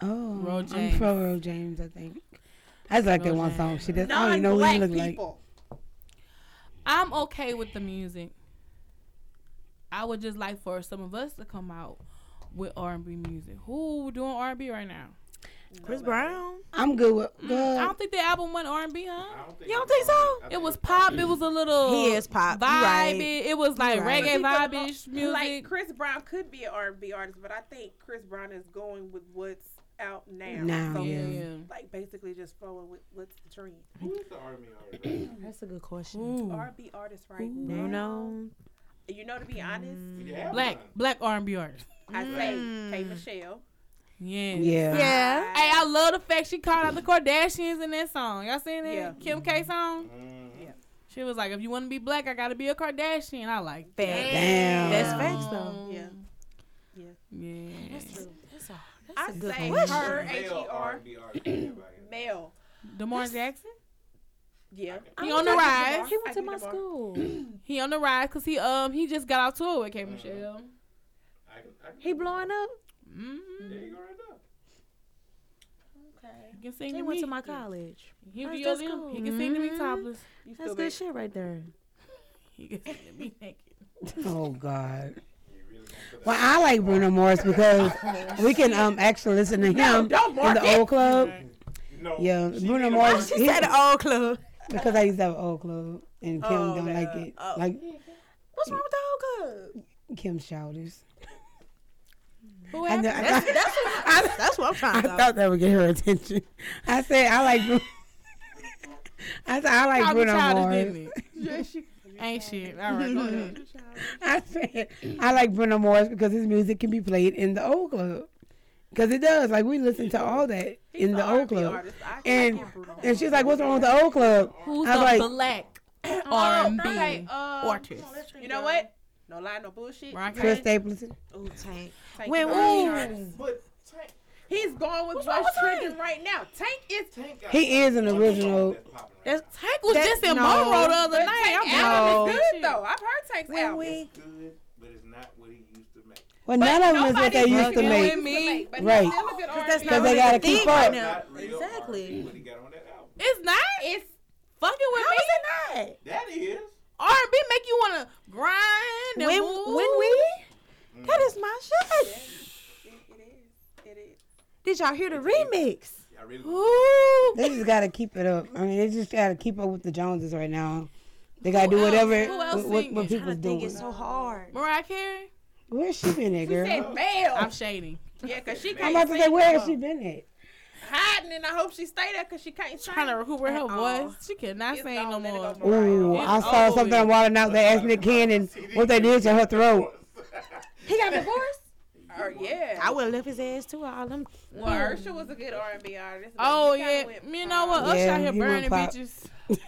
D: Oh,
A: Ro
D: I'm
A: James.
D: pro Ro James. I think. I just like that one song. She does. I don't even know what he
O: Non-black
D: look like.
O: people.
A: I'm okay with the music. I would just like for some of us to come out with R and B music. Who doing R and B right now?
B: Chris Brown.
D: I'm good with.
A: I
D: Good.
A: don't think the album went R and B, huh?
B: You don't think so?
A: It was pop. It was a little.
B: He is
A: Vibe.
B: pop. You right.
A: It was like
B: You right.
A: reggae
O: But
A: vibe-ish
O: he could-
A: music.
O: Like Chris Brown could be an R&B artist, but I think Chris Brown is going with what's out now.
D: Now,
O: so
D: yeah.
O: he's,
D: Yeah.
O: like basically just following with what's the trend.
M: Who is the R&B artist?
B: That's a good question.
O: R&B artist right now.
B: Bruno.
O: You know, to be honest,
M: Yeah.
A: black black R and B artist.
O: I say
B: Mm.
O: K Michelle.
A: Yeah.
D: Yeah.
O: Yeah.
A: Hey, I love the fact she called out the Kardashians in that song. Y'all seen that
O: Yeah.
A: Kim K song?
O: Yeah.
A: She was like, "If you want to be black, I gotta be a Kardashian." I like that.
D: Damn.
B: That's facts though.
O: Yeah.
A: Yeah.
B: That's a,
O: I
B: that's a good
O: say
B: question.
O: her H E
M: uh, Male
O: R
M: R&B artist.
O: male.
A: Demar Jackson.
O: Yeah.
A: He on the rise.
B: He went to
O: I
B: my
O: give it a bar.
B: school.
A: He on the rise because he um he just got out tour with K Michelle.
M: I, I,
B: He blowing up.
A: Mm-hmm.
M: there you go right there.
O: Okay.
A: He can sing
B: He
A: to
B: went
A: me.
B: to my college.
A: He,
B: That's
A: do
B: just
A: them.
B: cool.
A: he can sing to me
B: Mhm.
A: topless.
O: You
B: That's
O: still
B: good
O: big.
B: shit right there.
A: He can sing to me naked.
D: Oh God. Well, I like Bruno Mars because we can um actually listen to
O: No,
D: him
O: don't
D: in
O: mark
D: the
O: it.
D: old club.
M: No.
D: Yeah,
M: she
D: Bruno
M: did a-
D: Mars. he-
B: old club.
D: because I used to have an old club, and Kim
O: Oh,
D: don't
O: man.
D: like it.
O: Oh.
D: Like
B: What's wrong with the old club?
D: Kim shoulders.
A: Who
D: I,
A: happened?
D: know, I, thought,
B: That's what, I, that's what I'm
D: I
B: trying to
D: thought that would get her attention. I said I like. Bru- I said I like
A: Called me
D: Bruno
A: childish,
D: Mars.
A: didn't he? Ain't shit. All right, go ahead.
D: I said I like Bruno Mars because his music can be played in the old club. Because it does. Like we listen to all that in the old club. And and she's like, "What's wrong with the old club?"
A: Who's
D: I
A: the
D: was like,
A: black R and
O: Okay,
A: B
O: um,
A: artist?
O: You know what? No lie, no bullshit.
A: Right.
D: Chris Stapleton.
B: Ooh, tank.
O: Tank
B: When
O: is R&B
B: we-
O: artist.
M: But Tank,
O: He's going with
A: What's wrong
O: what's
A: with
O: trending right now. Tank is
M: Tank got
D: He is an
M: something
D: original.
M: that's popping right
B: That's
A: Tank was
B: That-
A: just in
B: no.
A: Monroe the
O: But
A: other night.
O: Tank
A: I'm
O: album
A: like,
O: is
A: oh,
O: good though. I've heard Tank's
B: when
O: album.
B: we
M: now. good, but it's not what he used to make.
D: Well, none of them is what
O: Nobody
D: they used to
A: fucking
D: make.
A: with me.
O: But
D: Right.
O: he's still a good
B: that's
O: R&B
B: not
D: Because they
B: really
D: gotta
B: the thing
D: keep
B: right
D: up.
B: now.
M: Not real R&B,
B: Exactly.
M: What he got on that album.
A: It's not. It's fucking with
B: How
A: me.
B: is it not?
M: That is.
A: R and B make you wanna grind and
B: When,
A: move.
B: when we? That is my shit.
O: It is.
B: Did y'all hear the remix?
M: I really
A: Ooh.
D: They just gotta keep it up. I mean, they just gotta keep up with the Joneses right now. They gotta
A: Who
D: do
A: else?
D: whatever
A: Who else
D: what, what, what
A: singing?
B: I
D: people's
B: think
D: doing.
B: it's so hard.
A: Mariah Carey.
D: Where's she been at,
O: She
D: girl?
O: said fail.
A: I'm shading.
O: yeah, because she
D: I'm
O: can't.
D: about to
O: sing
D: say, where
O: no
D: has she
O: more.
D: been at?
O: Hiding, and I hope she stay there because she can't.
A: Trying to recuperate her
O: At all.
A: voice. She cannot
O: It's
A: sing no
O: gone. Let it
A: more.
O: go, Mariah.
D: Ooh,
A: It's
D: I saw
A: over
D: something
A: with.
D: on Wild 'N Out. They asked Nick Cannon what they did to her throat.
B: He got divorced?
O: Or, Oh, yeah.
B: I would have left his ass too. All them.
O: well, Ursha was a good R&B artist. but
A: Oh
O: he kinda
A: yeah,
O: went
A: you know
O: pop.
A: what? Usher
D: Yeah,
A: out here
D: he went
A: burning
D: pop.
A: bitches.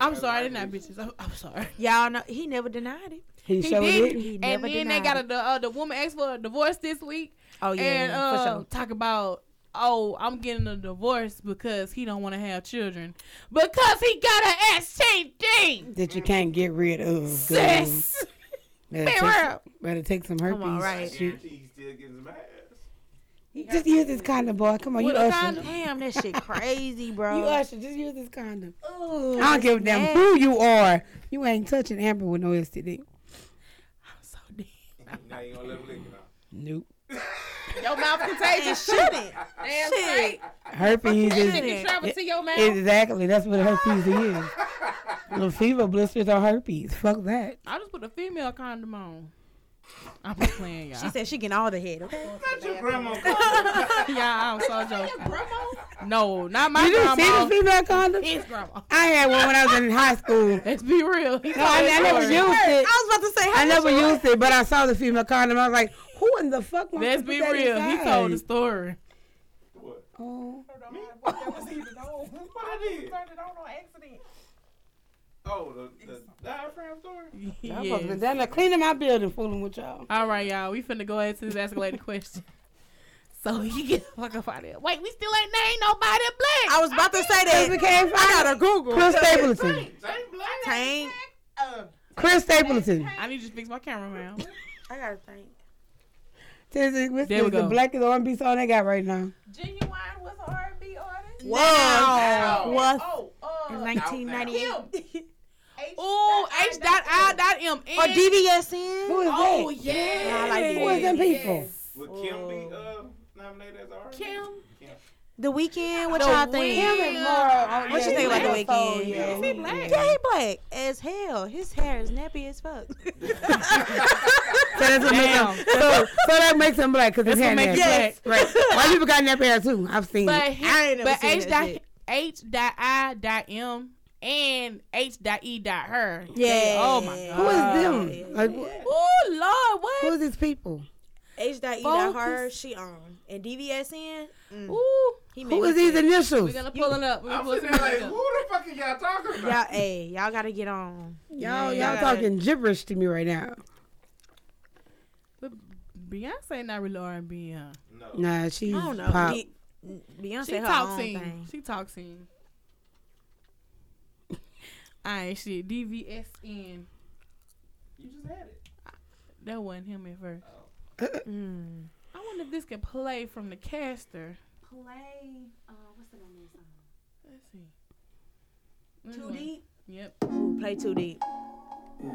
A: I'm sorry, they're not bitches. I'm, I'm sorry.
B: Y'all know he never denied it.
D: He,
A: He
D: showed
A: did,
D: it.
B: He
A: and
B: never
A: then they
B: denied
A: got a,
B: it.
A: the uh, the woman asked for a divorce this week,
B: Oh yeah,
A: and
B: for
A: uh,
B: sure.
A: talk about oh I'm getting a divorce because he don't want to have children because he got an STD.
D: That you can't get rid of. girl.
A: Sis,
D: Better
A: bear
D: take,
A: up.
D: better take some herpes.
B: on, right.
M: Guarantee he's still getting some ass.
D: Just use this condom, boy. Come on,
B: With
D: you
B: a
D: Usher.
B: condom? Damn, that shit crazy, bro.
D: You Usher, just use this condom. I don't give a damn who you are. You ain't touching Amber with no STD.
M: Now you gonna let him lick it off.
D: Nope.
O: Your mouth contagious.
B: Shit.
O: Shouldn't. Damn straight.
D: Herpes is
O: Shit can travel to your mouth.
D: exactly. That's what herpes is. Little fever blisters are herpes. Fuck that.
A: I just put a female condom on. I'm just playing, y'all.
B: She said she getting all the head. Okay.
M: Not your grandma.
A: yeah, I'm so joking. No, not my
D: Did you
A: grandma.
D: see the female condom?
A: His grandma.
D: I had one when I was in high school.
A: Let's be real. He
D: No, I, I never used it.
B: I was about to say, how
D: I never
B: much you-
D: used it, but I saw the female condom. I was like, who in the fuck wants
A: Let's
D: to put
A: be
D: that
A: real. He told the
D: inside?
A: story.
D: Oh.
M: What I did? Oh, the, the diaphragm story?
D: I'm supposed to be down there cleaning my building, fooling with y'all.
A: All right, y'all. We finna go ahead to this escalated question. So you get the fuck up out of here. Wait, we still ain't named nobody black.
B: I was about to say that.
D: We came from
B: I gotta Google.
D: Chris Stapleton.
M: James Black.
B: Tank. uh,
D: Chris Stapleton.
A: I need you to fix my camera, man.
B: I gotta think.
D: This is, this
A: There we
D: is the
A: go.
D: blackest R&B song they got right now.
O: Genuine was an R&B artist.
B: Wow.
M: Now.
B: Was
O: Oh, uh,
B: in 1998.
A: Ooh, H dot I dot M N.
B: Or DVSN.
D: Who is
A: Oh
D: that?
A: yeah.
B: I like
D: Who is them people?
M: Would Kim be uh, nominated as R?
A: Kim.
B: The weekend, what
A: The
B: y'all think?
A: Weeknd.
D: Him and Mara.
B: What you think about the weekend?
D: Oh, yeah.
B: yeah.
A: He black.
B: he black as hell. His hair is nappy as fuck.
D: So that's what makes
A: Damn.
D: him. So, so that makes him black because his
A: That's
D: hair
A: what makes
D: nappy.
A: you black.
D: Right. White people got nappy hair too. I've seen
A: But
D: it.
A: he,
B: I ain't never
A: but
B: seen
A: H
B: that
A: dot
B: shit.
A: H dot I dot M and H dot E dot her.
B: Yeah.
A: Oh my
D: Who is
A: god.
D: them? Like, wh-
A: Oh lord, what?
D: who is these people?
B: H dot E dot her, she on. And DVSN,
A: Ooh.
B: he
D: Who is these
A: We're
D: initials?
A: gonna pull it up. We're gonna
M: I'm
A: pull
M: sitting there like,
A: it
M: who
A: up.
M: the fuck are y'all talking
B: Y'all,
M: about?
B: hey, y'all gotta get on.
D: Y'all, y'all talking gibberish to me right now.
A: But Beyonce not really R and B. Huh?
M: No.
D: Nah, she's
B: I don't know.
D: pop.
B: Be- Beyonce
A: She
B: her
A: talks
B: own
A: sing.
B: thing.
A: She talks sing. I ain't shit. DVSN.
M: You just had it. Oh.
A: That wasn't him at first.
B: Mm.
A: I wonder if this can play from the caster.
O: Play. Uh, what's the name of the song?
A: Let's see. This
O: Too
A: one.
O: deep.
A: Yep.
B: Ooh, play too deep.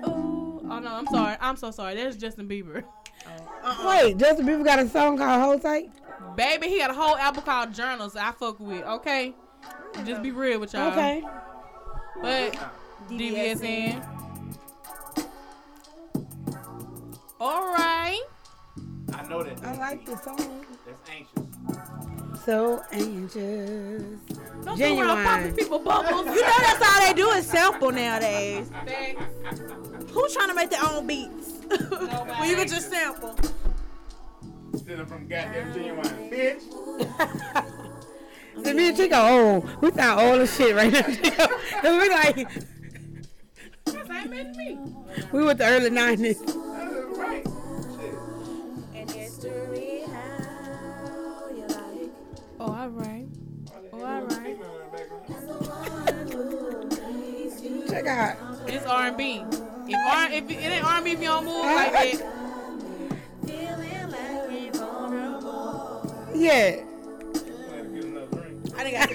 A: Ooh. Oh no, I'm sorry. I'm so sorry. There's Justin Bieber.
D: Uh-uh. Wait, Justin Bieber got a song called "Hold Tight."
A: Baby, he got a whole album called Journals I fuck with. Okay. Just be real with y'all.
D: Okay.
A: But DVSN. Alright.
M: I know that.
D: I like the song.
M: That's anxious.
D: So anxious.
A: Don't go around popping
D: Genuine.
A: people bubbles.
B: You know that's all they do is sample nowadays. Who's trying to make their own beats? well, you can just sample.
M: Sitting from goddamn genuine. Bitch.
D: So me and Chico old. We sound old as shit right now. Chico. we like
A: Same as me.
D: we with the early nineties.
M: That's right. Shit.
A: Oh, alright. Oh, alright.
M: Female in the background.
D: Check out.
A: It's R and B. If R if it ain't R and B if you don't move like that.
D: Yeah.
M: I'm gonna get another drink.
B: I think I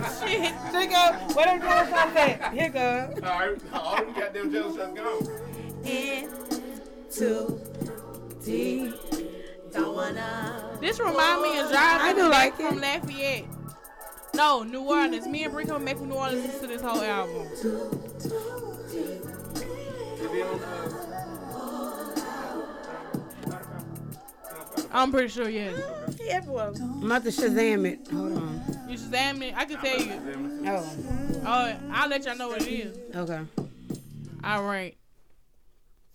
B: can.
A: Oh shit.
D: Chico, what I'm doing something. Here goes.
M: All right. All them goddamn jealous shots gone.
A: This remind me of driving
D: I do
A: back
D: like it.
A: from Lafayette. No, New Orleans. Me and Brick come back from New Orleans listen to this whole album.
M: If they don't, uh,
A: I'm pretty sure, yes.
B: Everyone.
D: I'm about to Shazam it. Hold on.
A: You should damn it. I can tell you.
D: Oh.
A: Oh, I'll let y'all know what it is.
D: Okay.
A: All right.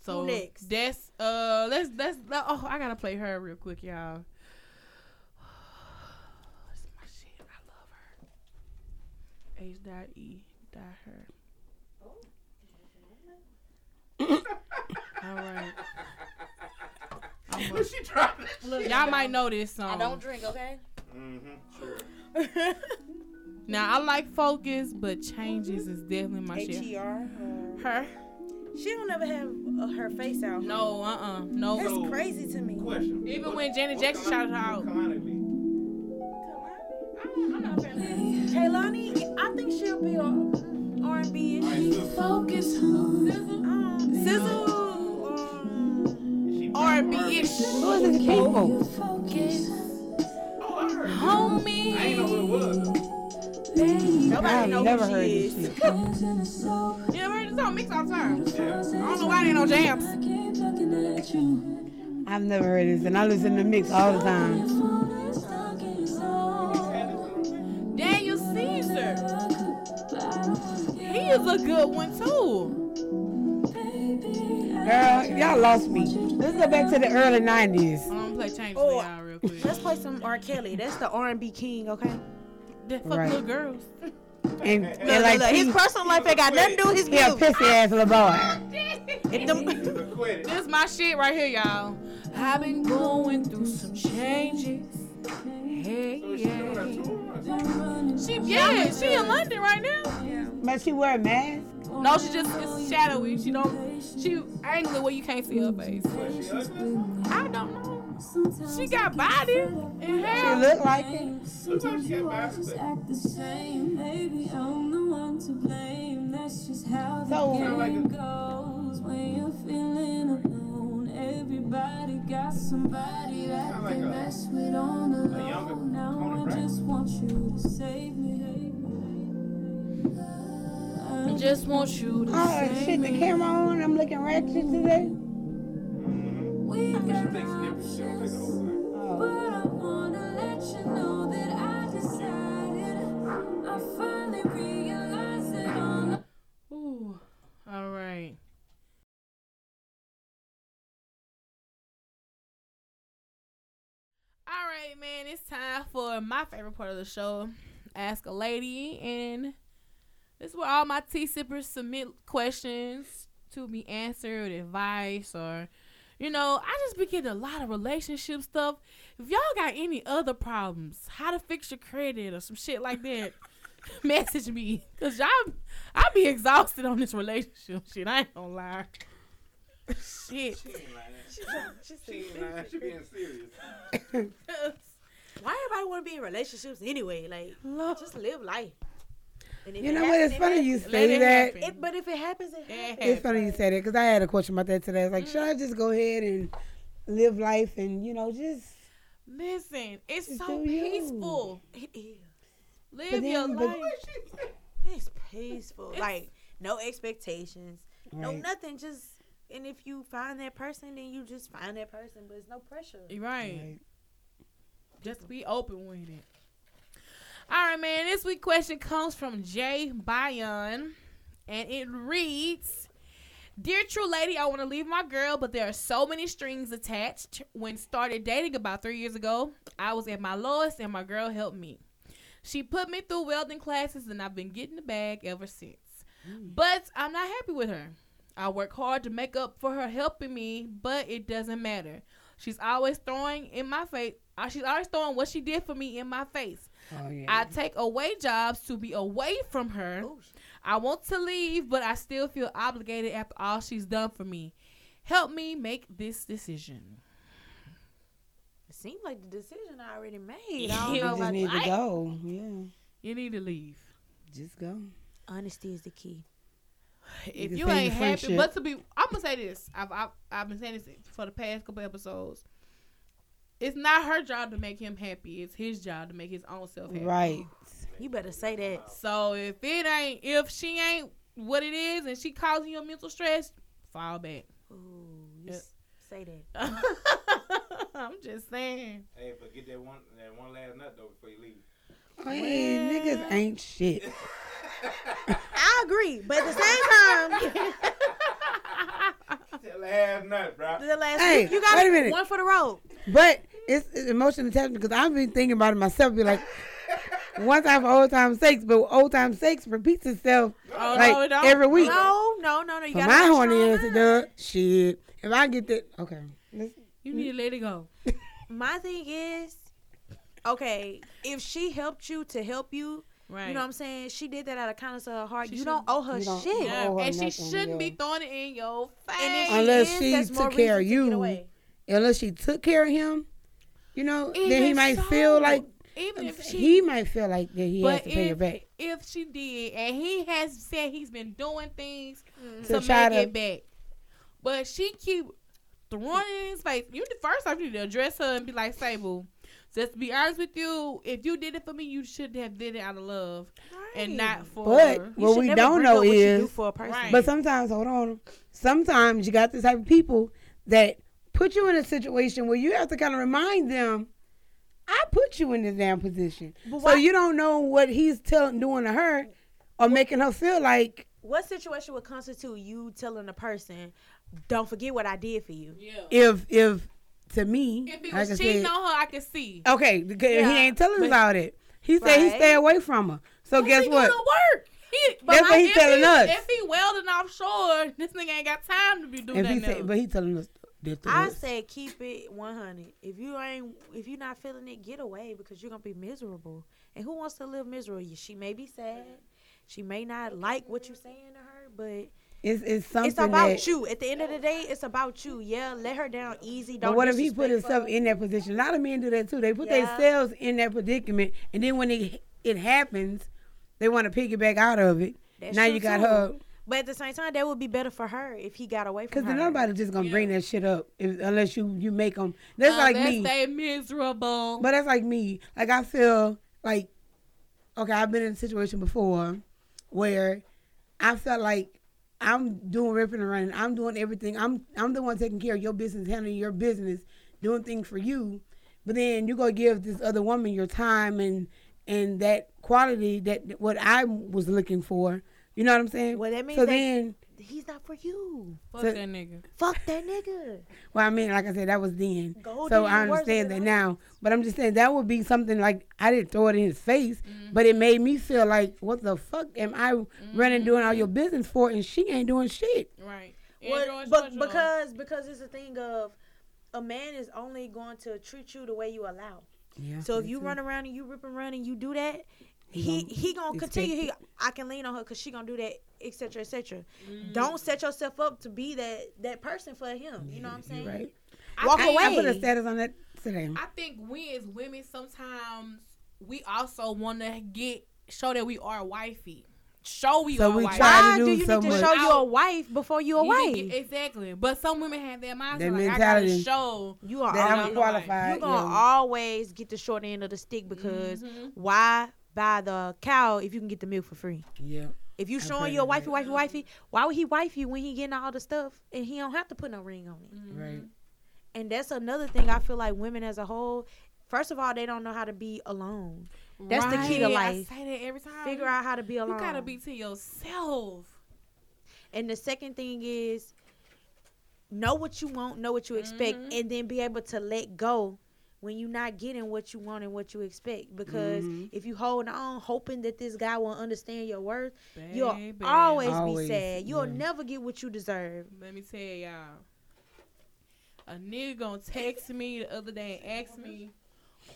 A: So
B: Who next?
A: that's uh let's let's let- oh I gotta play her real quick, y'all. This is my shit. I love her. H dot E dot her. All right.
M: But she dropped it.
A: Look, y'all might know this song.
O: drink, okay?
M: Mm-hmm. Sure.
A: Now I like focus, but changes is definitely my
B: H
A: shit.
B: E R.
A: Her.
B: She don't ever have uh, her face out.
A: No, uh, uh no.
B: That's
A: So,
B: crazy to me.
M: Question.
A: Even when Janet Jackson shouted her out.
B: Kaylani, I think she'll be on R and B. Focus on Sizzle. Um,
A: R and B ish.
D: Who is this people?
A: Homie. I know who it was.
D: I've
A: Nobody know
D: never
A: who
D: heard
A: she
D: this
A: is.
D: shit.
A: You ever heard this song mix all the time? I don't know why they no jams.
D: I've never heard this, and I listen to mix all the time.
A: Daniel Caesar. He is a good one too.
D: Girl, y'all lost me. Let's go back to the early '90s.
A: I'm gonna play Change
B: Oh.
A: for y'all real quick.
B: Let's play some R. Kelly. That's the R and B king, okay?
A: That fuck
D: Right.
A: little girls.
D: And,
B: Look,
D: and
B: look,
D: like
B: look, his
D: Pete,
B: personal life ain't got nothing to do with his
D: he a
B: music.
D: pissy ass little boy.
B: If them-
A: This my shit right here, y'all. I've been going through some changes. Hey, yeah. She, yeah, she in London right now.
D: But she wear a mask.
A: No, she just it's shadowy. She don't. She angle where you can't see her face. I don't know. She got body and
D: She
A: hair.
D: look like it. So
A: Just want you to
D: Oh shit, the camera on. I'm looking ratchet today.
A: Ooh, all right. All right, man. It's time for my favorite part of the show, Ask a Lady, and this is where all my tea sippers submit questions to be answered, advice, or you know, I just be getting a lot of relationship stuff. If y'all got any other problems, how to fix your credit or some shit like that, message me, cause y'all, I be exhausted on this relationship shit. I ain't gonna lie. Shit.
M: She being serious.
B: Why everybody want to be in relationships anyway? Like, just live life. And if
D: You
B: it
D: know
B: happens,
D: what? It's
B: it
D: funny you
B: happens.
D: say
B: Let it
D: that.
B: happen. It- but if it happens, it happens.
D: It's funny you said it because I had a question about that today. I was like, should I just go ahead and live life and you know just?
A: Listen, it's
D: It's
A: so
D: so you.
A: peaceful.
B: It is.
A: Live
D: then-
A: your
D: but-
A: life.
B: It's peaceful. like no expectations, no
D: Right.
B: nothing. Just and if you find that person, then you just find that person. But it's no pressure.
A: Right. Just be open with it. All right, man. This week question comes from Jay Bion, and it reads. Dear true lady, I want to leave my girl, but there are so many strings attached. When started dating about three years ago, I was at my lowest, and my girl helped me. She put me through welding classes, and I've been getting the bag ever since. But I'm not happy with her. I work hard to make up for her helping me, but it doesn't matter. She's always throwing in my face. uh, She's always throwing what she did for me in my face.
D: Oh yeah. Oh,
A: I take away jobs to be away from her. I want to leave, but I still feel obligated after all she's done for me. Help me make this decision.
B: It seemed like the decision I already
A: You
B: made. I don't know
D: you just
B: about
D: need to
B: I-
D: go. Yeah,
A: You need to leave.
D: just go.
B: Honesty is the key.
A: If
D: can
A: you
D: save
A: ain't
D: your
A: happy,
D: friendship.
A: but to be, I'm gonna say this. I've, I've I've been saying this for the past couple episodes. It's not her job to make him happy. It's his job to make his own self happy.
D: Right.
B: You better say that.
A: So if it ain't, if she ain't what it is, and she causing you mental stress, fall back.
B: Ooh, you
A: Yeah.
B: s- say that.
A: I'm just saying.
M: Hey, but get that one, that one last nut though before you leave.
D: Hey, niggas ain't shit.
B: I agree, but at the same time,
M: That last nut, bro.
B: the last
D: Hey,
B: you got
D: wait a minute.
B: one for the road.
D: But it's, it's emotional attachment because I've been thinking about it myself. Be like, one time for old time's sakes, but old time's sakes repeats itself
A: Oh,
D: like
A: no, it don't.
D: every week.
B: No, no, no, no. You
D: For
B: got
D: my horny ass, it does. Shit. If I get that, okay. Let's-
A: You need to let it go.
B: My thing is, okay, if she helped you to help you, You
O: Right.
B: know what I'm saying? She did that out of kindness of her heart.
O: She
B: you don't
O: shouldn't-
B: owe her
O: you don't
B: Oh, shit.
O: owe her
B: and
O: nothing,
B: she
O: yeah.
B: shouldn't
A: be throwing it in your face.
D: unless she took care of you, unless she took care of him, you know, then he
A: Even
D: might
A: so,
D: feel like uh,
A: even if she-
D: he might feel like that he has
A: but
D: to pay her
A: if,
D: back.
A: if she did, and he has said he's been doing things
D: To
A: to,
D: try
A: make
D: to-
A: it back, but she keep throwing it in his face. You first off, you need to address her and be like, Sable, just be honest with you. If you did it for me, you should have did it out of love and not for.
D: But
A: her.
D: what we don't know is,
A: Right.
D: but sometimes hold on, sometimes you got this type of people that put you in a situation where you have to kind of remind them, I put you in this damn position, so you don't know what he's telling doing to her, or making her feel like
B: What situation would constitute you telling a person, "Don't forget what I did for you"? Yeah.
D: if if to me,
A: If he
D: like I
A: was cheating
D: said,
A: on her, I could see.
D: Okay, because
A: Yeah,
D: he ain't telling us
A: but-
D: all that. He said he
A: Right.
D: stay away from her. So guess
A: Go
D: what?
A: to work. He, but
D: That's what
A: like,
D: he
A: if
D: telling
A: he,
D: us.
A: If he welding offshore, this nigga ain't got time to be doing
D: If he
A: that.
D: say, but he telling us that
B: I
D: the
B: said keep it 100. If you ain't, if you're not feeling it, get away because you're gonna be miserable. And who wants to live miserable? She may be sad. She may not like what you're saying to her, but
D: it's it's something
B: it's about
D: that,
B: you. At the end of the day, it's about you. Yeah, let her down easy. Don't
D: But what if he put
B: disrespect
D: himself
B: her.
D: in that position? A lot of men do that too. They put
B: Yeah.
D: themselves in that predicament, and then when it it happens, they want to piggyback out of it.
B: That's
D: now
B: true,
D: you got
B: too.
D: her
B: But at the same time, that would be better for her if he got away
D: because
B: from her.
D: then nobody just gonna bring that shit up if, unless you you make them.
B: Uh,
D: That's like
A: Unless
D: me.
A: They miserable.
D: But that's like me. Like I feel like okay, I've been in a situation before where I felt like I'm doing ripping and running. I'm doing everything. I'm I'm the one taking care of your business, handling your business, doing things for you. But then you go give this other woman your time and and that quality that what I was looking for. You know what I'm saying?
B: Well, that means
D: so
B: that
D: then
B: he's not for you.
D: Fuck So- that
A: nigga.
B: Fuck that nigga.
D: Well, I mean, like I said, that was then.
B: Golden
D: so I
B: and worse
D: understand
B: than
D: that now. But I'm just saying that would be something like I didn't throw it in his face, but it made me feel like, what the fuck am I running doing all your business for? And she ain't doing shit.
A: Right.
B: Well, but because because it's a thing of a man is only going to treat you the way you allow.
D: Yeah.
B: So if you run around and you rip and run and you do that, he he gonna
D: expect
B: continue. He
D: it.
B: I can lean on her because she gonna do that, etc. etc.
D: Mm-hmm.
B: Don't set yourself up to be that that person for him. You know what I'm saying?
D: right.
B: Walk
D: I, I put a
B: away.
D: status on that today.
A: I think we as women sometimes we also want to get show that we are wifey. Show we
D: So
A: are
D: we
A: wifey.
D: try to Why do do you need so to much. show you a
B: wife before you
A: a
B: wife?
A: exactly. But some women have that mindset.
D: That
A: like, I
D: mentality.
A: gotta show
B: You are
D: That I'm
B: always-
D: qualified,
B: You're gonna
D: yeah. Mm-hmm.
B: always get the short end of the stick because why buy the cow if you can get the milk for free?
D: Yeah.
B: If you
D: I
B: showing
D: agree
B: you a
D: with
B: wifey, wifey, wifey, why would he wife you when he getting all the stuff and he don't have to put no ring on it?
D: Right.
B: And that's another thing I feel like women as a whole. First of all, they don't know how to be alone. That's the key to
A: Right, I
B: life.
A: say that every time.
B: Figure out how to be alone.
A: You gotta be to yourself.
B: And the second thing is know what you want, know what you expect, and then be able to let go when you're not getting what you want and what you expect. Because
D: Mhm.
B: if you hold on hoping that this guy will understand your worth, you'll
A: Baby.
B: always,
D: Always,
B: be sad. You'll
D: yeah.
B: never get what you deserve.
A: Let me tell y'all. A nigga gonna text me the other day and ask me,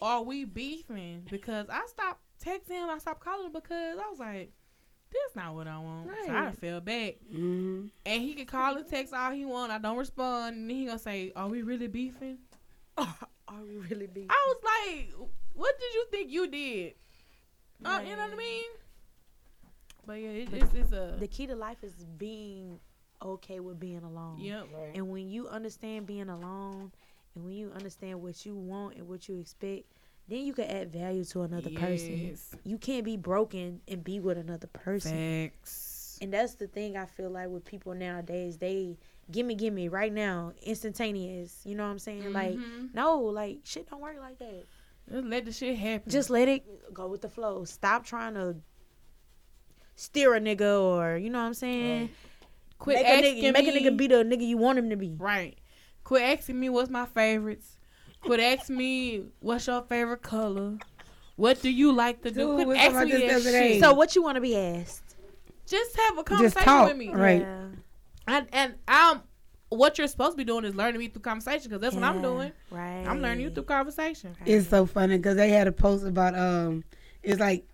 A: "Are we beefing?" Because I stopped texting him, I stopped calling him because I was like, "That's not what I want." So I
B: Right.
A: fell back,
D: Mm-hmm.
A: and he can call and text all he want. I don't respond, and he gonna say, "Are we really beefing?"
B: Are we really being
A: I was like, "What did you think you did?" Uh, you know what I mean? But yeah, it, it's, it's a
B: the key to life is being okay with being alone.
A: Yep.
B: And when you understand being alone and when you understand what you want and what you expect, then you can add value to another person.
A: Yes.
B: You can't be broken and be with another person.
A: Facts.
B: And that's the thing I feel like with people nowadays, they gimme gimme right now, instantaneous. You know what I'm saying? Like
A: Mhm.
B: no, like shit don't work like that.
A: Mm-hmm. Just let the shit happen.
B: Just let it go with the flow. Stop trying to steer a nigga or you know what I'm saying?
A: Quit
B: make a
A: asking
B: nigga, make a
A: me-
B: nigga be the nigga you want him to be.
A: Right. Quit asking me what's my favorites. Quit asking me what's your favorite color. What do you like to do?
D: Dude, we
A: Quit
D: was
A: asking
D: talking about
A: me that
D: this the other day.
A: shit.
B: So what you want to be asked?
A: just have a
D: Just
A: conversation
D: talk,
A: with me.
D: right?
B: Yeah.
A: And and um, what you're supposed to be doing is learning me through conversation because that's what I'm
B: Yeah,
A: doing.
B: Right.
A: I'm learning you through conversation.
D: It's so funny because they had a post about um, it's like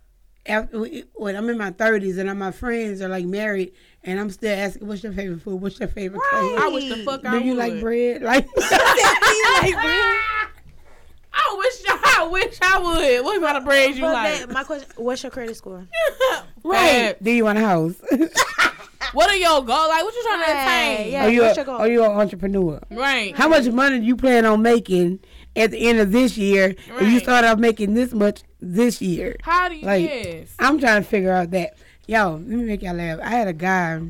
D: after we- when I'm in my thirties and all my friends are like married and I'm still asking, "What's your favorite food? What's your favorite
A: Right.
D: color?
A: I wish the fuck
D: Do
A: I
D: you like
A: would.
D: bread? Like,
A: I wish I wish I would. What kind of braids you
B: But
A: like?
B: that- my question: What's your credit score?
D: right? Do you want a house?
A: What are your goals? Like what you trying to
B: Right.
A: attain?
B: Yeah,
D: are you
B: what's
D: a,
B: your goal?
D: are you an entrepreneur?
A: Right.
D: How much money do you plan on making at the end of this year? If you
A: Right.
D: start off making this much this year,
A: How do you
D: like
A: yes.
D: I'm trying to figure out that. Yo, let me make y'all laugh. I had a guy.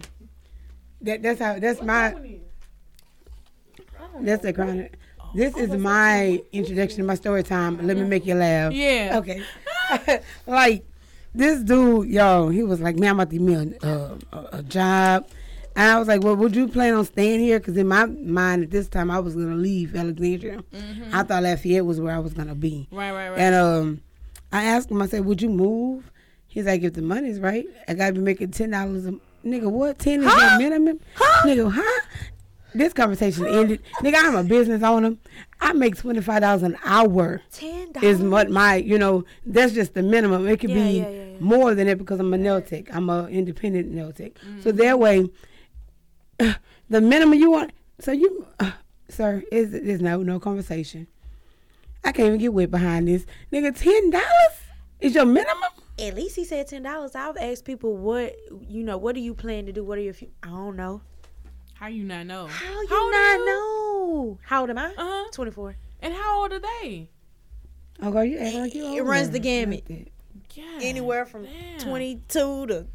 D: That that's how that's my. That's the kind of. This is my introduction to my story time. Let me make you laugh.
A: Yeah.
D: Okay. like this dude, yo, he was like, "Man, I'm about to get me a, a, a- a job," and I was like, "Well, would you plan on staying here?" Because in my mind at this time, I was gonna leave Alexandria. I thought Lafayette was where I was gonna be.
A: Right, right, right.
D: And um, I asked him. I said, "Would you move?" He's like, "If the money's right, I gotta be making ten dollars a nigga. What ten is your minimum? Nigga, huh?" This conversation ended. Nigga, I'm a business owner. I make twenty five dollars an hour
B: Ten dollars.
D: is what my you know that's just the minimum. It could
B: Yeah,
D: be
B: yeah, yeah, yeah.
D: more than that because I'm a nail tech. I'm a independent nail tech.
B: Mm-hmm.
D: So that way, the minimum you want. So you, uh, sir, is there's no no conversation. I can't even get wet behind this nigga. Ten dollars is your minimum.
B: At least he said ten dollars. I've asked people what you know. What do you plan to do? What are your? Few- I don't know.
A: How you not know?
B: How you
A: How old are
B: not
A: you?
B: know? How old am I?
A: Uh-huh.
B: Twenty four.
A: And how old are they?
D: Oh girl, you act like you.
B: It
D: old
B: runs the
D: now.
B: gamut.
D: Like that.
A: God
B: Anywhere from
A: damn.
B: twenty two to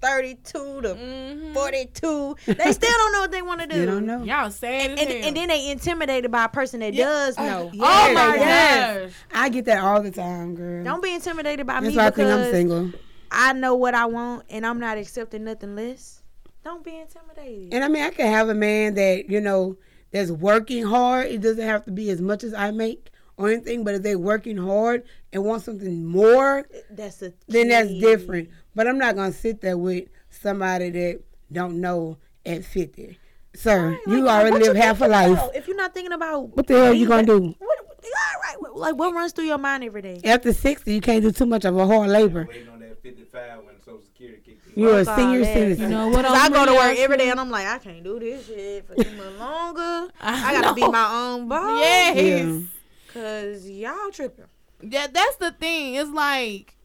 B: thirty two to
A: Mhm.
B: forty two. They still don't know what they want to do.
D: You don't know.
A: Y'all sad as
B: And,
A: hell.
B: and then they intimidated by a person that does know.
A: oh my
D: Yes.
A: gosh.
D: I get that all the time, girl.
B: Oh, Don't be intimidated by
D: that's
B: me
D: why I think
B: because
D: I'm single.
B: I know what I want and I'm not accepting nothing less. Don't be intimidated.
D: And I mean, I can have a man that you know that's working hard. It doesn't have to be as much as I make or anything, but if they're working hard and want something more,
B: That's a
D: then that's
B: key.
D: different. But I'm not gonna sit there with somebody that don't know at fifty. Sir, you
B: Like, what
D: already live half a
B: thinking
D: life.
B: about? If you're not thinking about
D: What the hell you gonna do?
B: What, all right, what- like what runs through your mind every day?
D: After sixty, you can't do too much of a hard labor.
M: Waiting on that 55 when Social Security kicked in.
D: You're a
B: Fuck all
D: senior
B: that.
D: citizen.
A: You know what
B: 'Cause
A: else
B: I go to
A: really
B: work
A: else
B: every
A: you-
B: day and I'm like, I can't do this shit for too much longer.
A: I
B: I, gotta be
A: know.
B: my own boss.
A: Yes.
D: Yeah.
B: Cause y'all tripping.
A: Yeah, that's the thing. It's like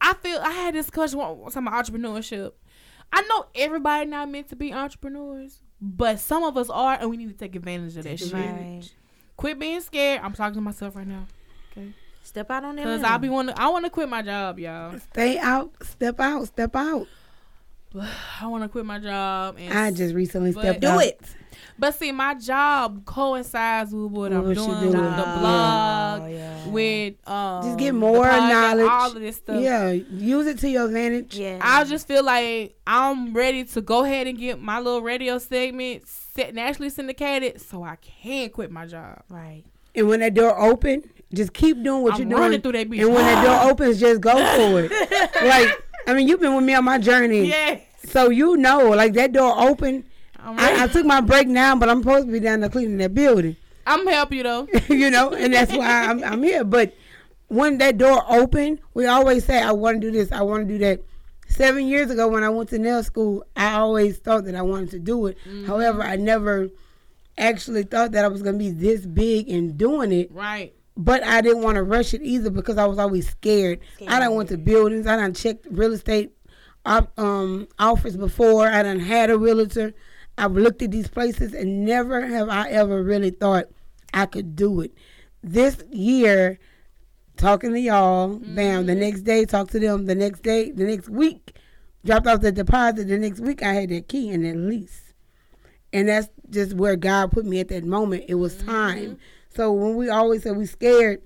A: I feel I had this question one one time about entrepreneurship. I know everybody not meant to be entrepreneurs, but some of us are, and we need to take advantage of that shit.
B: Right.
A: Quit being scared. I'm talking to myself right now
B: Step out on that.
A: because
B: limb.
A: I be want I want to quit my job, y'all.
D: Stay out, step out, step out.
A: I want to quit my job. And
D: I just recently
A: But-
D: stepped
B: do
D: out.
B: it.
A: But see, my job coincides with what I'm
D: What you
A: doing,
D: doing.
A: with the
D: Ah,
A: blog,
B: yeah.
A: with um,
D: Just get more
A: the podcast,
D: knowledge.
A: all of this stuff.
D: Yeah, use it to your advantage.
B: Yeah.
A: I just feel like I'm ready to go ahead and get my little radio segment set, nationally syndicated, so I can quit my job.
B: right.
D: And when that door open, just keep doing what
A: I'm
D: you're doing.
A: running through that bitch.
D: And when that door opens, just go for it. like, I mean, you've been with me on my journey.
A: Yes,
D: So you know, like that door open.
A: I'm, ready.
D: I, I took my break now, but I'm supposed to be down there cleaning that building.
A: I'm help you though.
D: you know, and that's why I'm, I'm here. But when that door opened, we always say, I want to do this, I want to do that. Seven years ago, when I went to nail school, I always thought that I wanted to do it. However, I never actually thought that I was going to be this big and doing it.
A: Right.
D: But I didn't want to rush it either because I was always scared. I done went to buildings. I done checked real estate op- um, offers before. I done had a realtor. I've looked at these places and never have I ever really thought I could do it. This year, talking to y'all, bam,
A: Mm-hmm.
D: the next day, talk to them, the next day, the next week, dropped off the deposit. The next week, I had that key and that lease and that's just where God put me at that moment. It
A: Mm-hmm.
D: was time. So when we always say we scared,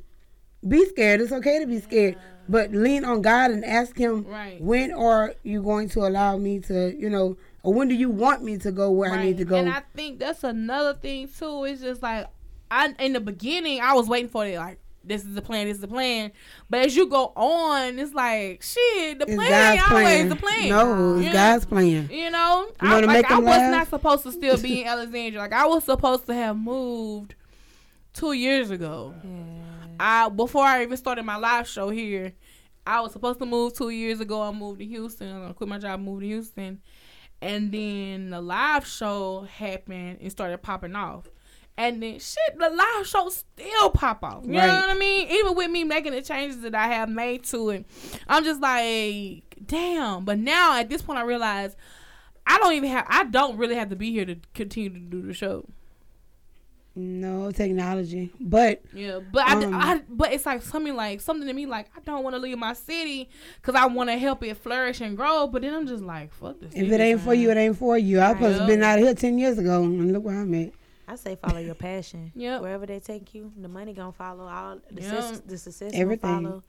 D: be scared. It's okay to be scared, but lean on God and ask Him,
A: Right.
D: when are you going to allow me to, you know, or when do you want me to go where I need to go?
A: And I think that's another thing too. It's just like I in the beginning I was waiting for it like this is the plan, this is the plan. But as you go on, it's like shit, the
D: it's
A: plan
D: God's
A: ain't always
D: plan.
A: the plan.
D: No, it's
A: Yeah.
D: God's plan.
A: You know,
D: You
A: I,
D: wanna
A: like,
D: make
A: I
D: them
A: was
D: laugh?
A: not supposed to still be in Alexandria. Like I was supposed to have moved two years ago. I before I even started my live show here, I was supposed to move two years ago. I moved to Houston. I quit my job, moved to Houston, and then the live show happened and started popping off. And then shit, the live show still pop off. You know
L: Right.
A: what I mean? Even with me making the changes that I have made to it, I'm just like, damn. But now at this point, I realize I don't even have. I don't really have to be here to continue to do the show.
D: No technology, but
A: Yeah, but I,
D: Um,
A: I but it's like something like something to me like I don't want to leave my city because I want to help it flourish and grow. But then I'm just like, fuck this.
D: if it ain't for you, it ain't for you. I supposed to
A: Yep.
D: been out here ten years ago, and look where I'm at.
B: I say follow your passion.
A: Yep.
B: Wherever they take you, the money gonna follow. All the
A: Yep.
B: success, the success
D: Everything.
B: gonna follow.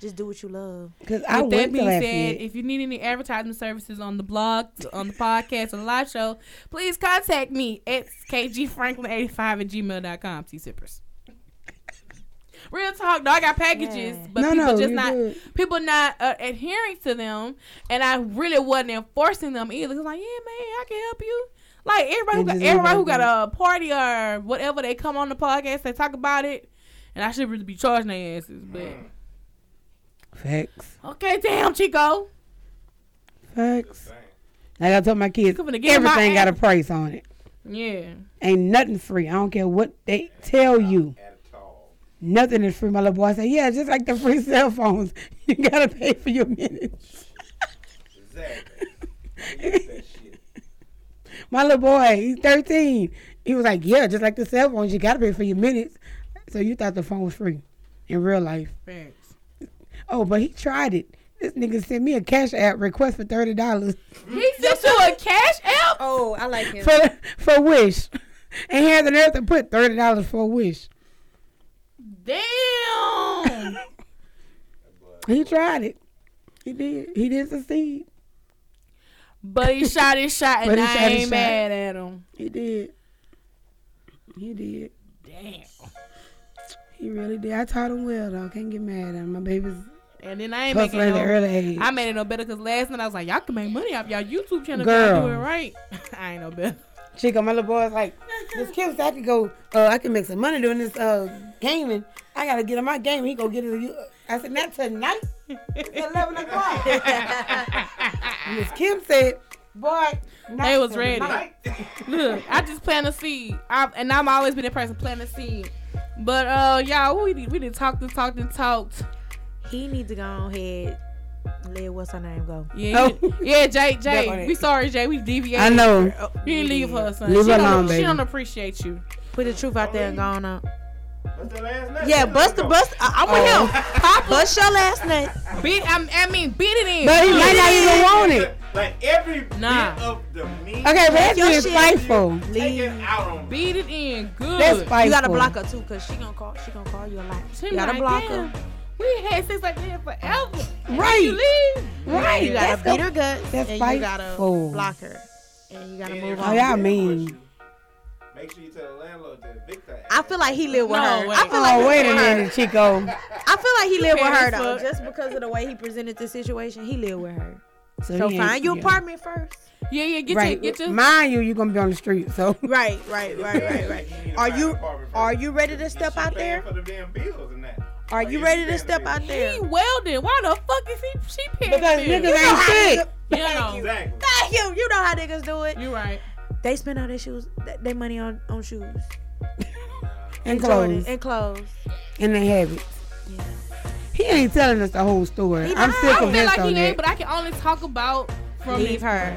B: Just do what you love.
D: Cause
A: With
D: I
A: that
D: went to
A: being
D: Lafayette.
A: said, if you need any advertisement services on the blog, on the podcast, on the live show, please contact me at kgfranklin85 at gmail.com. T sippers. Real talk, dog. I got packages, but
D: No,
A: people
D: no,
A: just
D: you
A: not
D: good.
A: people not uh, adhering to them, and I really wasn't enforcing them either. 'Cause like, yeah, man, I can help you. Like everybody, who
D: It
A: got,
D: just
A: everybody
D: ain't
A: who got
D: happening.
A: a party or whatever, they come on the podcast, they talk about it, and I should really be charging their asses. But
D: Facts,
A: okay, damn, Chico.
D: facts. Like I told my kids,
A: Coming to get my
D: everything got a
A: ass.
D: price on it.
A: Yeah.
D: Ain't nothing free. I don't care what they tell you. Nothing is free. My little boy said, "Yeah, just like the free cell phones, you gotta pay for your minutes." My little boy, he's 13. He was like, "Yeah, just like the cell phones, you gotta pay for your minutes." So you thought the phone was free in real life?
A: Thanks.
D: Oh, but he tried it. This nigga sent me a cash app request for thirty dollars
A: He sent you a cash app?
P: Oh, I like him.
D: for for Wish, and he had the nerve to put thirty dollars for Wish.
A: Damn.
D: He tried it. He did. He did succeed.
A: but he shot his shot, and
D: But he
A: I
D: shot his
A: ain't
D: shot.
A: mad at him.
D: He did. He did.
A: Damn.
D: He really did. I taught him well though. Can't get mad at him. My baby's
A: And then I ain't making
D: hustling at
A: no.
D: an early age.
A: I made it no better because last night I was like, y'all can make money off y'all YouTube channel if y'all
D: Girl.
A: do it right. I ain't no better.
D: Chico, my little boy's like, this kid, I could go. Uh, I could make some money doing this uh gaming. I gotta get on my game. He go get his. I said not tonight. It's eleven o'clock. Miss Kim said, boy, not
A: They was ready.
D: tonight.
A: Look, I just plant a seed. I, and I'm always been a person planting seed. But uh, y'all, we did, we did talked and talked and talked.
B: He needs to go ahead. Let what's her name go.
A: Yeah, you-
D: Oh.
A: yeah, Jay,
B: That one
A: Jay,
B: ain't-
A: we sorry, Jay, we deviated.
D: I know.
A: You didn't leave her, son.
D: Leave
A: she
D: her
A: don't,
D: alone,
A: She
D: baby.
A: don't appreciate you.
B: Put the truth out there and go on up.
M: What's the last name?
B: Yeah, bust the bust. I, I want
M: Oh.
B: him. Pop bust your last name.
A: Beat, I, I mean, beat it in.
D: But he might not even want it.
M: Like every
A: Nah.
M: bit of the meat.
D: Okay, that's
B: your
D: being
B: shit.
D: spiteful.
M: Take it out on
A: Beat it in good.
D: That's
B: You gotta
D: spiteful.
B: block her too, cause she gonna call. She gonna call you a lot.
A: She
B: You gotta
A: like,
B: block
A: "Damn,
B: her.
A: We had sex like that forever. And
D: Right.
A: You leave.
D: Right.
B: You gotta
D: That's
B: beat
D: the-
B: her guts
D: that's
B: and you gotta
D: spiteful.
B: block her. And you gotta move
D: Oh,
B: on.
D: y'all mean.
M: Make sure you tell the landlord to evict her.
B: I feel like he live with
A: No,
B: her.
A: wait.
B: I feel like
D: Oh,
B: he
D: wait a
B: live with her.
D: minute, Chico.
B: I feel like he lived with her
A: Parents
B: though,
A: look.
B: just because of the way he presented the situation. He lived with her.
D: So,
B: So
D: he ain't-
B: find your
D: yeah.
B: apartment first.
A: Yeah, yeah. Get
D: Right.
A: your, get your.
D: Mind you, you're gonna be on the street. So
B: Right, right, right, right, right. Are you are you ready to step out
M: paying
B: there?
M: for the damn bills and that.
B: Are you ready to step out
A: he
B: there?
A: welded. Why the fuck is he? She paying
D: because
A: for it?
D: niggas ain't shit.
A: You know.
M: Exactly.
B: Thank you. You know how niggas do it.
A: You right.
B: They spend all their shoes, th- their money on on shoes
D: And
B: Jordan,
D: clothes.
B: and clothes.
D: And they have it. He ain't telling us the whole story.
B: He
D: I'm
B: not.
D: still
B: I
A: I feel
D: convinced
A: like
D: on
A: he ain't,
D: that.
A: but I can only talk about from
B: Leave
A: his
B: her.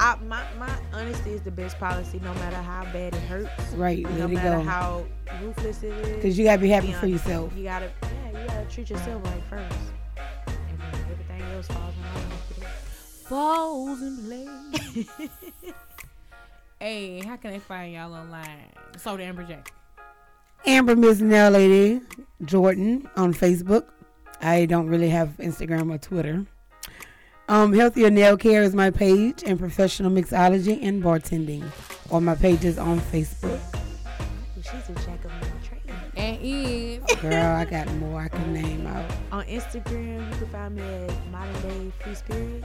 B: I, my my honesty is the best policy, no matter how bad it hurts,
D: Right,
B: no
D: let it
B: matter
D: go.
B: how ruthless it is.
D: Because you gotta be happy
B: be
D: for
B: honest.
D: yourself.
B: You gotta, yeah, you gotta treat yourself right first. And then everything else falls in line after that.
A: falls in place. hey, how can they find y'all online? Soda Amber J.
D: Amber Miss Nail Lady Jordan on Facebook. I don't really have Instagram or Twitter. Um, Healthier Nail Care is my page, and Professional Mixology and Bartending are my pages on Facebook.
B: Ooh, She's a jack of all trades.
A: And is
D: Girl, I got more I can name out.
B: On Instagram, you can find me at Modern Day Free Spirit.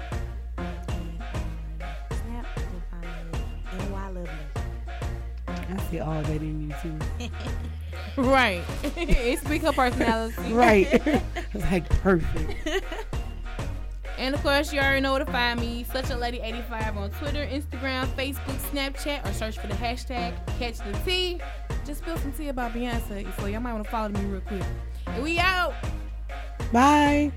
B: And on Snap, you can find me at NY Lovely.
D: I see all that in you too.
A: Right. it speak her personality.
D: right. it's like perfect.
A: And of course, you already know where to find me, Such a Lady 85 on Twitter, Instagram, Facebook, Snapchat, or search for the hashtag Catch the Tea. Just spill some tea about Beyonce, so y'all might want to follow me real quick. And we out.
D: Bye.